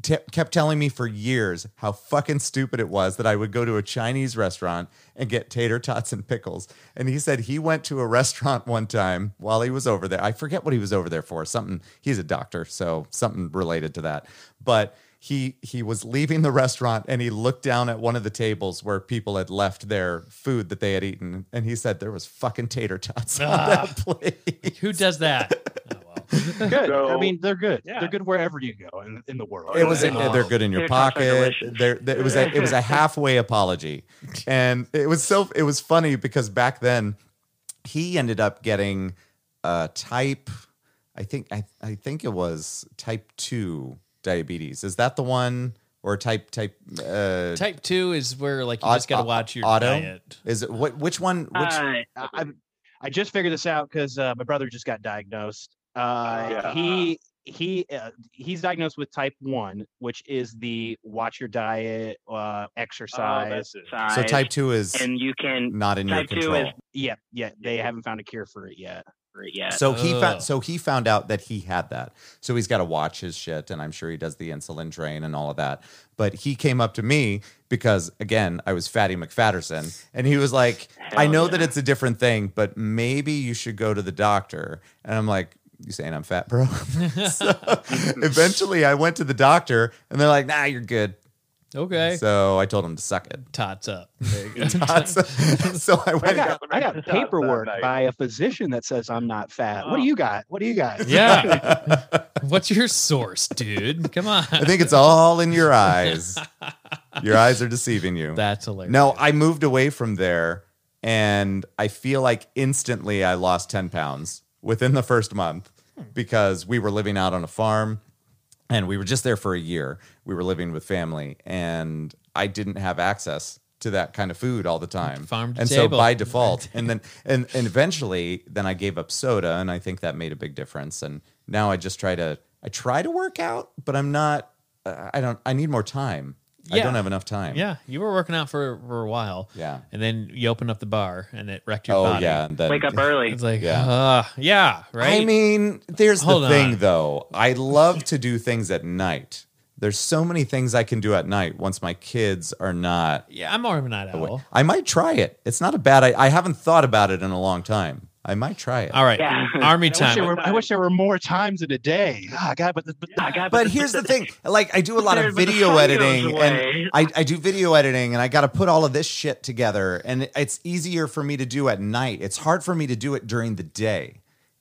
Speaker 1: T- kept telling me for years how fucking stupid it was that I would go to a Chinese restaurant and get tater tots and pickles. And he said he went to a restaurant one time while he was over there. I forget what he was over there for. Something he's a doctor, so something related to that. But he he was leaving the restaurant and he looked down at one of the tables where people had left their food that they had eaten and he said there was fucking tater tots on
Speaker 2: Ah.
Speaker 1: that plate.
Speaker 2: Who does that? Oh, well.
Speaker 5: Good. I
Speaker 6: So-
Speaker 5: mean, they're good.
Speaker 6: Yeah.
Speaker 5: They're good wherever you go in, in the world.
Speaker 1: It was in,
Speaker 2: Oh.
Speaker 1: they're good in your
Speaker 4: Tater tots are
Speaker 1: pocket.
Speaker 4: delicious.
Speaker 1: There there- it was a, it was a halfway apology, and it was so it was funny because back then he ended up getting a type I think I, I think it was type two diabetes. Is that the one or type type uh,
Speaker 2: Type two is where like you
Speaker 1: Au-
Speaker 2: just got to
Speaker 1: au-
Speaker 2: watch your
Speaker 1: auto?
Speaker 2: diet.
Speaker 1: Is it what? Which one? Which
Speaker 4: Uh,
Speaker 5: I, I've- I just figured this out because uh, my brother just got diagnosed. Uh,
Speaker 6: Yeah.
Speaker 5: He he uh, he's diagnosed with type one, which is the watch your diet, uh,
Speaker 6: Oh,
Speaker 5: exercise.
Speaker 6: that's it.
Speaker 4: size,
Speaker 1: so type two is
Speaker 4: and you can
Speaker 1: not in your
Speaker 4: Uh, type two is-
Speaker 1: control.
Speaker 5: yeah, yeah. They haven't found a cure for it yet.
Speaker 4: yeah.
Speaker 1: So he
Speaker 2: Ugh.
Speaker 1: found so he found out that he had that. So he's got to watch his shit, and I'm sure he does the insulin drain and all of that. But he came up to me because again, I was Fatty McFatterson, and he was like, "I
Speaker 4: Hell
Speaker 1: know
Speaker 4: yeah.
Speaker 1: that it's a different thing, but maybe you should go to the doctor." And I'm like. You saying I'm fat, bro? so eventually, I went to the doctor, and they're like, "Nah, you're good."
Speaker 2: Okay.
Speaker 1: So I told him to suck it.
Speaker 2: Tots up. There you go.
Speaker 1: so, so I
Speaker 5: I
Speaker 1: went.
Speaker 5: got I got
Speaker 6: Shots that
Speaker 5: paperwork
Speaker 6: night.
Speaker 5: by a physician that says I'm not fat.
Speaker 6: Oh.
Speaker 5: What do you got? What do you got?
Speaker 2: yeah. What's your source, dude? Come on.
Speaker 1: I think it's all in your eyes. Your eyes are deceiving you.
Speaker 2: That's hilarious.
Speaker 1: No, I moved away from there and I feel like instantly I lost 10 pounds within the first month
Speaker 2: Hmm.
Speaker 1: because we were living out on a farm and we were just there for a year. We were living with family and I didn't have access to that kind of food all the time.
Speaker 2: Farm to
Speaker 1: and so
Speaker 2: table.
Speaker 1: by default and then and, and eventually then I gave up soda and I think that made a big difference and now I just try to I try to work out but I'm not uh, I don't I need more time. I
Speaker 2: Yeah.
Speaker 1: don't have enough time.
Speaker 2: Yeah, you were working out for, for a while.
Speaker 1: Yeah.
Speaker 2: And then you opened up the bar and it wrecked your
Speaker 1: Oh
Speaker 2: body.
Speaker 1: yeah, and then-
Speaker 4: Wake up early.
Speaker 2: It's like,
Speaker 1: Yeah.
Speaker 2: yeah, yeah right?
Speaker 1: I mean, there's
Speaker 2: Hold
Speaker 1: the thing
Speaker 2: on.
Speaker 1: though. I love to do things at night. There's so many things I can do at night once my kids are not.
Speaker 2: yeah, I'm more of a night owl.
Speaker 1: I might try it. It's not a bad. I, I haven't thought about it in a long time. I might try it.
Speaker 2: All right,
Speaker 4: Yeah.
Speaker 2: army
Speaker 5: I wish, there
Speaker 2: time.
Speaker 5: were, I wish there were more times in a day. Ah, God, but, the, but
Speaker 4: Ah, God,
Speaker 1: But here's the thing. Like I do a lot of
Speaker 4: But the
Speaker 1: video
Speaker 4: sun goes
Speaker 1: editing, and
Speaker 4: away.
Speaker 1: I, I do video editing, and I got to put all of this shit together. And it's easier for me to do at night. It's hard for me to do it during the day.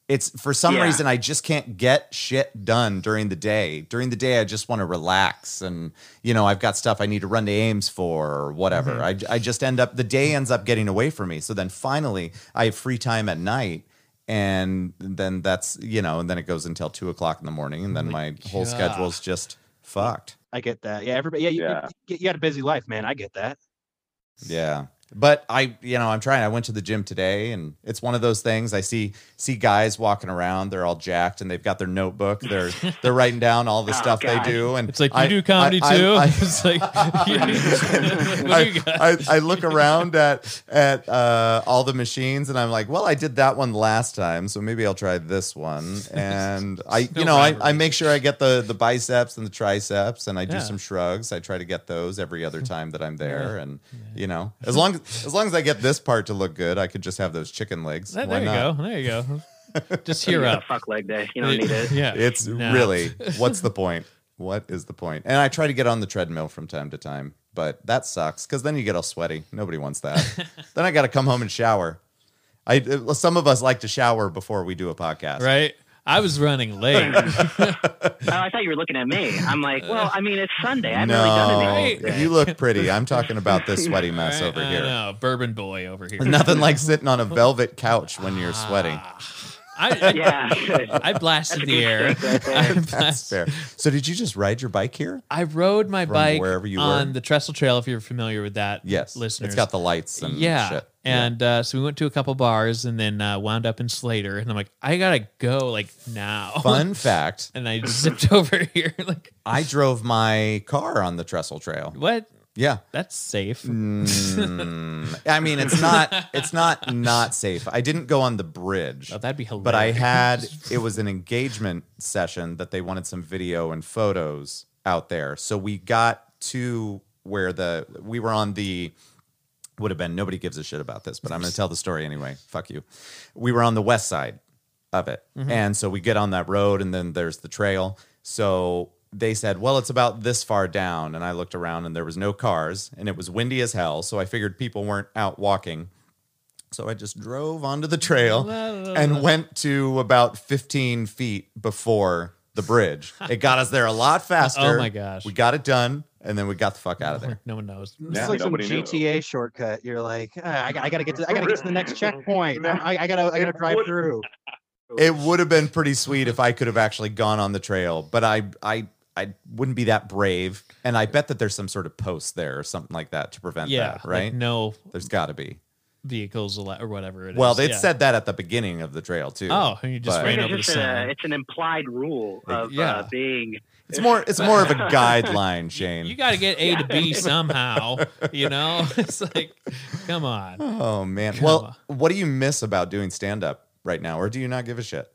Speaker 1: It's for some
Speaker 4: Yeah.
Speaker 1: reason I just can't get shit done during the day. During the day, I just want to relax, and you know I've got stuff I need to run to Ames for or whatever. I I just end up the day ends up getting away from me. So then finally I have free time at night. And then that's you know, and then it goes until two o'clock in the morning, and then my whole
Speaker 2: God.
Speaker 1: schedule's just fucked.
Speaker 5: I get that. Yeah, everybody. Yeah, you,
Speaker 6: Yeah.
Speaker 5: You, you got a busy life, man. I get that.
Speaker 1: Yeah. But I, you know, I'm trying. I went to the gym today and it's one of those things I see see guys walking around, they're all jacked and they've got their notebook. They're they're writing down all the
Speaker 4: Oh,
Speaker 1: stuff
Speaker 4: God.
Speaker 1: they do and
Speaker 2: It's like you
Speaker 1: I-
Speaker 2: do comedy
Speaker 1: I- I-
Speaker 2: too.
Speaker 1: I-
Speaker 2: it's like what do you got?
Speaker 1: I, I, I look around at at uh, all the machines and I'm like, well, I did that one last time, so maybe I'll try this one. And I,
Speaker 2: No
Speaker 1: you know, I, I
Speaker 2: rivalry.
Speaker 1: make sure I get the the biceps and the triceps, and I do
Speaker 2: Yeah.
Speaker 1: some shrugs. I try to get those every other time that I'm there, and you know, as long as as long as I get this part to look good, I could just have those chicken legs.
Speaker 2: There-
Speaker 1: Why
Speaker 2: there you
Speaker 1: not?
Speaker 2: go. There you go. Just
Speaker 4: You
Speaker 2: hear
Speaker 4: got
Speaker 2: up.
Speaker 4: a fuck leg day. You don't need it.
Speaker 2: Yeah,
Speaker 1: It's
Speaker 2: No.
Speaker 1: really what's the point? What is the point? And I try to get on the treadmill from time to time, but that sucks because then you get all sweaty. Nobody wants that. then I got to come home and shower. I uh, some of us like to shower before we do a podcast.
Speaker 2: right. I was running late.
Speaker 4: Oh, I thought you were looking at me. I'm like, well, I mean, it's Sunday. I haven't really done
Speaker 1: No,
Speaker 4: anything.
Speaker 2: Right.
Speaker 1: you look pretty. I'm talking about this sweaty mess
Speaker 2: Right?
Speaker 1: over
Speaker 2: I
Speaker 1: here.
Speaker 2: know, bourbon boy over here.
Speaker 1: Nothing like sitting on a velvet couch when you're sweaty.
Speaker 2: Ah. I, I,
Speaker 4: Yeah.
Speaker 2: I blasted
Speaker 4: That's a
Speaker 2: the
Speaker 4: good
Speaker 2: air.
Speaker 4: steak right there.
Speaker 2: I
Speaker 1: That's
Speaker 2: blasted-
Speaker 1: fair. So did you just ride your bike here?
Speaker 2: I rode my
Speaker 1: From
Speaker 2: bike
Speaker 1: wherever you
Speaker 2: on
Speaker 1: were?
Speaker 2: the Trestle Trail. If you're familiar with that,
Speaker 1: Yes.
Speaker 2: listeners,
Speaker 1: It's got the lights and
Speaker 2: yeah.
Speaker 1: shit.
Speaker 2: And uh, so we went to a couple bars and then uh, wound up in Slater. And I'm like, I gotta go like now.
Speaker 1: fun fact,
Speaker 2: and I zipped over here. Like,
Speaker 1: I drove my car on the trestle trail.
Speaker 2: what?
Speaker 1: Yeah.
Speaker 2: That's safe.
Speaker 1: Mm, I mean, it's not it's not not safe. I didn't go on the bridge,
Speaker 2: Oh, that'd be hilarious.
Speaker 1: but I had it was an engagement session that they wanted some video and photos out there. So we got to where the we were on the would have been nobody gives a shit about this, but I'm going to tell the story anyway. Fuck you. We were on the west side of it. And so we get on that road and then there's the trail. So they said, "Well, it's about this far down." And I looked around and there was no cars and it was windy as hell, so I figured people weren't out walking. So I just drove onto the trail
Speaker 2: Oh
Speaker 1: and went to about 15 feet before the bridge. It got us there a lot faster.
Speaker 2: Oh my gosh.
Speaker 1: We got it done and then we got the fuck out of there.
Speaker 2: No one knows.
Speaker 5: It's
Speaker 6: Yeah,
Speaker 5: like some
Speaker 6: nobody knew.
Speaker 5: GTA shortcut. You're like, ah, I, got- I gotta get to, I gotta get to the next checkpoint. I, I gotta, I gotta drive through.
Speaker 1: it would have been pretty sweet if I could have actually gone on the trail, but I I I wouldn't be that brave. And I bet that there's some sort of post there or something like that to prevent
Speaker 2: Yeah,
Speaker 1: that,
Speaker 2: like,
Speaker 1: right?
Speaker 2: no
Speaker 1: there's got to be.
Speaker 2: vehicles al- or whatever it is.
Speaker 1: Well, they
Speaker 2: Yeah.
Speaker 1: said that at the beginning of the trail too.
Speaker 2: Oh, and you just
Speaker 1: but-
Speaker 4: I think
Speaker 2: ran
Speaker 4: it's
Speaker 2: over the
Speaker 4: just a-
Speaker 2: sign.
Speaker 4: it's an implied rule of
Speaker 2: Yeah.
Speaker 4: uh, being.
Speaker 1: it's more it's more of a guideline, Shane.
Speaker 2: You got to get A to B somehow. You know, it's like, come on.
Speaker 1: oh man. Well, what do you miss about doing stand up right now, or do you not give a shit?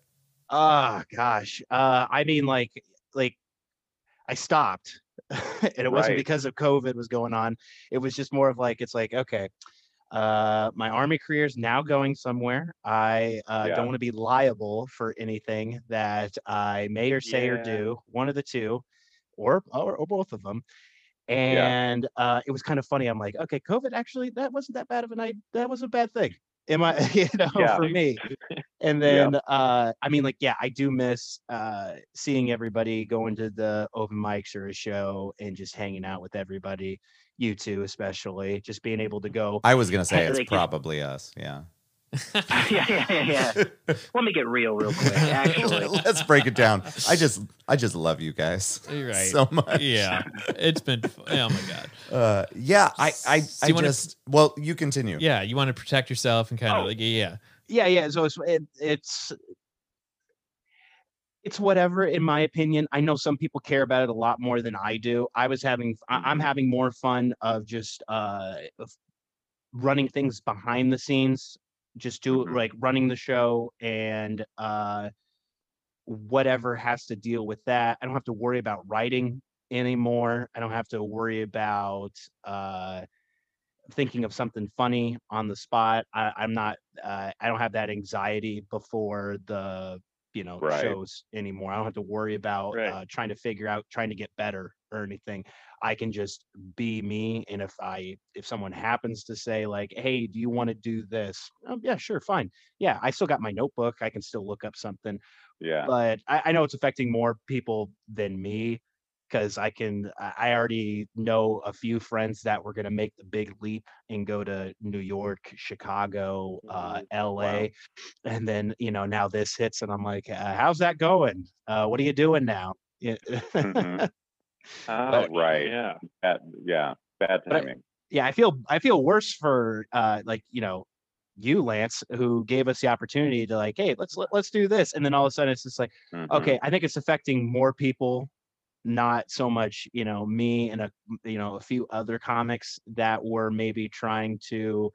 Speaker 5: Ah, gosh. Uh, I mean, like, like, I stopped, and it wasn't
Speaker 6: Right.
Speaker 5: because of COVID was going on. It was just more of like, it's like, okay, uh, my army career is now going somewhere. I uh,
Speaker 6: Yeah.
Speaker 5: don't want to be liable for anything that I may or say or
Speaker 6: Yeah.
Speaker 5: do. One of the two, or or, or both of them.
Speaker 6: Yeah.
Speaker 5: And uh, it was kind of funny. I'm like, okay, COVID actually that wasn't that bad of an idea. That was a bad thing. Am I, you know,
Speaker 6: Yeah.
Speaker 5: for me? And
Speaker 6: Yeah.
Speaker 5: then, uh, I mean, like, yeah, I do miss uh, seeing everybody going to the open mics or a show and just hanging out with everybody you two especially just being able to go
Speaker 1: I was gonna say
Speaker 4: Hey,
Speaker 1: it's
Speaker 4: like,
Speaker 1: probably us. Yeah.
Speaker 4: yeah, yeah, yeah, yeah. Let me get real, real quick. Actually,
Speaker 1: Let's break it down. I just I just love you guys
Speaker 2: You're right.
Speaker 1: so much.
Speaker 2: yeah, it's been. fu- Oh my god.
Speaker 1: Uh, yeah. I I,
Speaker 2: Do
Speaker 1: I
Speaker 2: you wanna-
Speaker 1: just well, you continue.
Speaker 2: Yeah, you want to protect yourself and kind
Speaker 6: Oh.
Speaker 2: of like yeah.
Speaker 5: yeah yeah so it's it, it's it's whatever in my opinion i know some people care about it a lot more than i do i was having I- i'm having more fun of just uh of running things behind the scenes just do
Speaker 6: Mhm.
Speaker 5: like running the show and uh whatever has to deal with that i don't have to worry about writing anymore i don't have to worry about uh thinking of something funny on the spot. I, I'm not. Uh, I don't have that anxiety before the you know
Speaker 6: Right.
Speaker 5: shows anymore. I don't have to worry about
Speaker 6: Right.
Speaker 5: uh, trying to figure out trying to get better or anything. I can just be me. And if I if someone happens to say like, "Hey, do you want to do this?" Um, yeah, sure, fine. Yeah, I still got my notebook. I can still look up something
Speaker 6: yeah.
Speaker 5: but I, I know it's affecting more people than me because I can I I already know a few friends that were gonna make the big leap and go to New York, Chicago, uh, LA, and then you know now this hits and I'm like, uh, how's that going? Uh, what are you doing now? Yeah,
Speaker 6: Mhm.
Speaker 5: But-
Speaker 6: Oh, right. Yeah. Bad, yeah. Bad
Speaker 5: I-
Speaker 6: timing.
Speaker 5: yeah, I feel I feel worse for uh, like you know you Lance who gave us the opportunity to like, hey, let's let, let's do this, and then all of a sudden it's just like.
Speaker 6: Mhm.
Speaker 5: okay i think it's affecting more people not so much you know me and a you know a few other comics that were maybe trying to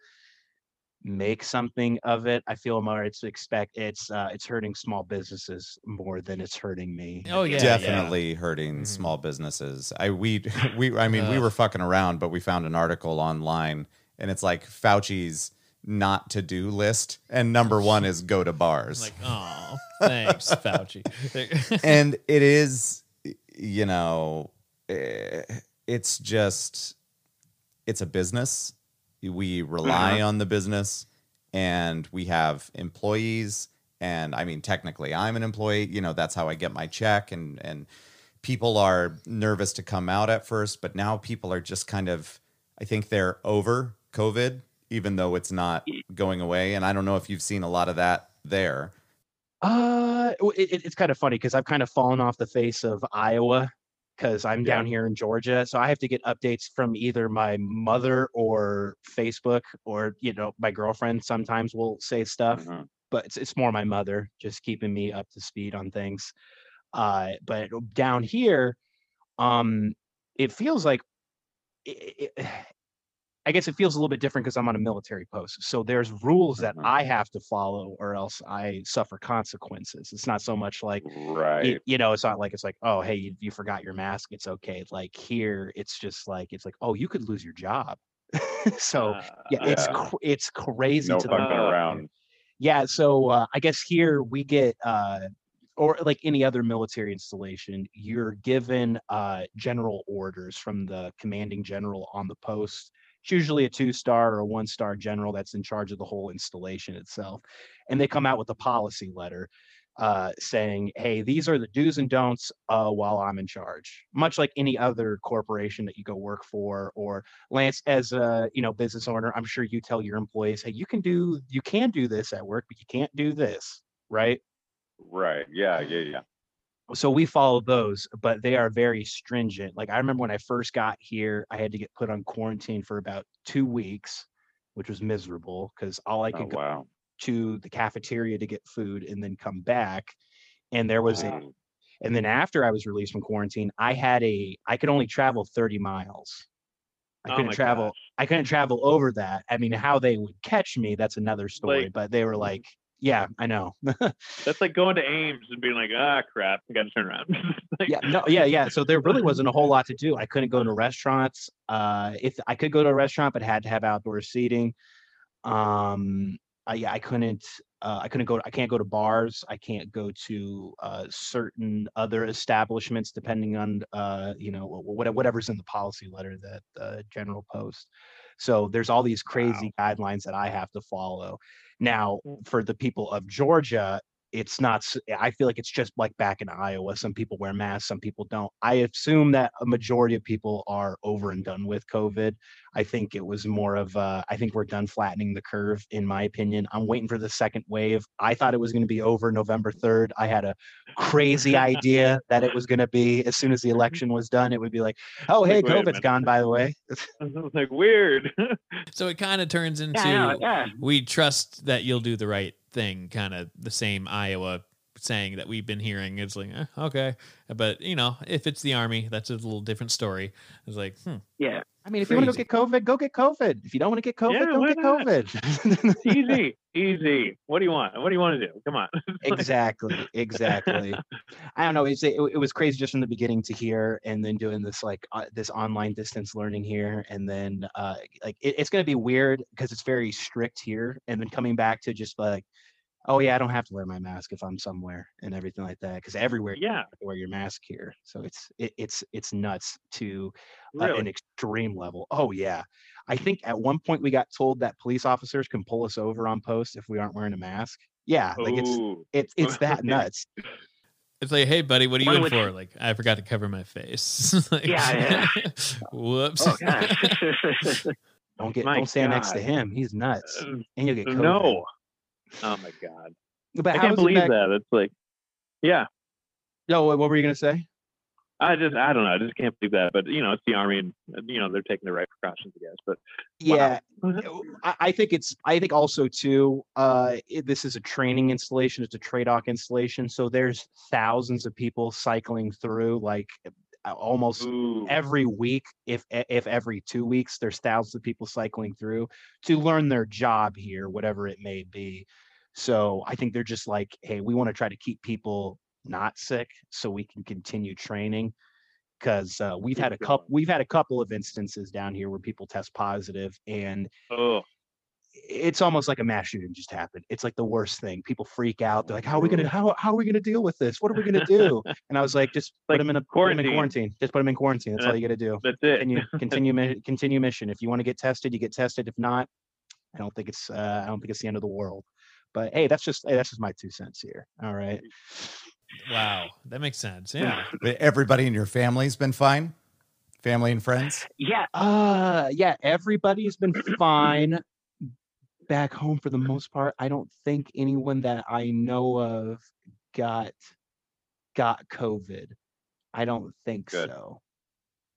Speaker 5: make something of it i feel more it's expect it's uh it's hurting small businesses more than it's hurting me
Speaker 2: Oh yeah.
Speaker 1: definitely hurting
Speaker 2: Mhm.
Speaker 1: small businesses. I we we I mean we
Speaker 2: Ugh.
Speaker 1: were fucking around, but we found an article online and it's like Fauci's not to do list, and
Speaker 2: Oh,
Speaker 1: number one is go to
Speaker 2: Yeah.
Speaker 1: bars,
Speaker 2: Like oh, thanks, Fauci.
Speaker 1: and it is you know eh, it's just it's a business. We rely on the business, and we have employees. And I mean, technically, I'm an employee. You know, that's how I get my check, and and people are nervous to come out at first, but now people are just kind of, I think they're over COVID, even though it's not going away. And I don't know if you've seen a lot of that there.
Speaker 5: Uh, w- it, it- it's kind of funny because I've kind of fallen off the face of Iowa because I'm
Speaker 6: Yeah.
Speaker 5: down here in Georgia, so I have to get updates from either my mother or Facebook or you know my girlfriend. Sometimes will say stuff,
Speaker 6: Mhm.
Speaker 5: but it's it's more my mother just keeping me up to speed on things. Uh, but down here, um, it feels like. It, it, I guess it feels a little bit different because I'm on a military post. So there's rules that
Speaker 6: Mhm.
Speaker 5: I have to follow or else I suffer consequences. It's not so much like y-
Speaker 6: Right.
Speaker 5: you, know, it's not like it's like, oh hey, you, you forgot your mask. It's okay. Like here, it's just like it's like, oh, you could lose your job.
Speaker 4: Oh,
Speaker 5: so yeah,
Speaker 4: uh,
Speaker 5: it's
Speaker 6: Uh, yeah.
Speaker 5: cr- it's crazy
Speaker 6: no
Speaker 5: to
Speaker 6: fucking
Speaker 5: the
Speaker 6: around.
Speaker 5: yeah, so uh, I guess here we get, uh, or like any other military installation, you're given uh, general orders from the commanding general on the post. It's usually a two star or a one star general that's in charge of the whole installation itself. And they come out with a policy letter uh, saying, hey, these are the do's and don'ts uh, while I'm in charge, much like any other corporation that you go work for or Lance, as a you know business owner, I'm sure you tell your employees, hey, you can do you can do this at work, but you can't do this, right?
Speaker 6: Right. Yeah. Yeah. Yeah.
Speaker 5: So we follow those, but they are very stringent. Like I remember when I first got here, I had to get put on quarantine for about two weeks, which was miserable because all I could
Speaker 6: Oh,
Speaker 5: go
Speaker 6: wow.
Speaker 5: to the cafeteria to get food and then come back. And there was a
Speaker 6: Wow.
Speaker 5: and then after I was released from quarantine, I had a I could only travel 30 miles. I
Speaker 6: Oh
Speaker 5: couldn't
Speaker 6: my
Speaker 5: travel
Speaker 6: gosh.
Speaker 5: I couldn't travel over that. I mean, how they would catch me, that's another story.
Speaker 6: Like-
Speaker 5: but they were like, yeah, I know.
Speaker 6: That's like going to Ames and being like, ah, crap, I got to turn around. Like,
Speaker 5: yeah, no, yeah, yeah. So there really wasn't a whole lot to do. I couldn't go to restaurants. Uh, if I could go to a restaurant, but had to have outdoor seating. Um, I, yeah, I couldn't. Uh, I couldn't go. I can't go to bars. I can't go to uh, certain other establishments, depending on uh, you know wh- wh- whatever's in the policy letter that uh, general post. So there's all
Speaker 6: Mm.
Speaker 5: these crazy guidelines that I have to follow. Now, for the people of Georgia, it's not s- i feel like it's just like back in iowa some people wear masks some people don't i assume that a majority of people are over and done with covid i think it was more of uh, i think we're done flattening the curve in my opinion i'm waiting for the second wave i thought it was going to be over november 3rd i had a crazy idea that it was going to be as soon as the election was done it would be like oh hey
Speaker 6: Like, wait a
Speaker 5: covid's
Speaker 6: minute.
Speaker 5: gone by the way
Speaker 6: It's like weird.
Speaker 2: So it kind of turns into
Speaker 4: Yeah, yeah.
Speaker 2: we trust that you'll do the right thing, kind of the same Iowa saying that we've been hearing. It's like, eh, okay. But, you know, if it's the army, that's a little different story. It's like, hmm.
Speaker 4: Yeah.
Speaker 5: i mean if you want to go
Speaker 2: Crazy.
Speaker 5: get covid go get covid if you don't want to get covid
Speaker 6: Yeah,
Speaker 5: don't
Speaker 6: why
Speaker 5: get
Speaker 6: not?
Speaker 5: covid
Speaker 6: It's easy, easy. What do you want? What do you want to do? Come on.
Speaker 5: exactly exactly i don't know it's, it, it was crazy just from the beginning to here and then doing this like uh, this online distance learning here and then uh like it, it's going to be weird because it's very strict here and then coming back to just like oh yeah i don't have to wear my mask if i'm somewhere and everything like that because everywhere you
Speaker 6: Yeah,
Speaker 5: have to wear your mask here so it's it, it's it's nuts to uh,
Speaker 6: really.
Speaker 5: an extreme level oh yeah i think at one point we got told that police officers can pull us over on post if we aren't wearing a mask yeah like it's
Speaker 6: Ooh.
Speaker 5: it's it's that
Speaker 6: Okay.
Speaker 5: nuts.
Speaker 2: it's like, hey, buddy, what are you
Speaker 4: Why
Speaker 2: in
Speaker 4: would-
Speaker 2: for? Like, I forgot to cover my face. Like,
Speaker 4: Yeah,
Speaker 2: whoops.
Speaker 4: Oh, gosh.
Speaker 5: Don't get
Speaker 6: My
Speaker 5: don't stand next to
Speaker 6: God.
Speaker 5: him. He's nuts,
Speaker 6: Uh,
Speaker 5: and you'll get COVID.
Speaker 6: no. Oh my god.
Speaker 5: But
Speaker 6: I
Speaker 5: how
Speaker 6: can't
Speaker 5: is it
Speaker 6: believe
Speaker 5: back-
Speaker 6: that. It's like, yeah.
Speaker 5: No, what, what were you gonna say?
Speaker 6: I just, I don't know. I just can't believe that. But you know, it's the army, and you know they're taking the right precautions, I guess. But
Speaker 5: Yeah,
Speaker 6: Mhm.
Speaker 5: w- I, I think it's. I think also too. Uh, it, this is a training installation. It's a trade-off installation. So there's thousands of people cycling through, like uh, almost
Speaker 6: ooh,
Speaker 5: every week if e- if every two weeks there's thousands of people cycling through to learn their job here whatever it may be so i think they're just like hey we want to try to keep people not sick so we can continue training because uh, we've had a
Speaker 6: Good
Speaker 5: couple
Speaker 6: one.
Speaker 5: we've had a couple of instances down here where people test positive and
Speaker 6: oh,
Speaker 5: it's almost like a mass shooting just happened. It's like the worst thing. People freak out. They're like, "How are we gonna
Speaker 6: Ooh.
Speaker 5: how how are we gonna deal with this? What are we gonna do?" And I was like, "Just put
Speaker 6: Like
Speaker 5: them in a Put 'em
Speaker 6: quarantine.
Speaker 5: in quarantine. Just put them in quarantine. That's all you gotta do."
Speaker 6: that's it.
Speaker 5: continue continue mi- continue mission. If you want to get tested, you get tested. If not, I don't think it's uh, I don't think it's the end of the world. But hey, that's just hey, that's just my two cents here. All right.
Speaker 2: Wow. That makes sense. Yeah.
Speaker 1: But Everybody in your family's been fine? Family and friends?
Speaker 4: yeah.
Speaker 5: Uh yeah, everybody's been fine back home for the most part. I don't think anyone that I know of got got COVID. I don't think
Speaker 6: Good.
Speaker 5: so.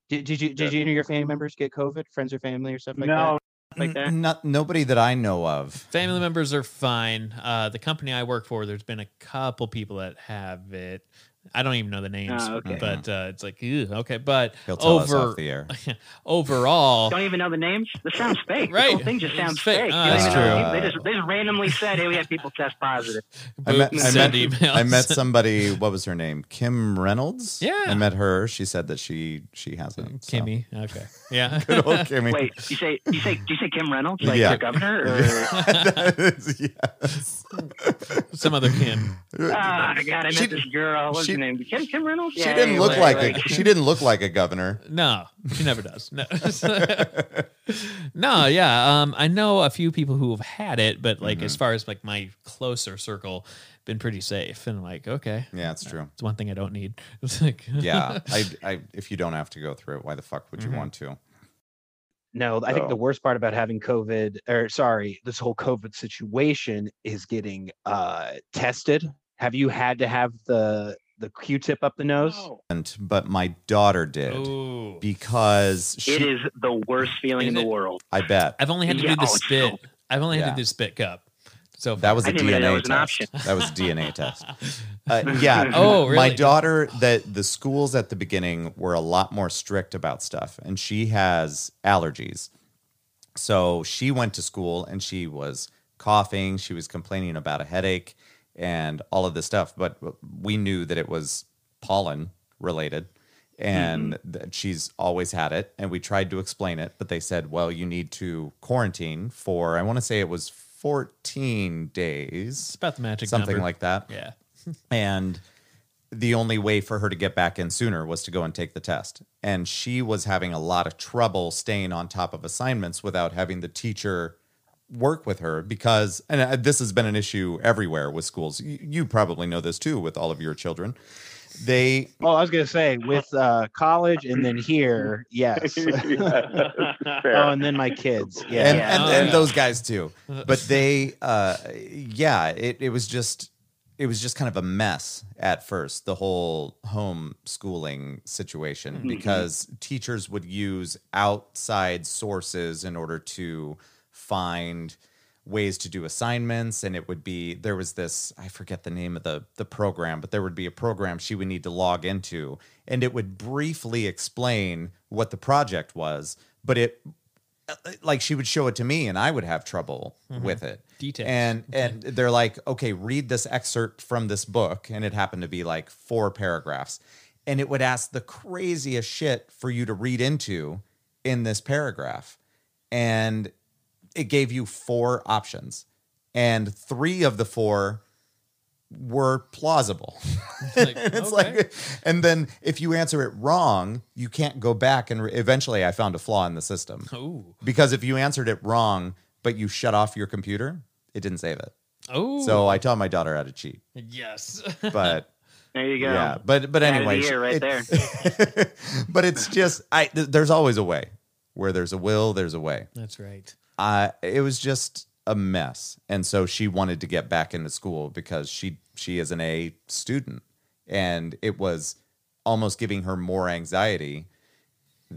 Speaker 5: Did, did you did
Speaker 6: Good.
Speaker 5: you any of your family members get COVID? Friends or family or stuff like that?
Speaker 6: no,
Speaker 2: Mm-hmm.
Speaker 4: Like that?
Speaker 1: N- Not, nobody that I know of.
Speaker 2: Family members are fine. Uh, the company I work for, there's been a couple people that have it. I don't even know the names,
Speaker 4: Ah, okay.
Speaker 2: but uh, it's like, ew, okay. But
Speaker 1: He'll tell us
Speaker 2: Over-
Speaker 1: off the air.
Speaker 2: overall,
Speaker 4: Don't even know the names. This sounds fake. This
Speaker 2: Right.
Speaker 4: whole thing just
Speaker 2: It's
Speaker 4: sounds
Speaker 2: fake.
Speaker 4: fake.
Speaker 2: Ah,
Speaker 4: You don't
Speaker 1: that's
Speaker 4: even know.
Speaker 1: true.
Speaker 4: They just, they just randomly said, "Hey, we had people test positive."
Speaker 1: I met,
Speaker 2: Boop,
Speaker 1: I,
Speaker 2: send
Speaker 1: met,
Speaker 2: emails.
Speaker 1: I met somebody, what was her name? Kim Reynolds?
Speaker 2: Yeah.
Speaker 1: I met her. She said that she she hasn't. so.
Speaker 2: Kimmy. Okay. Yeah.
Speaker 1: Good old Kimmy.
Speaker 4: Wait, you say you say do you say Kim Reynolds, like
Speaker 1: Yeah.
Speaker 4: the governor? Or?
Speaker 1: That is- yes.
Speaker 2: Some other Kim.
Speaker 4: Ah, God, I met
Speaker 1: She-
Speaker 4: this girl. What's
Speaker 1: she-
Speaker 4: her name? Kim, Kim Reynolds.
Speaker 1: She
Speaker 4: Yeah,
Speaker 1: didn't look
Speaker 4: anyway,
Speaker 1: like a she didn't look like a governor.
Speaker 2: No, she never does. No. no, yeah. Um, I know a few people who have had it, but like as far as like my closer circle, been pretty safe. And like, okay.
Speaker 1: Yeah, it's true.
Speaker 2: It's one thing I don't need. It's like
Speaker 1: Yeah, I, I if you don't have to go through it, why the fuck would you
Speaker 2: Mhm.
Speaker 1: want to?
Speaker 5: No, I think
Speaker 6: So-
Speaker 5: the worst part about having COVID, or sorry, this whole COVID situation is getting uh, tested. Have you had to have the the Q-tip up the nose?
Speaker 6: no.
Speaker 4: oh,
Speaker 1: And but my daughter did
Speaker 2: Ooh.
Speaker 1: because she,
Speaker 4: It is the worst feeling in
Speaker 2: Isn't
Speaker 4: the
Speaker 2: it?
Speaker 4: world.
Speaker 1: I bet
Speaker 2: I've only had to
Speaker 4: Yeah,
Speaker 2: do the
Speaker 4: oh, it's so-
Speaker 2: spit. I've only had
Speaker 1: Yeah.
Speaker 2: to do the spit cup. So
Speaker 1: that was
Speaker 4: I
Speaker 1: a
Speaker 4: didn't even know
Speaker 1: DNA
Speaker 4: that was an
Speaker 1: test. That was a DNA test. Uh, yeah.
Speaker 2: Oh, really?
Speaker 1: My daughter, the the schools at the beginning were a lot more strict about stuff, and she has allergies. So she went to school and she was coughing. She was complaining about a headache and all of this stuff. But we knew that it was pollen related, and that she's always had it. And we tried to explain it, but they said, "Well, you need to quarantine for." I want to say it was fourteen
Speaker 2: It's
Speaker 1: days,
Speaker 2: about the magic
Speaker 1: something
Speaker 2: number.
Speaker 1: like that
Speaker 2: yeah.
Speaker 1: and the only way for her to get back in sooner was to go and take the test and she was having a lot of trouble staying on top of assignments without having the teacher work with her because, and uh, this has been an issue everywhere with schools. You, you probably know this too with all of your children. They
Speaker 5: Oh, I was gonna say with uh, college and then here, yes.
Speaker 6: Fair.
Speaker 5: oh, and then my kids. Yeah.
Speaker 1: and,
Speaker 4: Yeah.
Speaker 1: and,
Speaker 2: Oh,
Speaker 1: and
Speaker 2: yeah.
Speaker 1: those guys too. But they, uh, yeah, it, it was just it was just kind of a mess at first the whole homeschooling situation
Speaker 2: Mhm.
Speaker 1: because teachers would use outside sources in order to find ways to do assignments and it would be there was this I forget the name of the the program but there would be a program she would need to log into and it would briefly explain what the project was but it like she would show it to me and I would have trouble with it
Speaker 2: Details.
Speaker 1: and and they're like okay read this excerpt from this book and it happened to be like four paragraphs and it would ask the craziest shit for you to read into in this paragraph and it gave you four options and three of the four were plausible
Speaker 2: Like,
Speaker 1: it's
Speaker 2: okay.
Speaker 1: like and then if you answer it wrong you can't go back and re- eventually i found a flaw in the system
Speaker 2: oh,
Speaker 1: because if you answered it wrong but you shut off your computer it didn't save it
Speaker 2: oh,
Speaker 1: so i taught my daughter how to cheat
Speaker 2: yes,
Speaker 1: but
Speaker 4: There you go.
Speaker 1: yeah but but
Speaker 4: Dad of the
Speaker 1: anyway
Speaker 4: year right
Speaker 1: there but it's just i th- there's always a way where there's a will there's a way
Speaker 2: that's right.
Speaker 1: I it was just a mess. And so she wanted to get back into school because she she is an A student and it was almost giving her more anxiety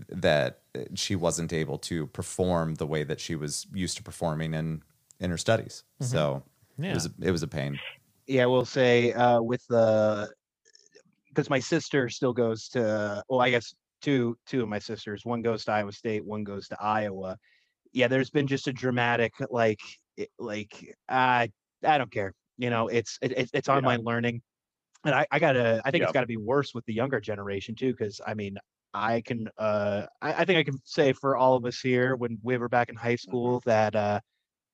Speaker 1: that she wasn't able to perform the way that she was used to performing in in her studies. So
Speaker 2: Yeah,
Speaker 1: it was a, it was a pain.
Speaker 5: yeah, we'll say uh, with the because my sister still goes to well, I guess two two of my sisters. One goes to Iowa State, one goes to Iowa. Yeah, there's been just a dramatic like it- like I I don't care. You know, it's it, it's- it's online learning, and I I gotta I think
Speaker 6: Yeah.
Speaker 5: it's gotta be worse with the younger generation too. Because I mean, I can uh I, I think I can say for all of us here when we were back in high
Speaker 6: Mm-hmm.
Speaker 5: school that uh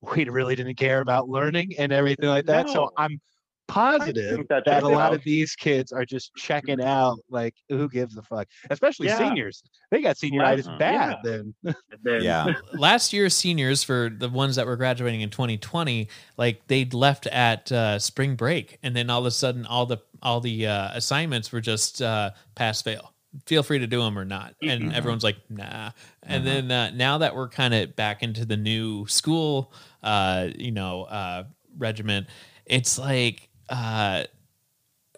Speaker 5: we really didn't care about learning and everything like that.
Speaker 6: No.
Speaker 5: So I'm positive
Speaker 6: think that's
Speaker 5: that a
Speaker 6: right.
Speaker 5: lot of these kids are just checking out like who gives a fuck especially
Speaker 6: Yeah.
Speaker 5: seniors they got senioritis
Speaker 6: Right.
Speaker 5: bad then
Speaker 4: There.
Speaker 1: Yeah.
Speaker 2: last year's seniors for the ones that were graduating in 2020 like they'd left at uh, spring break and then all of a sudden all the all the uh, assignments were just uh, pass fail feel free to do them or not and
Speaker 4: Mm-hmm.
Speaker 1: Mhm.
Speaker 2: everyone's like nah
Speaker 1: Mhm.
Speaker 2: and then uh, now that we're kind of back into the new school uh, you know uh, regiment it's like uh,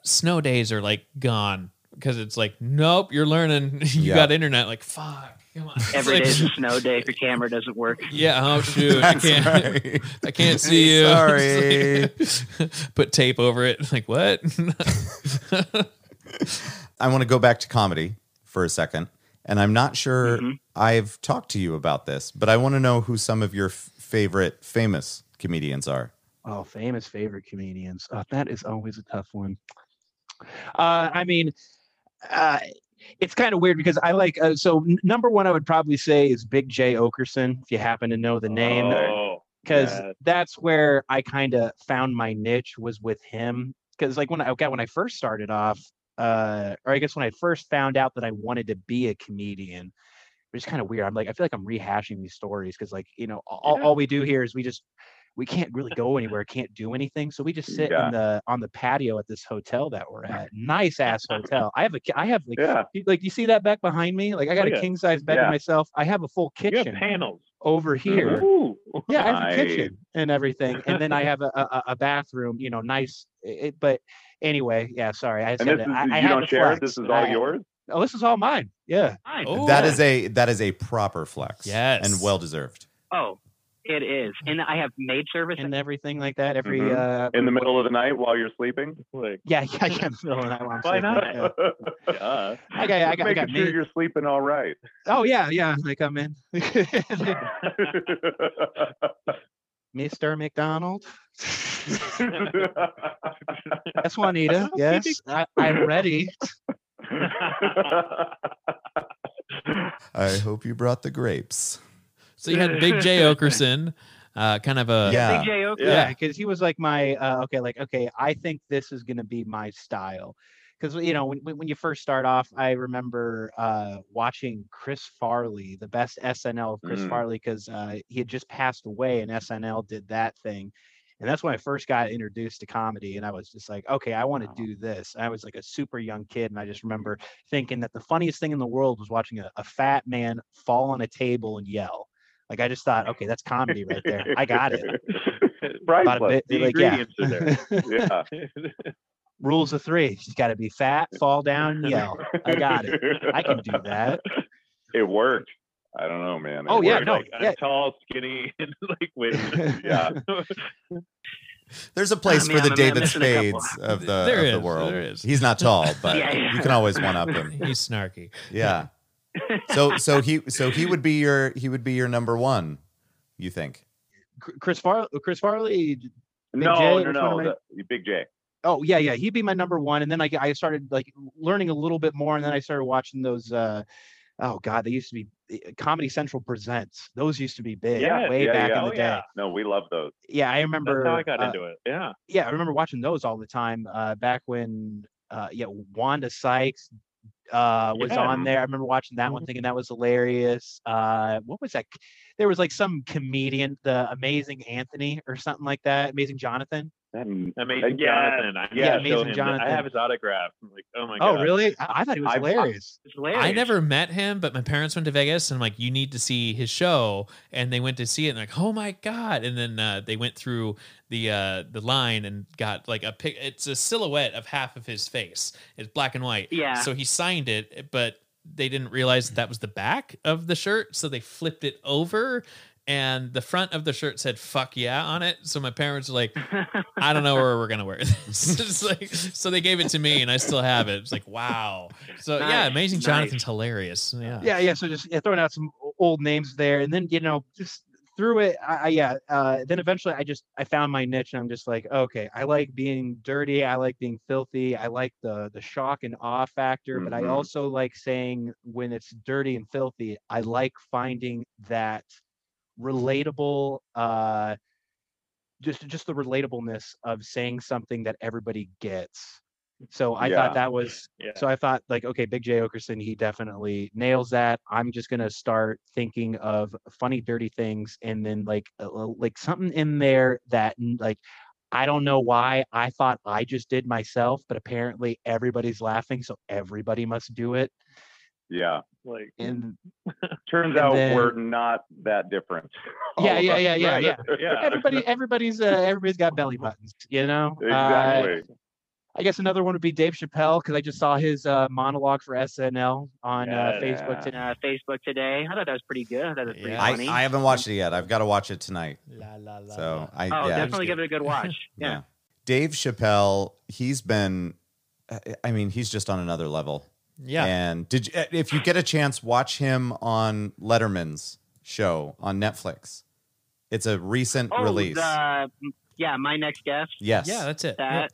Speaker 2: snow days are like gone because it's like nope you're learning you
Speaker 1: Yeah.
Speaker 2: got internet like fuck come on
Speaker 4: Every
Speaker 2: It's
Speaker 4: day's a
Speaker 2: like-
Speaker 4: snow day if your camera doesn't work.
Speaker 2: yeah. Oh shoot! I can't.
Speaker 1: right.
Speaker 2: I can't see you.
Speaker 1: Sorry.
Speaker 2: Put tape over it. Like what?
Speaker 1: I want to go back to comedy for a second, and I'm not sure
Speaker 4: Mhm.
Speaker 1: I've talked to you about this, but I want to know who some of your f- favorite famous comedians are.
Speaker 5: oh famous favorite comedians oh, that is always a tough one uh i mean uh it's kind of weird because I like uh, so n- number one I would probably say is Big J Okerson if you happen to know the name
Speaker 6: Oh,
Speaker 5: because
Speaker 6: yeah.
Speaker 5: that's where I kind of found my niche was with him. Because like when I got when I first started off, uh, or I guess when I first found out that I wanted to be a comedian, which is kind of weird. I'm like I feel like I'm rehashing these stories because like you know a- all,
Speaker 6: Yeah.
Speaker 5: all we do here is we just we can't really go anywhere, can't do anything, so we just sit
Speaker 6: Yeah.
Speaker 5: in the on the patio at this hotel that we're at. Nice ass hotel. I have a ki- I have like
Speaker 6: yeah. Oh,
Speaker 5: you- like you see that back behind me. Like I got
Speaker 6: yeah.
Speaker 5: a king size bed
Speaker 6: Yeah.
Speaker 5: to myself. I have a full
Speaker 6: You have Mm-hmm.
Speaker 5: kitchen
Speaker 6: panels
Speaker 5: over here.
Speaker 6: Ooh,
Speaker 5: Yeah, I have a
Speaker 6: nice.
Speaker 5: kitchen and everything, and then I have a, a, a bathroom. You know, nice. It, but anyway, yeah. Sorry, I
Speaker 6: And
Speaker 5: said
Speaker 6: this is,
Speaker 5: I, I
Speaker 6: you
Speaker 5: had
Speaker 6: don't
Speaker 5: to
Speaker 6: share. it?
Speaker 5: flex.
Speaker 6: This is all
Speaker 5: I-
Speaker 6: yours.
Speaker 5: Oh, this is all mine. Yeah.
Speaker 2: Oh.
Speaker 1: That is a that is a proper flex,
Speaker 2: Yes.
Speaker 1: and well deserved.
Speaker 4: Oh, it is. And I have maid service
Speaker 5: And everything like that. Every
Speaker 6: Mhm.
Speaker 5: uh,
Speaker 6: In the middle of the night while you're sleeping. Like,
Speaker 5: yeah, yeah, yeah. in the middle of the night while I'm
Speaker 6: why
Speaker 5: sleeping,
Speaker 6: not?
Speaker 5: yeah.
Speaker 2: Uh,
Speaker 6: Duh.
Speaker 5: uh, I got, I
Speaker 6: Just
Speaker 5: got, I
Speaker 6: making
Speaker 5: got
Speaker 6: sure
Speaker 5: me.
Speaker 6: you're sleeping all right.
Speaker 5: Oh yeah, yeah. Like I'm in, Mr. McDonald. That's Juanita. Yes, I, I'm ready.
Speaker 1: I hope you brought the grapes.
Speaker 2: so you had Big J Okerson.
Speaker 7: uh, kind of a
Speaker 1: Yeah.
Speaker 4: Big J Oakley.
Speaker 7: Yeah.
Speaker 5: Yeah, because he was like my uh, okay, like okay, I think this is gonna be my style. Because you know when when when you first start off, I remember uh, watching Chris Farley, the best SNL of Chris
Speaker 2: Mm.
Speaker 5: Farley, because uh, he had just passed away, and SNL did that thing. And that's when I first got introduced to comedy, and I was just like, "Okay, I want to do this." I was like a super young kid, and I just remember thinking that the funniest thing in the world was watching a, a fat man fall on a table and yell. Like I just thought, "Okay, that's comedy right there. I got it."
Speaker 2: Price
Speaker 5: Bada
Speaker 2: list.
Speaker 5: bit-
Speaker 2: The
Speaker 5: like, yeah.
Speaker 2: ingredients are there. Yeah.
Speaker 5: rules of three. She's got to be fat, fall down, and yell. I got it. I can do that.
Speaker 6: It worked. I don't know, man. It
Speaker 5: Oh, yeah,
Speaker 6: worked.
Speaker 5: no,
Speaker 2: Like, I'm
Speaker 5: yeah.
Speaker 2: tall, skinny, and like wait a minute. Yeah.
Speaker 1: There's a place for
Speaker 4: Ah, man,
Speaker 1: the
Speaker 4: I'm- I'm
Speaker 1: David
Speaker 4: missing a couple.
Speaker 1: Spades of the,
Speaker 7: There
Speaker 1: of the
Speaker 7: is,
Speaker 1: world.
Speaker 7: there is.
Speaker 1: He's not tall, but
Speaker 4: Yeah, yeah.
Speaker 1: you can always one up him.
Speaker 7: He's snarky.
Speaker 1: Yeah. So so he so he would be your he would be your number one, you think?
Speaker 5: Cr- Chris Far- Chris Farley. j- Big
Speaker 6: no,
Speaker 5: J,
Speaker 6: no,
Speaker 5: which one
Speaker 6: no,
Speaker 5: am I-
Speaker 6: the- Big J.
Speaker 5: Oh yeah, yeah. He'd be my number one, and then I, I started like learning a little bit more, and then I started watching those. Uh, oh God, they used to be uh, Comedy Central presents. Those used to be big,
Speaker 6: Yes,
Speaker 5: way
Speaker 6: yeah,
Speaker 5: back
Speaker 6: yeah.
Speaker 5: in the
Speaker 6: Oh,
Speaker 5: day.
Speaker 2: yeah.
Speaker 5: Yeah.
Speaker 6: No, we love those.
Speaker 5: I
Speaker 2: That's
Speaker 5: remember.
Speaker 2: how I got
Speaker 5: uh,
Speaker 2: into it. Yeah.
Speaker 5: yeah, I remember watching those all the time uh, back when uh, yeah Wanda Sykes uh, was
Speaker 2: Yeah.
Speaker 5: on there. I remember watching that one, thinking that was hilarious. Uh, what was that? c- There was like some comedian, the Amazing Anthony or something like that, Amazing Jonathan.
Speaker 6: That,
Speaker 2: Amazing
Speaker 6: yeah,
Speaker 2: Jonathan. I
Speaker 6: yeah,
Speaker 2: showed
Speaker 5: uh, Amazing
Speaker 2: him-
Speaker 5: Jonathan.
Speaker 2: I have his autograph. I'm like, oh my
Speaker 5: oh,
Speaker 2: god.
Speaker 5: really? I, I thought he was
Speaker 6: I've- I've-
Speaker 5: hilarious.
Speaker 4: It's hilarious.
Speaker 7: I never met him, but my parents went to Vegas and I'm like, you need to see his show. And they went to see it and like, oh my God. And then uh, they went through the uh, the line and got like a pic. It's a silhouette of half of his face. It's black and white.
Speaker 4: Yeah.
Speaker 7: So he signed it, but they didn't realize that, that was the back of the shirt. So they flipped it over and the front of the shirt said fuck yeah on it. So my parents were like, I don't know where we're gonna wear this. It's like- so they gave it to me, and I still have it. It's like wow. So yeah,
Speaker 4: Nice,
Speaker 7: amazing.
Speaker 4: nice.
Speaker 7: Jonathan's hilarious. Yeah.
Speaker 5: yeah yeah so just yeah, throwing out some o- old names there and then you know just through it I, I yeah uh then eventually i just i found my niche and i'm just like okay i like being dirty i like being filthy i like the the shock and awe factor but i
Speaker 6: Mhm.
Speaker 5: also like saying when it's dirty and filthy i like finding that relatable uh just just the relatableness of saying something that everybody gets so i
Speaker 6: Yeah.
Speaker 5: thought that was
Speaker 2: Yeah.
Speaker 5: so I thought, like, okay, Big J Okerson, he definitely nails that. I'm just gonna start thinking of funny, dirty things, and then like, a little- like something in there that, n- like, I don't know why I thought I just did myself, but apparently everybody's laughing, so everybody must do it.
Speaker 6: yeah.
Speaker 2: like
Speaker 5: And
Speaker 6: Turns
Speaker 5: And
Speaker 6: out
Speaker 5: then-
Speaker 6: we're not that different. All
Speaker 5: yeah,
Speaker 6: of
Speaker 5: yeah,
Speaker 6: us.
Speaker 5: yeah, yeah,
Speaker 2: Right.
Speaker 5: yeah.
Speaker 2: yeah.
Speaker 5: Everybody, everybody's, uh, everybody's got belly buttons, you know. Uh,
Speaker 6: Exactly.
Speaker 5: I guess another one would be Dave Chappelle because I just saw his uh, monologue for SNL on uh,
Speaker 6: Yeah.
Speaker 5: Facebook today.
Speaker 4: Uh, Facebook today. I thought that was pretty good. I thought it was pretty
Speaker 7: Yeah.
Speaker 1: I,
Speaker 4: funny.
Speaker 1: I haven't watched it yet. I've got to watch it tonight.
Speaker 7: La, la, la,
Speaker 1: So
Speaker 7: la.
Speaker 1: I
Speaker 4: oh,
Speaker 1: yeah.
Speaker 4: definitely give it a good watch.
Speaker 1: Yeah.
Speaker 4: Yeah.
Speaker 1: Dave Chappelle, he's been I- I mean, he's just on another level.
Speaker 7: yeah.
Speaker 1: And did you, if you get a chance watch him on Letterman's show on Netflix. It's a recent
Speaker 4: Oh,
Speaker 1: release.
Speaker 4: the- yeah, my next guest.
Speaker 1: yes.
Speaker 7: Yeah, that's it.
Speaker 4: That.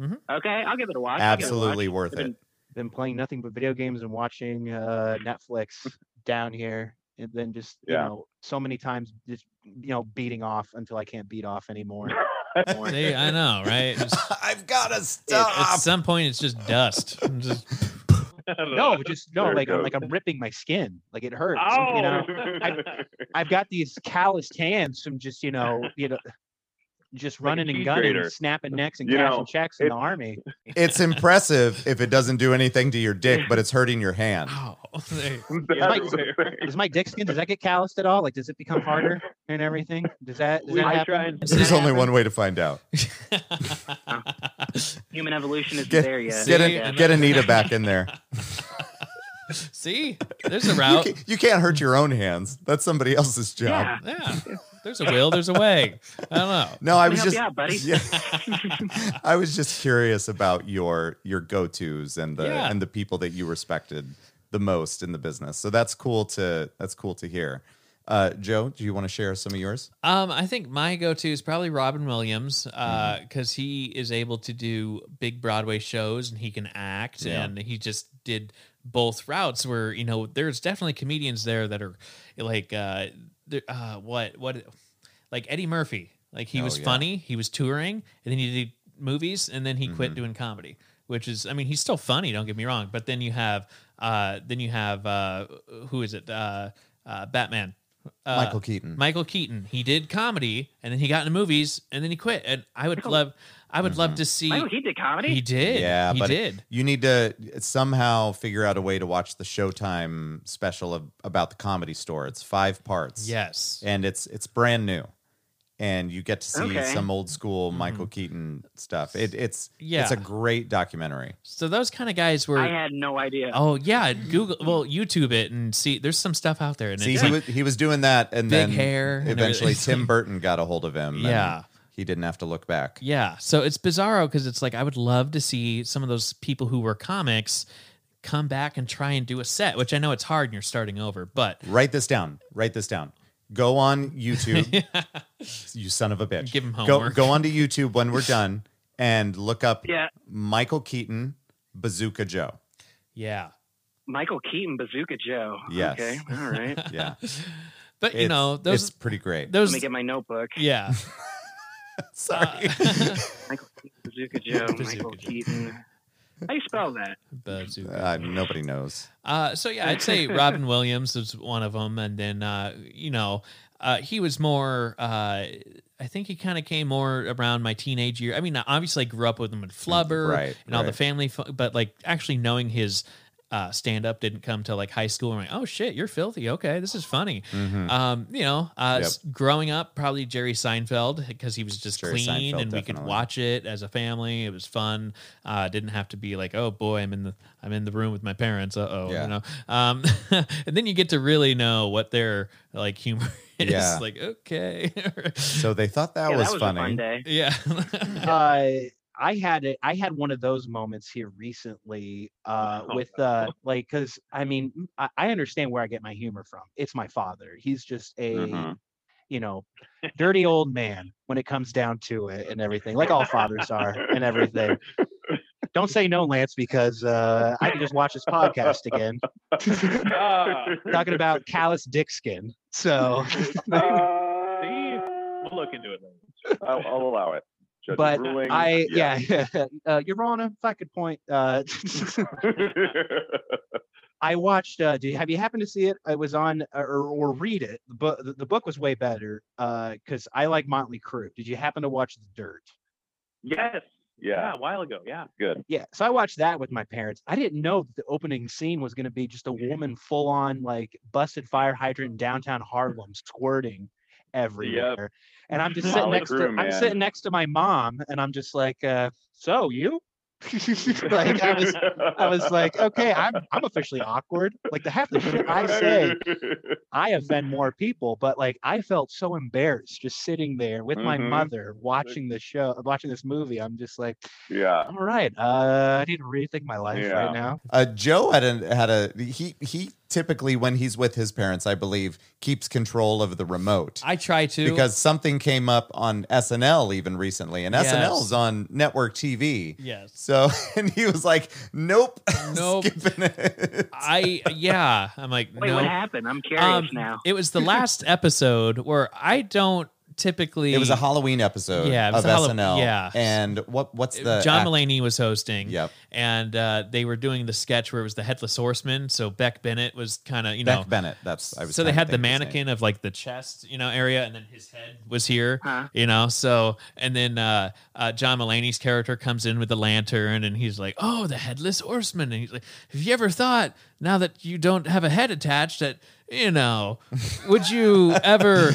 Speaker 7: Mhm.
Speaker 4: Okay, I'll give it a watch. I'll give it a watch.
Speaker 1: absolutely worth
Speaker 4: I've been-
Speaker 1: it.
Speaker 5: been playing nothing but video games and watching uh, Netflix down here, and then just you
Speaker 6: Yeah.
Speaker 5: know so many times just you know beating off until I can't beat off anymore.
Speaker 7: Yeah. See, I know, right? Just-
Speaker 1: I've got to
Speaker 7: at
Speaker 1: stop.
Speaker 7: some point, it's just dust. I'm just-
Speaker 2: I don't know.
Speaker 5: no, just no,
Speaker 6: There it
Speaker 5: like I'm
Speaker 6: goes.
Speaker 5: like I'm ripping my skin, like it hurts.
Speaker 2: Oh,
Speaker 5: You know, I've got these calloused hands from just you know you know. Just
Speaker 2: Like a
Speaker 5: running and
Speaker 2: cheese
Speaker 5: gunning,
Speaker 2: grater.
Speaker 5: and snapping necks and
Speaker 6: You
Speaker 5: cashing
Speaker 6: know,
Speaker 5: checks in the
Speaker 6: it-
Speaker 5: army.
Speaker 1: It's impressive if it doesn't do anything to your dick, but it's hurting your hand.
Speaker 7: Ow. Oh, There-
Speaker 6: That's
Speaker 5: Uh, Mike-
Speaker 6: the thing.
Speaker 5: Does my dick skin? Does that get calloused at all? Like, does it become harder and everything? Does that? Does
Speaker 2: We-
Speaker 5: that
Speaker 2: I
Speaker 5: happen?
Speaker 2: try and
Speaker 1: There's only one way to find out.
Speaker 4: Human evolution isn't
Speaker 1: Get-
Speaker 4: there yet.
Speaker 1: Get,
Speaker 7: See?
Speaker 1: an, get Anita back in there.
Speaker 7: See, there's a
Speaker 1: You,
Speaker 7: route.
Speaker 1: can, you can't hurt your own hands. That's somebody else's job.
Speaker 4: Yeah.
Speaker 7: Yeah, there's a will, there's a way. I don't know.
Speaker 1: No, I
Speaker 4: Let me
Speaker 1: was
Speaker 4: help
Speaker 1: just
Speaker 4: you out, buddy.
Speaker 1: Yeah. I was just curious about your your go tos and the
Speaker 7: Yeah.
Speaker 1: and the people that you respected the most in the business. So that's cool to that's cool to hear. Uh, Joe, do you want to share some of yours?
Speaker 7: Um, I think my go-to is probably Robin Williams,
Speaker 1: Mm-hmm.
Speaker 7: because he is able to do big Broadway shows and he can act,
Speaker 1: Yeah.
Speaker 7: and he just did both routes. Where you know, there's definitely comedians there that are like, uh, they're- uh what what like Eddie Murphy. Like he
Speaker 1: Oh,
Speaker 7: was
Speaker 1: yeah.
Speaker 7: funny, he was touring, and then he did movies, and then he quit
Speaker 1: Mhm.
Speaker 7: doing comedy. Which is, I mean, he's still funny. Don't get me wrong, but then you have, uh, then you have, uh, who is it? Uh, uh, Batman. Uh,
Speaker 1: Michael Keaton.
Speaker 7: Michael Keaton. He did comedy, and then he got into movies, and then he quit. And I would love, I would love to see.
Speaker 4: Michael, he did comedy.
Speaker 7: He did.
Speaker 1: Mm-hmm. Yeah,
Speaker 7: he
Speaker 1: but-
Speaker 7: did.
Speaker 1: you need to somehow figure out a way to watch the Showtime special of, about the Comedy Store. It's five parts.
Speaker 7: Yes.
Speaker 1: and it's it's brand new, and you get to see
Speaker 4: Okay.
Speaker 1: some old school Michael Keaton stuff. It, it's
Speaker 7: Mm-hmm. Yeah.
Speaker 1: it's a great documentary.
Speaker 7: So those kind of guys were.
Speaker 4: I had no idea.
Speaker 7: oh yeah, Google. Well, YouTube it and see. There's some stuff out there, and
Speaker 1: See,
Speaker 7: it's
Speaker 1: he
Speaker 7: like,
Speaker 1: was he was doing that, and
Speaker 7: Big
Speaker 1: then
Speaker 7: hair and
Speaker 1: eventually
Speaker 7: everything.
Speaker 1: Tim Burton got a hold of him. and
Speaker 7: Yeah.
Speaker 1: he didn't have to look back.
Speaker 7: yeah. So it's bizarro because it's like I would love to see some of those people who were comics come back and try and do a set, which I know it's hard and you're starting over, but
Speaker 1: Write this down. Write this down. Go on YouTube. You son of a bitch.
Speaker 7: Give him
Speaker 1: Go
Speaker 7: homework.
Speaker 1: go onto YouTube when we're done and look up
Speaker 4: Yeah.
Speaker 1: Michael Keaton Bazooka Joe.
Speaker 7: yeah.
Speaker 4: Michael Keaton, Bazooka Joe.
Speaker 1: Yes.
Speaker 4: Okay. All right.
Speaker 1: Yeah.
Speaker 7: But you
Speaker 1: It's-
Speaker 7: know
Speaker 1: it's
Speaker 7: those
Speaker 1: pretty great.
Speaker 4: Let
Speaker 7: those
Speaker 4: me get my notebook.
Speaker 7: yeah.
Speaker 1: Sorry.
Speaker 4: Michael Keaton, Bazooka Joe.
Speaker 7: Bazooka
Speaker 4: Michael
Speaker 7: Joe.
Speaker 4: Keaton. How you spell that?
Speaker 7: Bazooka.
Speaker 1: Uh, nobody knows.
Speaker 7: Uh, so yeah, I'd say Robin Williams was one of them, and then uh, you know uh, he was more. Uh, I think he kind of came more around my teenage year. I mean, I obviously grew up with him in Flubber
Speaker 1: Right,
Speaker 7: and all the
Speaker 1: right.
Speaker 7: family, fu- but like actually knowing his uh, stand up didn't come till like high school. And I'm like, oh shit, you're filthy. Okay, this is funny.
Speaker 1: Mhm.
Speaker 7: Um, you know, uh,
Speaker 1: Yep.
Speaker 7: s- growing up, probably Jerry Seinfeld because he was just
Speaker 1: Jerry
Speaker 7: clean
Speaker 1: Seinfeld,
Speaker 7: and we could
Speaker 1: definitely.
Speaker 7: watch it as a family. It was fun. Uh, didn't have to be like, oh boy, I'm in the I'm in the room with my parents. Uh oh,
Speaker 1: Yeah.
Speaker 7: you know. Um, and then you get to really know what their like humor is.
Speaker 1: Yeah.
Speaker 7: Like okay,
Speaker 1: So they thought that
Speaker 4: yeah,
Speaker 1: was
Speaker 4: that was
Speaker 1: funny.
Speaker 4: a fun day.
Speaker 7: yeah,
Speaker 5: uh, I had it. I had one of those moments here recently uh,
Speaker 2: Oh,
Speaker 5: with uh, like because I mean I, I understand where I get my humor from. It's my father. He's just a
Speaker 2: Mm-hmm.
Speaker 6: Mhm.
Speaker 5: you know dirty old man when it comes down to it and everything, like all fathers are and everything. Don't say no, Lance, because uh, I can just watch this podcast again
Speaker 6: Ah.
Speaker 5: talking about callous dick skin. So,
Speaker 6: Uh,
Speaker 2: See? We'll look into it later.
Speaker 6: I'll, I'll allow it. Judge's
Speaker 5: but
Speaker 6: ruling,
Speaker 5: I yeah, uh, Your Honor, if I could point. Uh, I watched. Uh, do you, have you happened to see it? I was on uh, or, or read it. The book. The, the book was way better because I like Motley Crue. Did you happen to watch The Dirt?
Speaker 2: Yes.
Speaker 6: yeah,
Speaker 2: yeah, a while ago. Yeah.
Speaker 6: good.
Speaker 5: Yeah. So I watched that with my parents. I didn't know that the opening scene was going to be just a woman full on like busted fire hydrant in downtown Harlem squirting everywhere. And I'm just sitting
Speaker 6: Motley
Speaker 5: next to
Speaker 6: Crue,
Speaker 5: I'm
Speaker 6: man.
Speaker 5: sitting next to my mom, and I'm just like, uh, so you. like I was, I was like, okay, I'm, I'm officially awkward. Like the half the shit I say I offend more people, but like I felt so embarrassed just sitting there with my
Speaker 6: Mhm.
Speaker 5: mother watching the show, watching this movie. I'm just like,
Speaker 6: Yeah.
Speaker 5: all right, uh, I need to rethink my life
Speaker 6: Yeah.
Speaker 5: right now.
Speaker 1: Uh, Joe had a had a he he typically when he's with his parents, I believe, keeps control of the remote
Speaker 7: I try to
Speaker 1: because something came up on SNL even recently, and
Speaker 7: Yes.
Speaker 1: SNL's on network TV.
Speaker 7: yes.
Speaker 1: So and he was like, "Nope,
Speaker 7: Nope.
Speaker 1: skipping it."
Speaker 7: I yeah, I'm like
Speaker 4: Wait,
Speaker 7: no.
Speaker 4: what happened? I'm curious
Speaker 7: Um,
Speaker 4: now.
Speaker 7: It was the last episode where I don't typically. uh,
Speaker 1: it was a Halloween episode
Speaker 7: Yeah, it was
Speaker 1: of
Speaker 7: a Hallow-
Speaker 1: SNL.
Speaker 7: yeah.
Speaker 1: and what what's the
Speaker 7: John
Speaker 1: act-
Speaker 7: Mulaney was hosting.
Speaker 1: Yep,
Speaker 7: and uh, they were doing the sketch where it was the headless horseman. So Beck Bennett was kind of you know.
Speaker 1: Beck Bennett. That's I was.
Speaker 7: so they
Speaker 1: trying to
Speaker 7: had
Speaker 1: think
Speaker 7: the
Speaker 1: of his name.
Speaker 7: mannequin of like the chest, you know, area, and then his head was here,
Speaker 4: Huh?
Speaker 7: you know. So and then uh, uh, John Mulaney's character comes in with the lantern, and he's like, "Oh, the headless horseman." And he's like, "Have you ever thought now that you don't have a head attached that you know, would you ever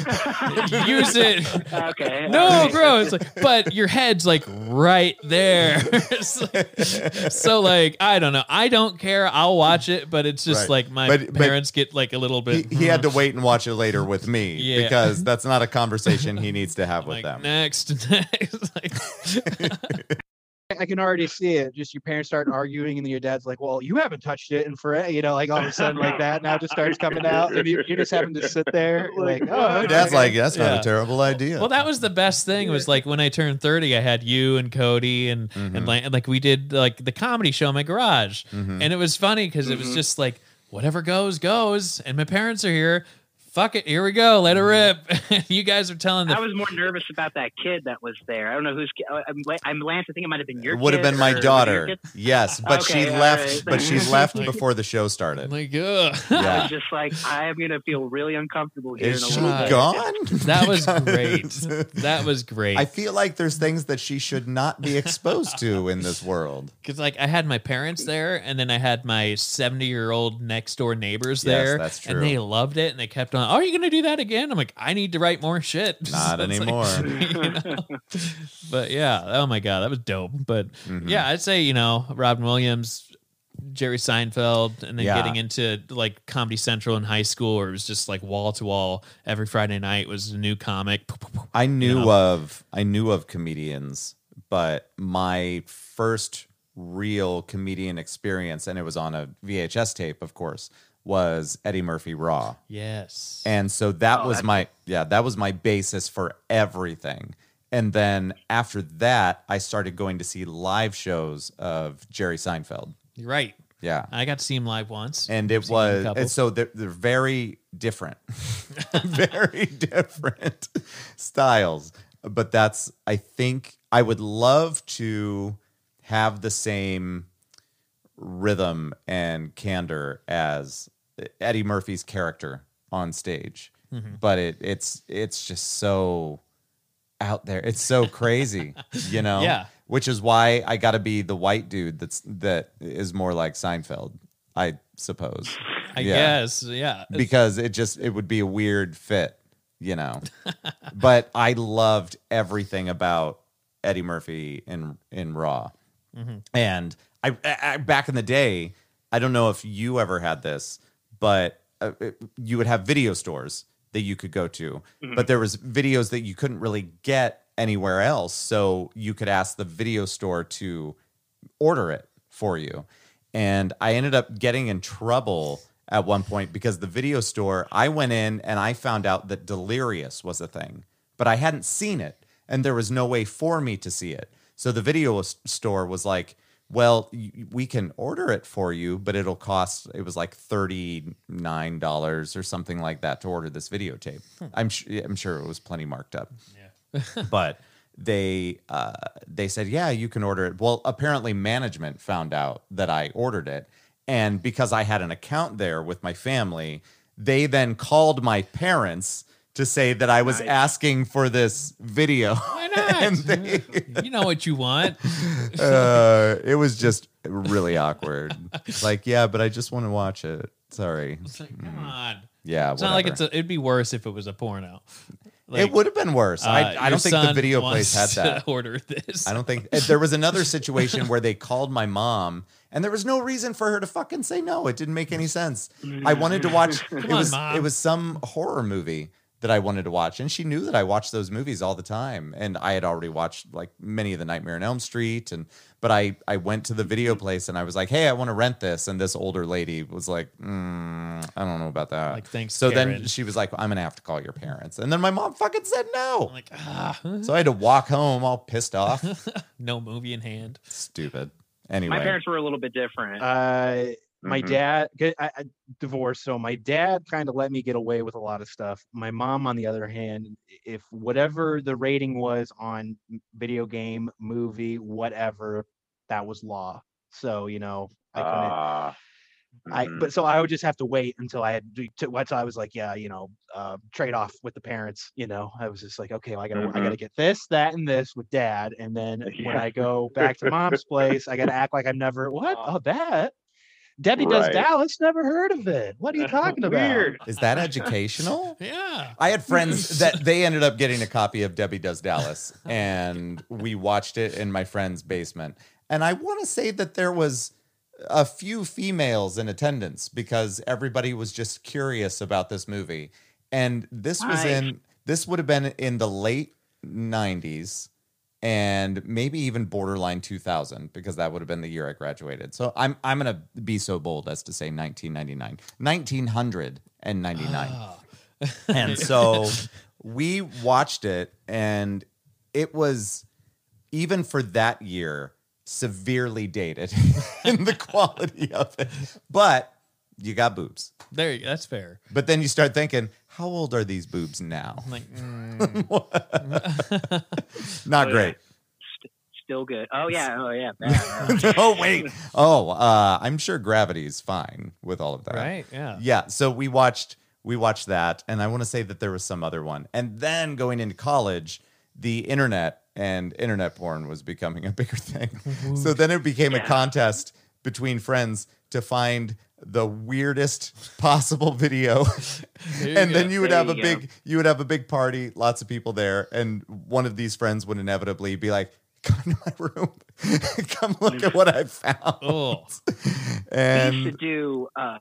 Speaker 7: use it?"
Speaker 4: Okay.
Speaker 7: No,
Speaker 4: alright.
Speaker 7: bro. It's like, but your head's like right there. It's like- so like, I don't know. I don't care. I'll watch it, but it's just
Speaker 1: Right.
Speaker 7: like my
Speaker 1: But- but
Speaker 7: parents get like a little bit. hmm,
Speaker 1: he, he had to wait and watch it later with me
Speaker 7: Yeah.
Speaker 1: because that's not a conversation he needs to have with
Speaker 7: like,
Speaker 1: them.
Speaker 7: next, next. Like,
Speaker 5: I- I can already see it. Just your parents start arguing, and then your dad's like, "Well, you haven't touched it," and for you know, like all of a sudden, like that now just starts coming out, and you, you're just having to sit there, like, "Oh,
Speaker 1: Your Dad's
Speaker 5: okay."
Speaker 1: like, that's not
Speaker 7: Yeah.
Speaker 1: a terrible idea.
Speaker 7: well, that was the best thing was like when I turned 30, I had you and Cody and,
Speaker 1: Mm-hmm,
Speaker 7: and like, like we did like the comedy show in my garage.
Speaker 1: Mhm.
Speaker 7: And it was funny because it was just like, whatever goes, goes. And my parents are here.
Speaker 2: fuck it, here we go, let it rip.
Speaker 1: Mm-hmm.
Speaker 2: you guys are telling the
Speaker 4: I was more nervous about that kid that was there. I don't know who's. I'm, I'm Lance. I think it might have been your.
Speaker 1: It would have
Speaker 4: kid
Speaker 1: been my
Speaker 4: or- your
Speaker 1: daughter.
Speaker 4: kid.
Speaker 1: Yes, but she
Speaker 4: Okay, all
Speaker 1: left.
Speaker 4: right.
Speaker 1: But she left
Speaker 2: Like-
Speaker 1: before the show started.
Speaker 2: like, ugh.
Speaker 4: I
Speaker 1: Yeah,
Speaker 4: was just like, I am gonna feel really uncomfortable here.
Speaker 1: is
Speaker 4: in a
Speaker 1: she
Speaker 4: little bit.
Speaker 1: gone?
Speaker 2: That was
Speaker 1: Because-
Speaker 2: great. That was great.
Speaker 1: I feel like there's things that she should not be exposed to in this world.
Speaker 2: Because like I had my parents there, and then I had my seventy-year-old next-door
Speaker 1: Yes,
Speaker 2: neighbors there.
Speaker 1: that's
Speaker 2: And
Speaker 1: true.
Speaker 2: they loved it, and they kept on. Oh, are you gonna do that again? I'm like, I need to write more shit.
Speaker 1: Not
Speaker 2: It's
Speaker 1: anymore.
Speaker 2: you know? But yeah, oh my god, that was dope. But
Speaker 1: Mhm.
Speaker 2: yeah, I'd say you know Robin Williams, Jerry Seinfeld, and then
Speaker 1: Yeah.
Speaker 2: getting into like Comedy Central in high school, where it was just like wall to wall. Every Friday night was a new comic.
Speaker 1: I knew
Speaker 2: know?
Speaker 1: of I knew of comedians, but my first real comedian experience, and it was on a VHS tape, of course, was Eddie Murphy Raw.
Speaker 2: Yes.
Speaker 1: And so that was my yeah, that was my basis for everything. And then after that, I started going to see live shows of Jerry Seinfeld.
Speaker 2: You're right.
Speaker 1: Yeah.
Speaker 2: I got to see him live once.
Speaker 1: And it
Speaker 2: seen a
Speaker 1: was
Speaker 2: couple.
Speaker 1: and so they're, they're very different. very different styles. But that's I think I would love to have the same rhythm and candor as Eddie Murphy's character on stage.
Speaker 2: Mhm.
Speaker 1: But it it's it's just so out there. It's so crazy, you know.
Speaker 2: Yeah.
Speaker 1: Which is why I got to be the white dude that's that is more like Seinfeld, I suppose,
Speaker 2: I
Speaker 1: Yeah.
Speaker 2: guess. Yeah.
Speaker 1: because it just it would be a weird fit, you know. but I loved everything about Eddie Murphy in in Raw.
Speaker 2: Mhm.
Speaker 1: And I, I I- back in the day, I don't know if you ever had this, but uh, it- you would have video stores that you could go to, but there was videos that you couldn't really get anywhere else, so you could ask the video store to order it for you. And I ended up getting in trouble at one point because the video store, I went in and I found out that Delirious was a thing, but I hadn't seen it and there was no way for me to see it. So the video s- store was like, well, y- we can order it for you, but it'll cost, it was like $39 or something like that to order this videotape. I'm, su- I'm sure it was plenty marked up but they uh, they said, yeah, you can order it. Well, apparently management found out that I ordered it, and because I had an account there with my family, they then called my parents to say that I was
Speaker 4: Nice.
Speaker 1: asking for this video.
Speaker 2: Why not?
Speaker 1: And they-
Speaker 2: you know what you want.
Speaker 1: uh, it was just really awkward. like, yeah, but I just want to watch it. Sorry.
Speaker 2: It's like, come on.
Speaker 1: Yeah,
Speaker 2: It's not like it's
Speaker 1: Hmm. whatever.
Speaker 2: a, it'd be worse if it was a porno.
Speaker 1: it would have been worse. I,
Speaker 2: uh,
Speaker 1: I
Speaker 2: your
Speaker 1: don't think the
Speaker 2: son
Speaker 1: video
Speaker 2: wants
Speaker 1: place had that.
Speaker 2: To order this.
Speaker 1: I don't think eh, there was another situation where they called my mom and there was no reason for her to fucking say no. It didn't make any sense. I wanted to watch it
Speaker 2: on,
Speaker 1: was
Speaker 2: Mom.
Speaker 1: it was some horror movie that I wanted to watch and she knew that I watched those movies all the time and I had already watched like many of the Nightmare on Elm Street and but I I went to the video place and I was like, "Hey, I want to rent this." And this older lady was like, mm, "I don't know about that."
Speaker 2: Like, thanks,
Speaker 1: so then
Speaker 2: Karen.
Speaker 1: she was like, "I'm going to have to call your parents." And then my mom fucking said no.
Speaker 2: I'm like, ah,
Speaker 1: so I had to walk home all pissed off.
Speaker 2: no movie in hand.
Speaker 1: Stupid. Anyway,
Speaker 4: My parents were a little bit different.
Speaker 5: Uh, my
Speaker 6: Mm-hmm.
Speaker 7: Mhm.
Speaker 5: dad, 'cause I, I divorced, so my dad kind of let me get away with a lot of stuff. My mom, on the other hand, if whatever the rating was on m- video game, movie, whatever, that was law. So you know, I couldn't.
Speaker 7: Ah.
Speaker 5: I
Speaker 7: mhm.
Speaker 5: but so I would just have to wait until I had to, to until I was like, yeah, you know, uh, trade off with the parents. You know, I was just like, okay, well, I gotta I
Speaker 7: Mhm.
Speaker 5: gotta get this, that, and this with dad, and then when
Speaker 7: Yeah.
Speaker 5: I go back to mom's place, I gotta act like I've never what? Oh, that Debbie does
Speaker 7: Right.
Speaker 5: Dallas. Never heard of it. What are you talking about?
Speaker 7: Weird.
Speaker 1: is that educational?
Speaker 2: Yeah.
Speaker 1: I had friends that they ended up getting a copy of Debbie Does Dallas, and we watched it in my friend's basement. And I want to say that there was a few females in attendance because everybody was just curious about this movie. And this was
Speaker 4: Nice.
Speaker 1: in this would have been in the late '90s. and maybe even borderline 2000 because that would have been the year I graduated. So I'm I'm going to be so bold as to say 1999. 1999.
Speaker 2: Ah.
Speaker 1: And so we watched it and it was even for that year severely dated in the quality of it. But you got boobs.
Speaker 2: There, you- that's fair.
Speaker 1: But then you start thinking, how old are these boobs now?
Speaker 2: I'm like, mm.
Speaker 1: Not
Speaker 4: Oh, yeah.
Speaker 1: great.
Speaker 4: Still good. Oh yeah. Oh yeah. bad.
Speaker 1: oh wait. Oh, uh, I'm sure gravity's fine with all of that.
Speaker 2: right? Yeah.
Speaker 1: Yeah. So we watched we watched that, and I want to say that there was some other one. And then going into college, the internet and internet porn was becoming a bigger thing. so then it became a
Speaker 4: Yeah.
Speaker 1: contest between friends to find the weirdest possible video
Speaker 2: There you
Speaker 1: and
Speaker 2: go.
Speaker 1: then you would
Speaker 4: There
Speaker 1: have a
Speaker 4: you go.
Speaker 1: big you would have a big party lots of people there and one of these friends would inevitably be like come to my room come look at what i found
Speaker 2: Oh,
Speaker 4: we used
Speaker 1: and
Speaker 4: to do. Uh,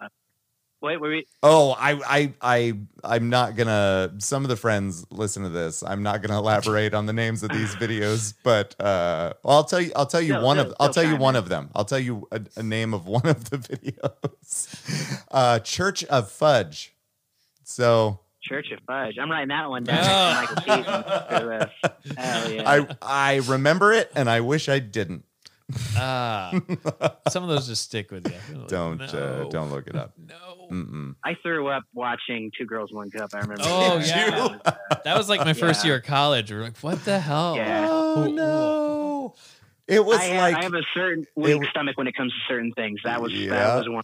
Speaker 4: wait, were we?
Speaker 1: oh i i i i'm not gonna some of the friends listen to this i'm not gonna elaborate on the names of these videos but uh i'll tell you i'll tell you
Speaker 4: No,
Speaker 1: one
Speaker 4: no,
Speaker 1: of i'll
Speaker 4: no,
Speaker 1: tell you
Speaker 4: fine.
Speaker 1: one of them i'll tell you a, a name of one of the videos uh church of fudge so
Speaker 4: Church of Fudge. I'm writing that one down.
Speaker 2: Oh.
Speaker 4: Michael Keaton for this. Hell Oh, yeah.
Speaker 1: I I remember it and I wish I didn't.
Speaker 2: ah. some of those just stick with you. You're like,
Speaker 1: Don't uh,
Speaker 2: no,
Speaker 1: don't look it up.
Speaker 2: No.
Speaker 1: Mm-mm.
Speaker 4: I threw up watching Two Girls One Cup. I remember.
Speaker 2: Oh,
Speaker 4: that.
Speaker 2: yeah.
Speaker 4: That was-
Speaker 2: That was like my first
Speaker 4: Yeah.
Speaker 2: year of college. We are like, what the hell?
Speaker 4: Yeah.
Speaker 1: Oh no. It was
Speaker 4: I, have,
Speaker 1: like
Speaker 4: I have a certain weak
Speaker 1: w-
Speaker 4: stomach when it comes to certain things. That was
Speaker 1: Yeah.
Speaker 4: that was one.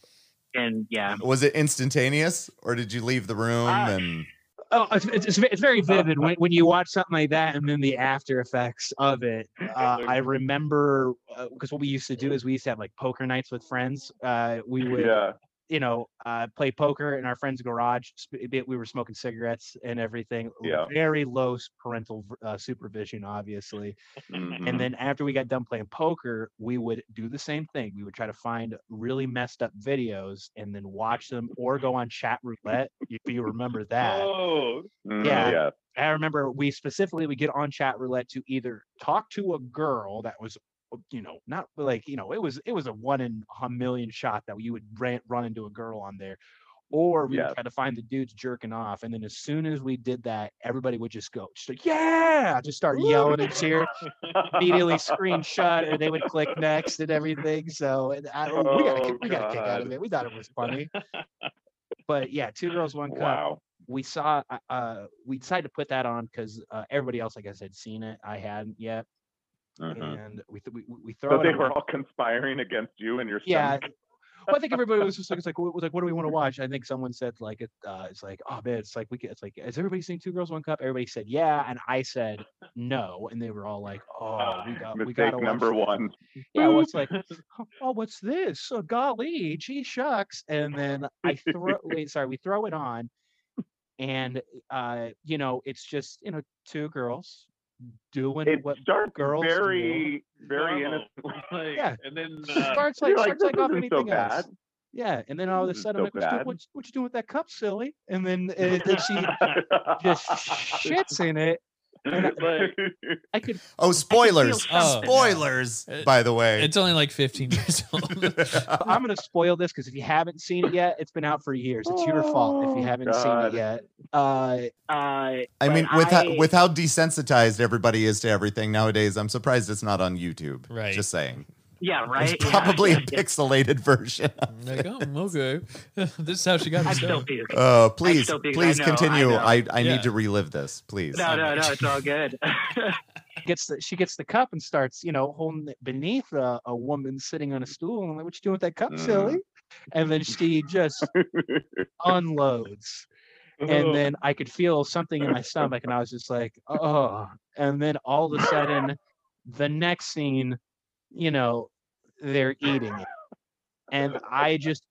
Speaker 4: And yeah,
Speaker 1: was it instantaneous or did you leave the room
Speaker 4: Ah.
Speaker 1: and
Speaker 5: Oh, it's, it's, it's ve- it's very vivid when, when you watch something like that and then the after effects of it. Uh, I remember because what we used to do is we used to have like poker nights with friends. Uh, we would,
Speaker 7: Mm-hmm. Yeah.
Speaker 5: you know, uh, play poker in our friend's garage. sp- eh, be- We were smoking cigarettes and everything.
Speaker 7: Yeah.
Speaker 5: Very low s- parental v- uh, supervision, obviously.
Speaker 7: Mhm.
Speaker 6: Mm-hmm.
Speaker 5: And then after we got done playing poker, we would do the same thing. We would try to find really messed up videos and then watch them or go on chat roulette if you remember that.
Speaker 6: Oh,
Speaker 7: Mhm,
Speaker 5: yeah.
Speaker 7: Yeah.
Speaker 5: I remember we specifically would get on chat roulette to either talk to a girl that was, uh, you know, not like you know, it was it was a one in a million shot that you would ran, run into a girl on there, or we
Speaker 7: Yeah.
Speaker 5: would try to find the dudes jerking off, and then as soon as we did that, everybody would just go, just like, yeah, just start yelling and cheering, immediately screenshot, or they would click next and everything. So and I, we, got a,
Speaker 7: Oh,
Speaker 5: kick- we got a kick out of
Speaker 7: God.
Speaker 5: it. We thought it was funny, but yeah, two girls, one cup
Speaker 7: Wow.
Speaker 5: we saw uh, uh we decided to put that on because uh, everybody else i guess had seen it i hadn't yet
Speaker 7: Mhm.
Speaker 5: and we, th- we we- we throw
Speaker 7: So
Speaker 5: it
Speaker 7: they
Speaker 5: on-
Speaker 7: were all conspiring against you and your
Speaker 5: yeah
Speaker 7: stomach.
Speaker 5: well, I think everybody was just like, it's like, what, like, what do we want to watch? I think someone said, like, it, uh, it's like, oh man, it's like, we, could- it's like, has everybody seen Two Girls One Cup? Everybody said, yeah, and I said, no, and they were all like, oh,
Speaker 7: Ah,
Speaker 5: we got, we got
Speaker 7: Mistake
Speaker 5: to
Speaker 7: number one.
Speaker 5: yeah, I was like, "Oh, oh, what's this? Oh, golly, gee shucks. And then I throw, wait, sorry, we throw it on. And, uh, you know, it's just, you know, two girls doing
Speaker 7: It
Speaker 5: what
Speaker 7: starts
Speaker 5: girls do.
Speaker 7: very, very
Speaker 6: Normal.
Speaker 7: innocently.
Speaker 6: like,
Speaker 5: Yeah.
Speaker 6: And then uh,
Speaker 5: starts like,
Speaker 7: You're like,
Speaker 5: starts
Speaker 7: this
Speaker 5: like off
Speaker 7: isn't so
Speaker 5: anything else.
Speaker 7: bad.
Speaker 5: Yeah. And then all of a
Speaker 7: This is
Speaker 5: sudden,
Speaker 7: so
Speaker 5: I'm like, what, you do-
Speaker 7: bad.
Speaker 5: what, you- what you doing with that cup, silly? And then it, then she just shits in it.
Speaker 6: like,
Speaker 5: I could,
Speaker 1: Oh spoilers.
Speaker 4: feel
Speaker 2: something.
Speaker 1: spoilers
Speaker 2: Uh,
Speaker 1: by the way.
Speaker 2: Oh. It's only like 15 years old.
Speaker 5: I'm going to spoil this because if you haven't seen it yet, it's been out for years. It's your fault if you
Speaker 7: Oh,
Speaker 5: haven't
Speaker 7: God.
Speaker 5: seen it yet. Uh,
Speaker 4: uh,
Speaker 1: I mean
Speaker 4: but
Speaker 1: with how
Speaker 4: I-
Speaker 1: with how desensitized everybody is to everything nowadays, I'm surprised it's not on YouTube.
Speaker 2: Right.
Speaker 1: Just saying.
Speaker 4: yeah, right.
Speaker 1: It's
Speaker 4: Yeah,
Speaker 1: probably
Speaker 4: yeah,
Speaker 1: a
Speaker 4: yeah.
Speaker 1: pixelated version.
Speaker 2: I'm like, oh, okay. this is how she got
Speaker 4: I
Speaker 2: her
Speaker 4: still
Speaker 2: start.
Speaker 4: puke.
Speaker 1: Oh, please,
Speaker 4: still think- I
Speaker 1: please
Speaker 4: know, I
Speaker 1: continue.
Speaker 4: know.
Speaker 1: I, I,
Speaker 2: Yeah.
Speaker 1: need to relive this, please.
Speaker 4: No, no, no. It's all good.
Speaker 5: gets the she gets the cup and starts you know holding it beneath a, a woman sitting on a stool and I'm like what you doing with that cup
Speaker 7: Mm.
Speaker 5: silly and then she just unloads and then i could feel something in my stomach and i was just like oh and then all of a sudden the next scene you know they're eating it and i just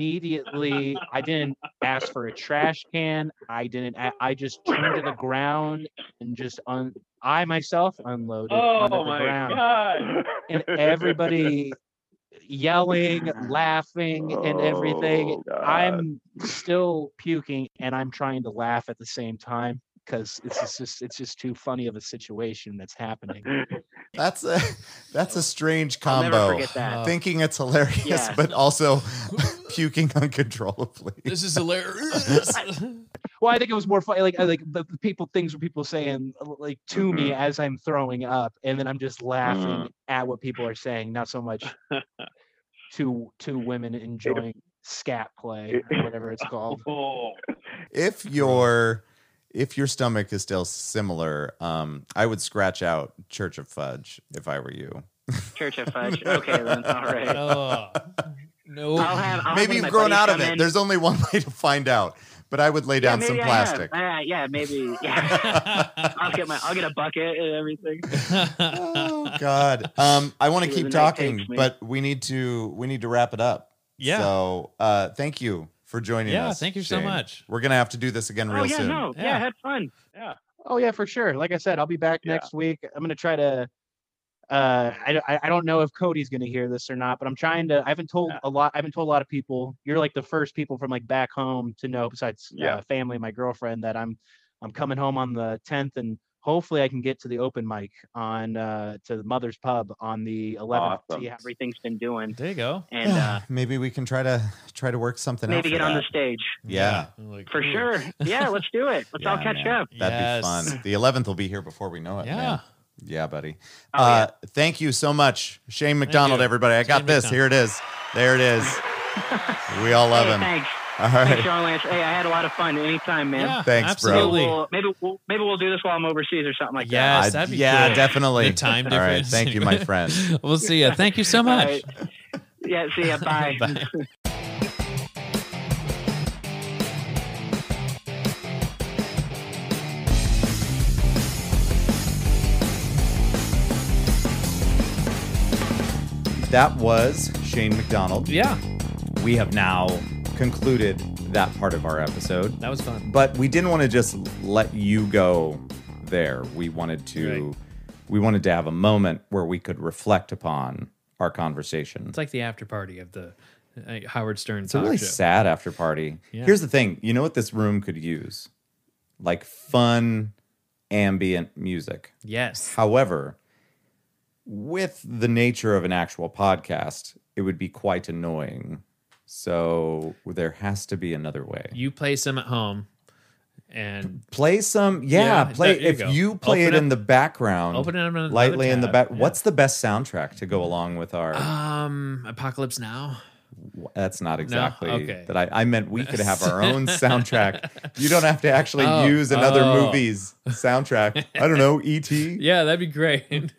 Speaker 5: immediately i didn't ask for a trash can i didn't a- i just turned to the ground and just un i myself unloaded onto
Speaker 6: oh
Speaker 5: the
Speaker 6: my
Speaker 5: ground
Speaker 6: god.
Speaker 5: and everybody yelling laughing and everything
Speaker 7: Oh,
Speaker 6: Uh,
Speaker 5: i'm still puking and i'm trying to laugh at the same time because it's it's just it's just too funny of a situation that's happening
Speaker 1: That's a that's a strange
Speaker 4: I'll never
Speaker 1: combo.
Speaker 4: forget that.
Speaker 2: Uh,
Speaker 1: Thinking it's hilarious,
Speaker 4: Yeah.
Speaker 1: but also puking uncontrollably.
Speaker 2: This is hilarious.
Speaker 5: Well, I think it was more funny, like I- like the, the people things were people saying uh, like to me as I'm throwing up, and then I'm just laughing
Speaker 7: Mhm.
Speaker 5: at what people are saying, not so much to two women enjoying scat play, or whatever it's called.
Speaker 2: Oh,
Speaker 1: if your if your stomach is still similar, um, I would scratch out Church of Fudge if I were you.
Speaker 4: Church of Fudge. Okay, then. All right.
Speaker 7: Oh, no.
Speaker 4: I'll have. I'll have
Speaker 1: maybe
Speaker 4: my
Speaker 1: you've grown
Speaker 4: buddies
Speaker 1: out of
Speaker 4: come
Speaker 1: it.
Speaker 4: in.
Speaker 1: There's only one way to find out, but I would lay
Speaker 4: Yeah,
Speaker 1: down some
Speaker 4: maybe I have.
Speaker 1: plastic.
Speaker 4: Uh, yeah, maybe. Yeah. I'll get my. I'll get a bucket and everything.
Speaker 1: oh God. Um, I want to
Speaker 4: See where
Speaker 1: keep
Speaker 4: the night
Speaker 1: talking,
Speaker 4: takes me.
Speaker 1: but we need to we need to wrap it up.
Speaker 7: yeah.
Speaker 1: So uh, thank you for joining
Speaker 7: Yeah,
Speaker 1: us.
Speaker 7: thank you so
Speaker 1: Shane.
Speaker 7: much.
Speaker 1: We're gonna have to do this again real
Speaker 4: Oh yeah,
Speaker 1: soon.
Speaker 4: no, yeah.
Speaker 7: Yeah.
Speaker 4: I had fun.
Speaker 5: Oh yeah, for sure. Like I said, I'll be back
Speaker 2: Yeah.
Speaker 5: next week. I'm gonna try to. Uh, I, d- I- I don't know if Cody's gonna hear this or not, but I'm trying to. I haven't told
Speaker 2: Yeah.
Speaker 5: a lot. I haven't told a lot of people. You're like the first people from like back home to know, besides
Speaker 2: Yeah.
Speaker 5: uh, family, and my girlfriend, that I'm I'm coming home on the 10th, and hopefully I can get to the open mic on uh to the Mother's Pub on the 11th. to See
Speaker 2: Awesome.
Speaker 5: how everything.
Speaker 4: Everything's been doing,
Speaker 7: There you go.
Speaker 4: and uh,
Speaker 1: maybe we can try to try to work something out.
Speaker 4: maybe
Speaker 1: for
Speaker 4: get on
Speaker 1: that.
Speaker 4: the stage
Speaker 1: Yeah.
Speaker 7: Like,
Speaker 4: for
Speaker 7: ooh.
Speaker 4: sure. Yeah, let's do it. Let's all
Speaker 1: Yeah,
Speaker 4: catch
Speaker 1: man.
Speaker 4: up.
Speaker 1: That'd
Speaker 7: Yes.
Speaker 1: be fun. The 11th will be here before we know it.
Speaker 7: Yeah.
Speaker 1: man. Yeah, buddy.
Speaker 4: Oh,
Speaker 1: uh, Thank you so much, Shane McDonald,
Speaker 7: you.
Speaker 1: everybody. I got
Speaker 7: Shane
Speaker 1: this.
Speaker 7: McDonald.
Speaker 1: Here it is. There it is. we all love
Speaker 4: hey,
Speaker 1: him.
Speaker 4: Thanks.
Speaker 1: All right.
Speaker 4: Thanks, Sean Lance. Hey, I had a lot of fun. Anytime, man.
Speaker 7: Yeah,
Speaker 1: Thanks, bro.
Speaker 7: absolutely.
Speaker 4: We'll- maybe we'll maybe we'll do this while I'm overseas or something like
Speaker 7: Yes,
Speaker 1: I-
Speaker 7: that'd be
Speaker 1: yeah,
Speaker 7: cool.
Speaker 1: definitely.
Speaker 7: The time
Speaker 1: All right.
Speaker 7: difference.
Speaker 1: Thank you, my friend.
Speaker 7: we'll see you. Thank you so
Speaker 4: that. All
Speaker 7: much.
Speaker 4: right. Yeah. See ya. Bye.
Speaker 7: Bye.
Speaker 1: That was Shane McDonald.
Speaker 7: Yeah,
Speaker 1: We have now concluded that part of our episode.
Speaker 7: that was fun.
Speaker 1: but we didn't want to just let you go there. We wanted to we wanted to have a moment where we could reflect upon our conversation.
Speaker 7: It's like the after party of the uh, Howard Stern
Speaker 1: It's a
Speaker 7: talk
Speaker 1: really
Speaker 7: show.
Speaker 1: sad after party.
Speaker 7: Yeah.
Speaker 1: Here's the thing, you know what this room could use? Like fun ambient music.
Speaker 7: Yes.
Speaker 1: However, with the nature of an actual podcast, it would be quite annoying. So there has to be another way.
Speaker 7: You play some at home and
Speaker 1: play some yeah,
Speaker 7: Yeah,
Speaker 1: play
Speaker 7: there you
Speaker 1: if
Speaker 7: go.
Speaker 1: you play
Speaker 7: Open
Speaker 1: it in
Speaker 7: up-
Speaker 1: the background
Speaker 7: open it up another
Speaker 1: lightly in the back
Speaker 7: tab. Yeah. Mm.
Speaker 1: what's the best soundtrack to go along with our
Speaker 7: um Apocalypse Now?
Speaker 1: that's not exactly
Speaker 7: Okay.
Speaker 1: that I, I meant we could have our own soundtrack you don't have to actually
Speaker 7: Oh,
Speaker 1: use another
Speaker 7: oh.
Speaker 1: movie's soundtrack i don't know et
Speaker 7: Yeah, that'd be great.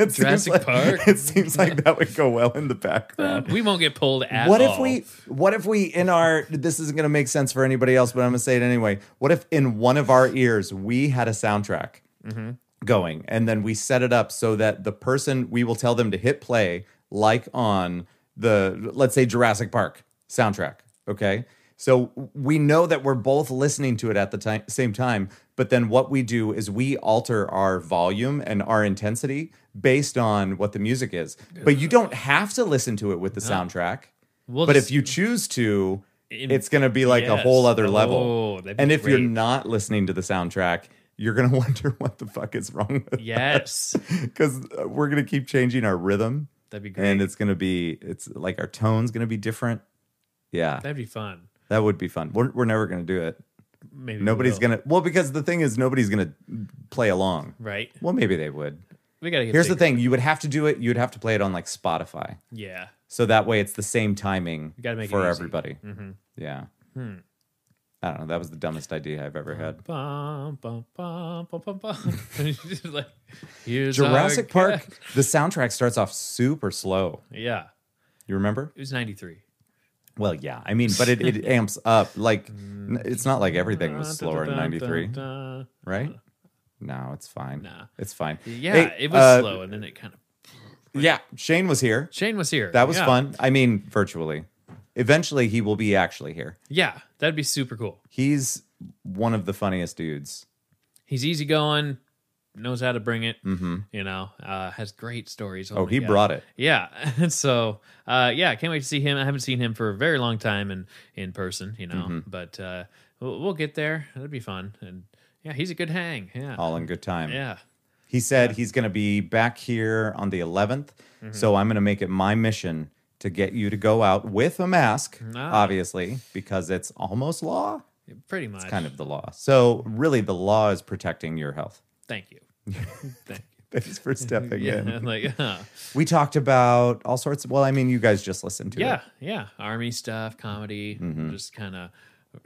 Speaker 1: It seems
Speaker 7: Jurassic
Speaker 1: like-
Speaker 7: Park.
Speaker 1: it seems like that would go well in the background
Speaker 7: we won't get pulled at
Speaker 1: what if
Speaker 7: all.
Speaker 1: we what if we in our this isn't going to make sense for anybody else but i'm going to say it anyway what if in one of our ears we had a soundtrack
Speaker 7: Mm-hmm.
Speaker 1: going and then we set it up so that the person we will tell them to hit play like on the let's say Jurassic Park soundtrack okay so we know that we're both listening to it at the time, same time but then what we do is we alter our volume and our intensity based on what the music is but you don't have to listen to it with the soundtrack
Speaker 7: We'll
Speaker 1: but
Speaker 7: just-
Speaker 1: if you choose to
Speaker 7: In-
Speaker 1: it's going to be like a
Speaker 7: Yes.
Speaker 1: whole other
Speaker 7: Oh,
Speaker 1: level
Speaker 7: that'd be
Speaker 1: and if you're
Speaker 7: great.
Speaker 1: not listening to the soundtrack you're going to wonder what the fuck is wrong with
Speaker 7: Yes,
Speaker 1: because we're gonna keep changing our rhythm,
Speaker 7: that'd be great.
Speaker 1: and it's gonna be it's like our tone's gonna be different. Yeah,
Speaker 7: that'd be fun.
Speaker 1: that would be fun. We're, we're never gonna do it.
Speaker 7: Maybe we
Speaker 1: Nobody's
Speaker 7: will.
Speaker 1: gonna well because the thing is nobody's gonna play along.
Speaker 7: right.
Speaker 1: Well, maybe they would.
Speaker 7: We gotta get.
Speaker 1: Here's the
Speaker 7: bigger.
Speaker 1: thing: you would have to do it. You'd have to play it on like Spotify,
Speaker 7: Yeah.
Speaker 1: so that way it's the same timing
Speaker 7: You gotta make it
Speaker 1: for
Speaker 7: easy.
Speaker 1: everybody.
Speaker 7: Mm-hmm.
Speaker 1: Yeah.
Speaker 7: Hmm.
Speaker 1: I don't know. That was the dumbest idea I've ever had.
Speaker 7: Bum, bum, bum, bum, bum, bum. Just like, here's our
Speaker 1: Jurassic Park.
Speaker 7: guest.
Speaker 1: The soundtrack starts off super slow.
Speaker 7: Yeah,
Speaker 1: You remember?
Speaker 7: it was '93.
Speaker 1: Well, yeah, I mean, but it, it amps up. Like,
Speaker 7: Mm.
Speaker 1: n- it's not like everything was slower in '93,
Speaker 7: Nah,
Speaker 1: right? No, it's fine. It's fine.
Speaker 7: yeah,
Speaker 1: Hey,
Speaker 7: it was
Speaker 1: uh,
Speaker 7: slow, and then it kind of.
Speaker 1: Yeah, Shane was here.
Speaker 7: Shane was here.
Speaker 1: That was
Speaker 7: Yeah.
Speaker 1: fun. I mean, virtually. Eventually, he will be actually here.
Speaker 7: Yeah, that'd be super cool.
Speaker 1: He's one of the funniest dudes.
Speaker 7: He's easygoing, knows how to bring it.
Speaker 1: hmm
Speaker 7: You know, uh, has great stories.
Speaker 1: Oh,
Speaker 7: my
Speaker 1: he
Speaker 7: God.
Speaker 1: brought it.
Speaker 7: Yeah, and so uh, yeah, I can't wait to see him. I haven't seen him for a very long time in in person, you know.
Speaker 1: Mm-hmm.
Speaker 7: But uh, we'll, we'll get there. That'll be fun. And yeah, he's a good hang. Yeah,
Speaker 1: All in good time.
Speaker 7: yeah,
Speaker 1: He said he's going to be back here on the 11th.
Speaker 7: Mm-hmm.
Speaker 1: So I'm going to make it my mission to get you to go out with a mask,
Speaker 7: Nice.
Speaker 1: obviously, because it's almost law.
Speaker 7: pretty much.
Speaker 1: kind of the law. So really, the law is protecting your health.
Speaker 7: Thank you. Thank you.
Speaker 1: Thanks for stepping
Speaker 7: yeah,
Speaker 1: in.
Speaker 7: like uh, huh.
Speaker 1: We talked about all sorts of, well, I mean, you guys just listened to
Speaker 7: yeah,
Speaker 1: it.
Speaker 7: yeah, army stuff, comedy,
Speaker 1: Mhm.
Speaker 7: just kind of.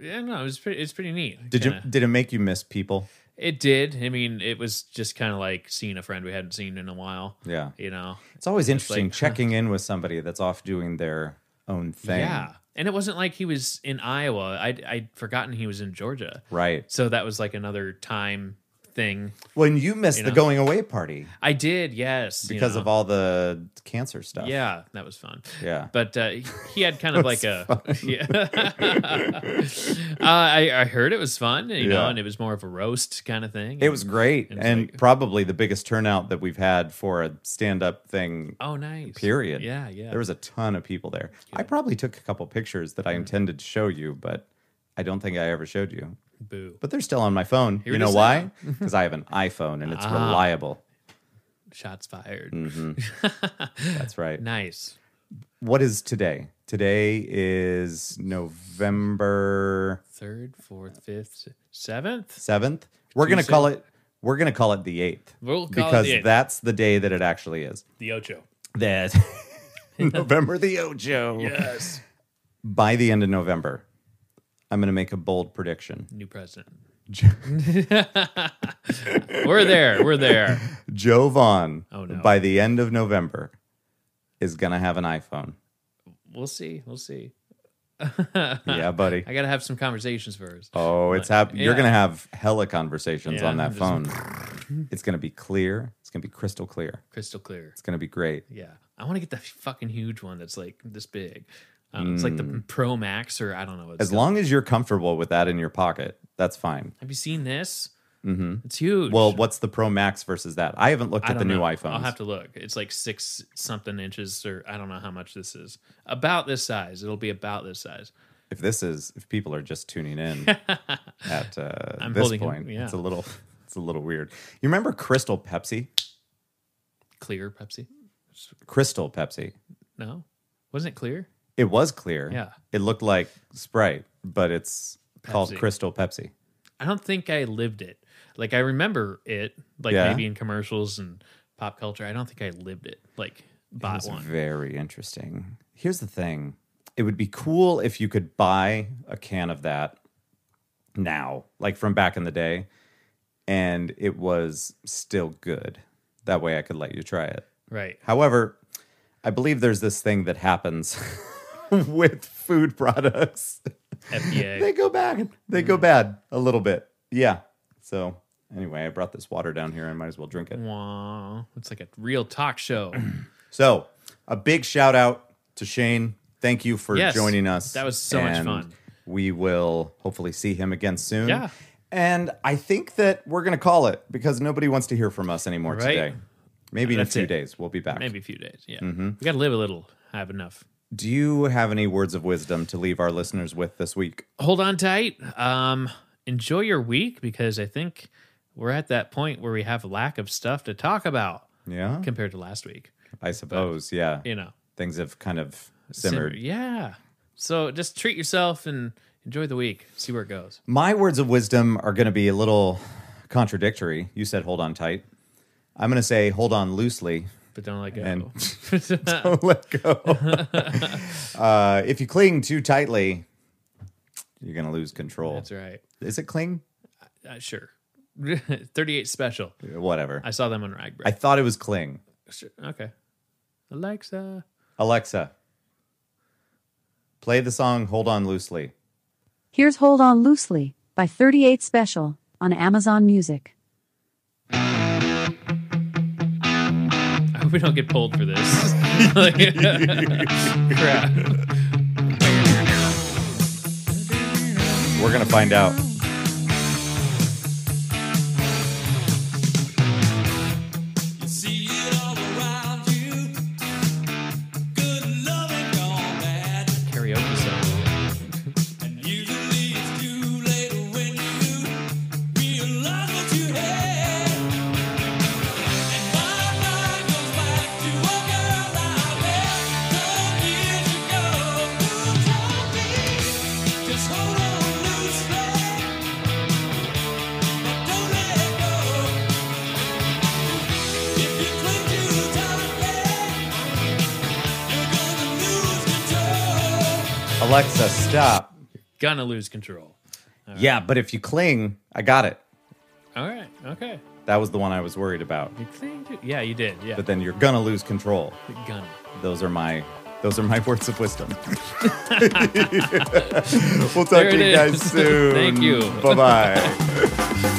Speaker 7: Yeah, no, it was pretty. It's pretty neat.
Speaker 1: Did
Speaker 7: Kinda-
Speaker 1: you, did it make you miss people?
Speaker 7: It did. I mean, it was just kind of like seeing a friend we hadn't seen in a while.
Speaker 1: Yeah.
Speaker 7: You know.
Speaker 1: It's always interesting
Speaker 7: like, huh.
Speaker 1: checking in with somebody that's off doing their own thing.
Speaker 7: Yeah, and it wasn't like he was in Iowa. I I'd forgotten he was in Georgia,
Speaker 1: Right.
Speaker 7: so that was like another time thing.
Speaker 1: When you missed
Speaker 7: You
Speaker 1: the
Speaker 7: know?
Speaker 1: going away party
Speaker 7: I did, yes, you
Speaker 1: because
Speaker 7: know.
Speaker 1: of all the cancer stuff.
Speaker 7: Yeah, that was fun.
Speaker 1: Yeah.
Speaker 7: But uh, he had kind of like a yeah. uh, I, I heard it was fun, you know,
Speaker 1: Yeah.
Speaker 7: and it was more of a roast kind of thing.
Speaker 1: It was
Speaker 7: and-
Speaker 1: great
Speaker 7: It was
Speaker 1: and
Speaker 7: like-
Speaker 1: probably the biggest turnout that we've had for a stand up thing.
Speaker 7: oh nice.
Speaker 1: Period.
Speaker 7: Yeah, yeah.
Speaker 1: There was a ton of people there. I probably took a couple pictures that I
Speaker 7: Hmm.
Speaker 1: intended to show you, but I don't think I ever showed you.
Speaker 7: boo.
Speaker 1: But they're still on my phone.
Speaker 7: Here
Speaker 1: you
Speaker 7: it
Speaker 1: know
Speaker 7: is
Speaker 1: why? Because I have an iPhone and it's
Speaker 7: Ah.
Speaker 1: reliable.
Speaker 7: Shots fired.
Speaker 1: Mhm. That's right.
Speaker 7: nice.
Speaker 1: What is today? Today is November
Speaker 7: Third, fourth, fifth, seventh.
Speaker 1: seventh. We're gonna
Speaker 7: Tuesday.
Speaker 1: call it. We're gonna call it the eighth
Speaker 7: We'll call
Speaker 1: because
Speaker 7: it the
Speaker 1: that's the day that it actually is.
Speaker 7: the Ocho.
Speaker 1: That November the Ojo.
Speaker 7: Yes.
Speaker 1: By the end of November, I'm gonna make a bold prediction.
Speaker 7: New president. we're there. We're there.
Speaker 1: Joe Vaughn.
Speaker 7: Oh, no.
Speaker 1: By the end of November, is gonna have an iPhone.
Speaker 7: We'll see. We'll see.
Speaker 1: yeah, buddy.
Speaker 7: I gotta have some conversations first.
Speaker 1: Oh, it's happening. You're
Speaker 7: Yeah.
Speaker 1: gonna have hella conversations
Speaker 7: Yeah,
Speaker 1: on that
Speaker 7: just-
Speaker 1: phone. it's gonna be clear. It's gonna be crystal clear.
Speaker 7: Crystal clear.
Speaker 1: It's gonna be great.
Speaker 7: Yeah. I want to get the fucking huge one that's like this big. Um, It's like the Pro Max, or I don't know. What it's
Speaker 1: Mm. As long as you're comfortable with that in your pocket, that's fine.
Speaker 7: called. have you seen this?
Speaker 1: hmm
Speaker 7: It's huge.
Speaker 1: Well, what's the Pro Max versus that? I haven't looked
Speaker 7: I
Speaker 1: at the
Speaker 7: don't
Speaker 1: new
Speaker 7: know.
Speaker 1: iPhones.
Speaker 7: I'll have to look. It's like six something inches, or I don't know how much this is. About this size. It'll be about this size.
Speaker 1: if this is, if people are just tuning in at uh,
Speaker 7: I'm
Speaker 1: this
Speaker 7: holding him-
Speaker 1: point,
Speaker 7: yeah.
Speaker 1: it's a little, it's a little weird. You remember Crystal Pepsi?
Speaker 7: Clear Pepsi?
Speaker 1: Crystal Pepsi.
Speaker 7: No, wasn't it clear?
Speaker 1: It was clear.
Speaker 7: Yeah.
Speaker 1: It looked like Sprite, but it's called
Speaker 7: Pepsi.
Speaker 1: Crystal Pepsi.
Speaker 7: I don't think I lived it. Like I remember it, like
Speaker 1: Yeah.
Speaker 7: maybe in commercials and pop culture. I don't think I lived it. Like bought
Speaker 1: It's
Speaker 7: one.
Speaker 1: very interesting. Here's the thing. It would be cool if you could buy a can of that now, like from back in the day, and it was still good. That way I could let you try it.
Speaker 7: right.
Speaker 1: However, I believe there's this thing that happens with food products. They
Speaker 7: FDA.
Speaker 1: go back, they
Speaker 7: Mm.
Speaker 1: go bad a little bit. Yeah. So, anyway, I brought this water down here. I might as well drink it.
Speaker 7: Wah. It's like a real talk show.
Speaker 1: So, a big shout out to Shane. Thank you for
Speaker 7: Yes,
Speaker 1: joining us.
Speaker 7: that was so much
Speaker 1: and
Speaker 7: fun.
Speaker 1: We will hopefully see him again soon.
Speaker 7: Yeah.
Speaker 1: And I think that we're going to call it because nobody wants to hear from us anymore
Speaker 7: Right.
Speaker 1: today. Maybe in
Speaker 7: That's
Speaker 1: a few
Speaker 7: it.
Speaker 1: days we'll be back. Mm-hmm.
Speaker 7: Maybe a few days. Yeah.
Speaker 1: Hmm.
Speaker 7: We got to live a little, have enough.
Speaker 1: Do you have any words of wisdom to leave our listeners with this week?
Speaker 7: Hold on tight. Um, enjoy your week because I think we're at that point where we have lack of stuff to talk about
Speaker 1: Yeah.
Speaker 7: compared to last week.
Speaker 1: I suppose. Yeah.
Speaker 7: You know,
Speaker 1: Things have kind of
Speaker 7: simmer-
Speaker 1: simmered.
Speaker 7: Yeah. So just treat yourself and enjoy the week. See where it goes.
Speaker 1: My words of wisdom are going to be a little contradictory. You said hold on tight. I'm going to say hold on loosely.
Speaker 7: But don't let go.
Speaker 1: And- Don't let go. uh, if you cling too tightly, you're going to lose control.
Speaker 7: That's right.
Speaker 1: Is it cling?
Speaker 7: Uh, sure. 38 special.
Speaker 1: Uh, Whatever.
Speaker 7: I saw them on Ragbri.
Speaker 1: I thought it was cling.
Speaker 7: Sure. Okay. Alexa.
Speaker 1: Alexa, play the song Hold On Loosely.
Speaker 3: Here's Hold On Loosely by 38 Special on Amazon Music.
Speaker 7: I hope we don't get pulled for this. Like, crap.
Speaker 1: We're going to find out.
Speaker 8: See it all around you. Good loving gone bad.
Speaker 7: Karaoke song.
Speaker 8: And usually it's too late when you realize what you had. And my mind goes back to a girl I met some years ago who told me, just hold on loosely.
Speaker 1: Alexa, stop.
Speaker 7: Gonna lose control. All right.
Speaker 1: Yeah, but if you cling, I got it.
Speaker 7: All right. Okay.
Speaker 1: That was the one I was worried about.
Speaker 7: You cleaned it. Yeah, you did. Yeah.
Speaker 1: But then you're gonna lose control.
Speaker 7: Gonna.
Speaker 1: Those are my those are my words of wisdom. we'll talk
Speaker 7: There
Speaker 1: to
Speaker 7: it
Speaker 1: you guys
Speaker 7: is.
Speaker 1: soon.
Speaker 7: Thank you.
Speaker 1: Bye bye.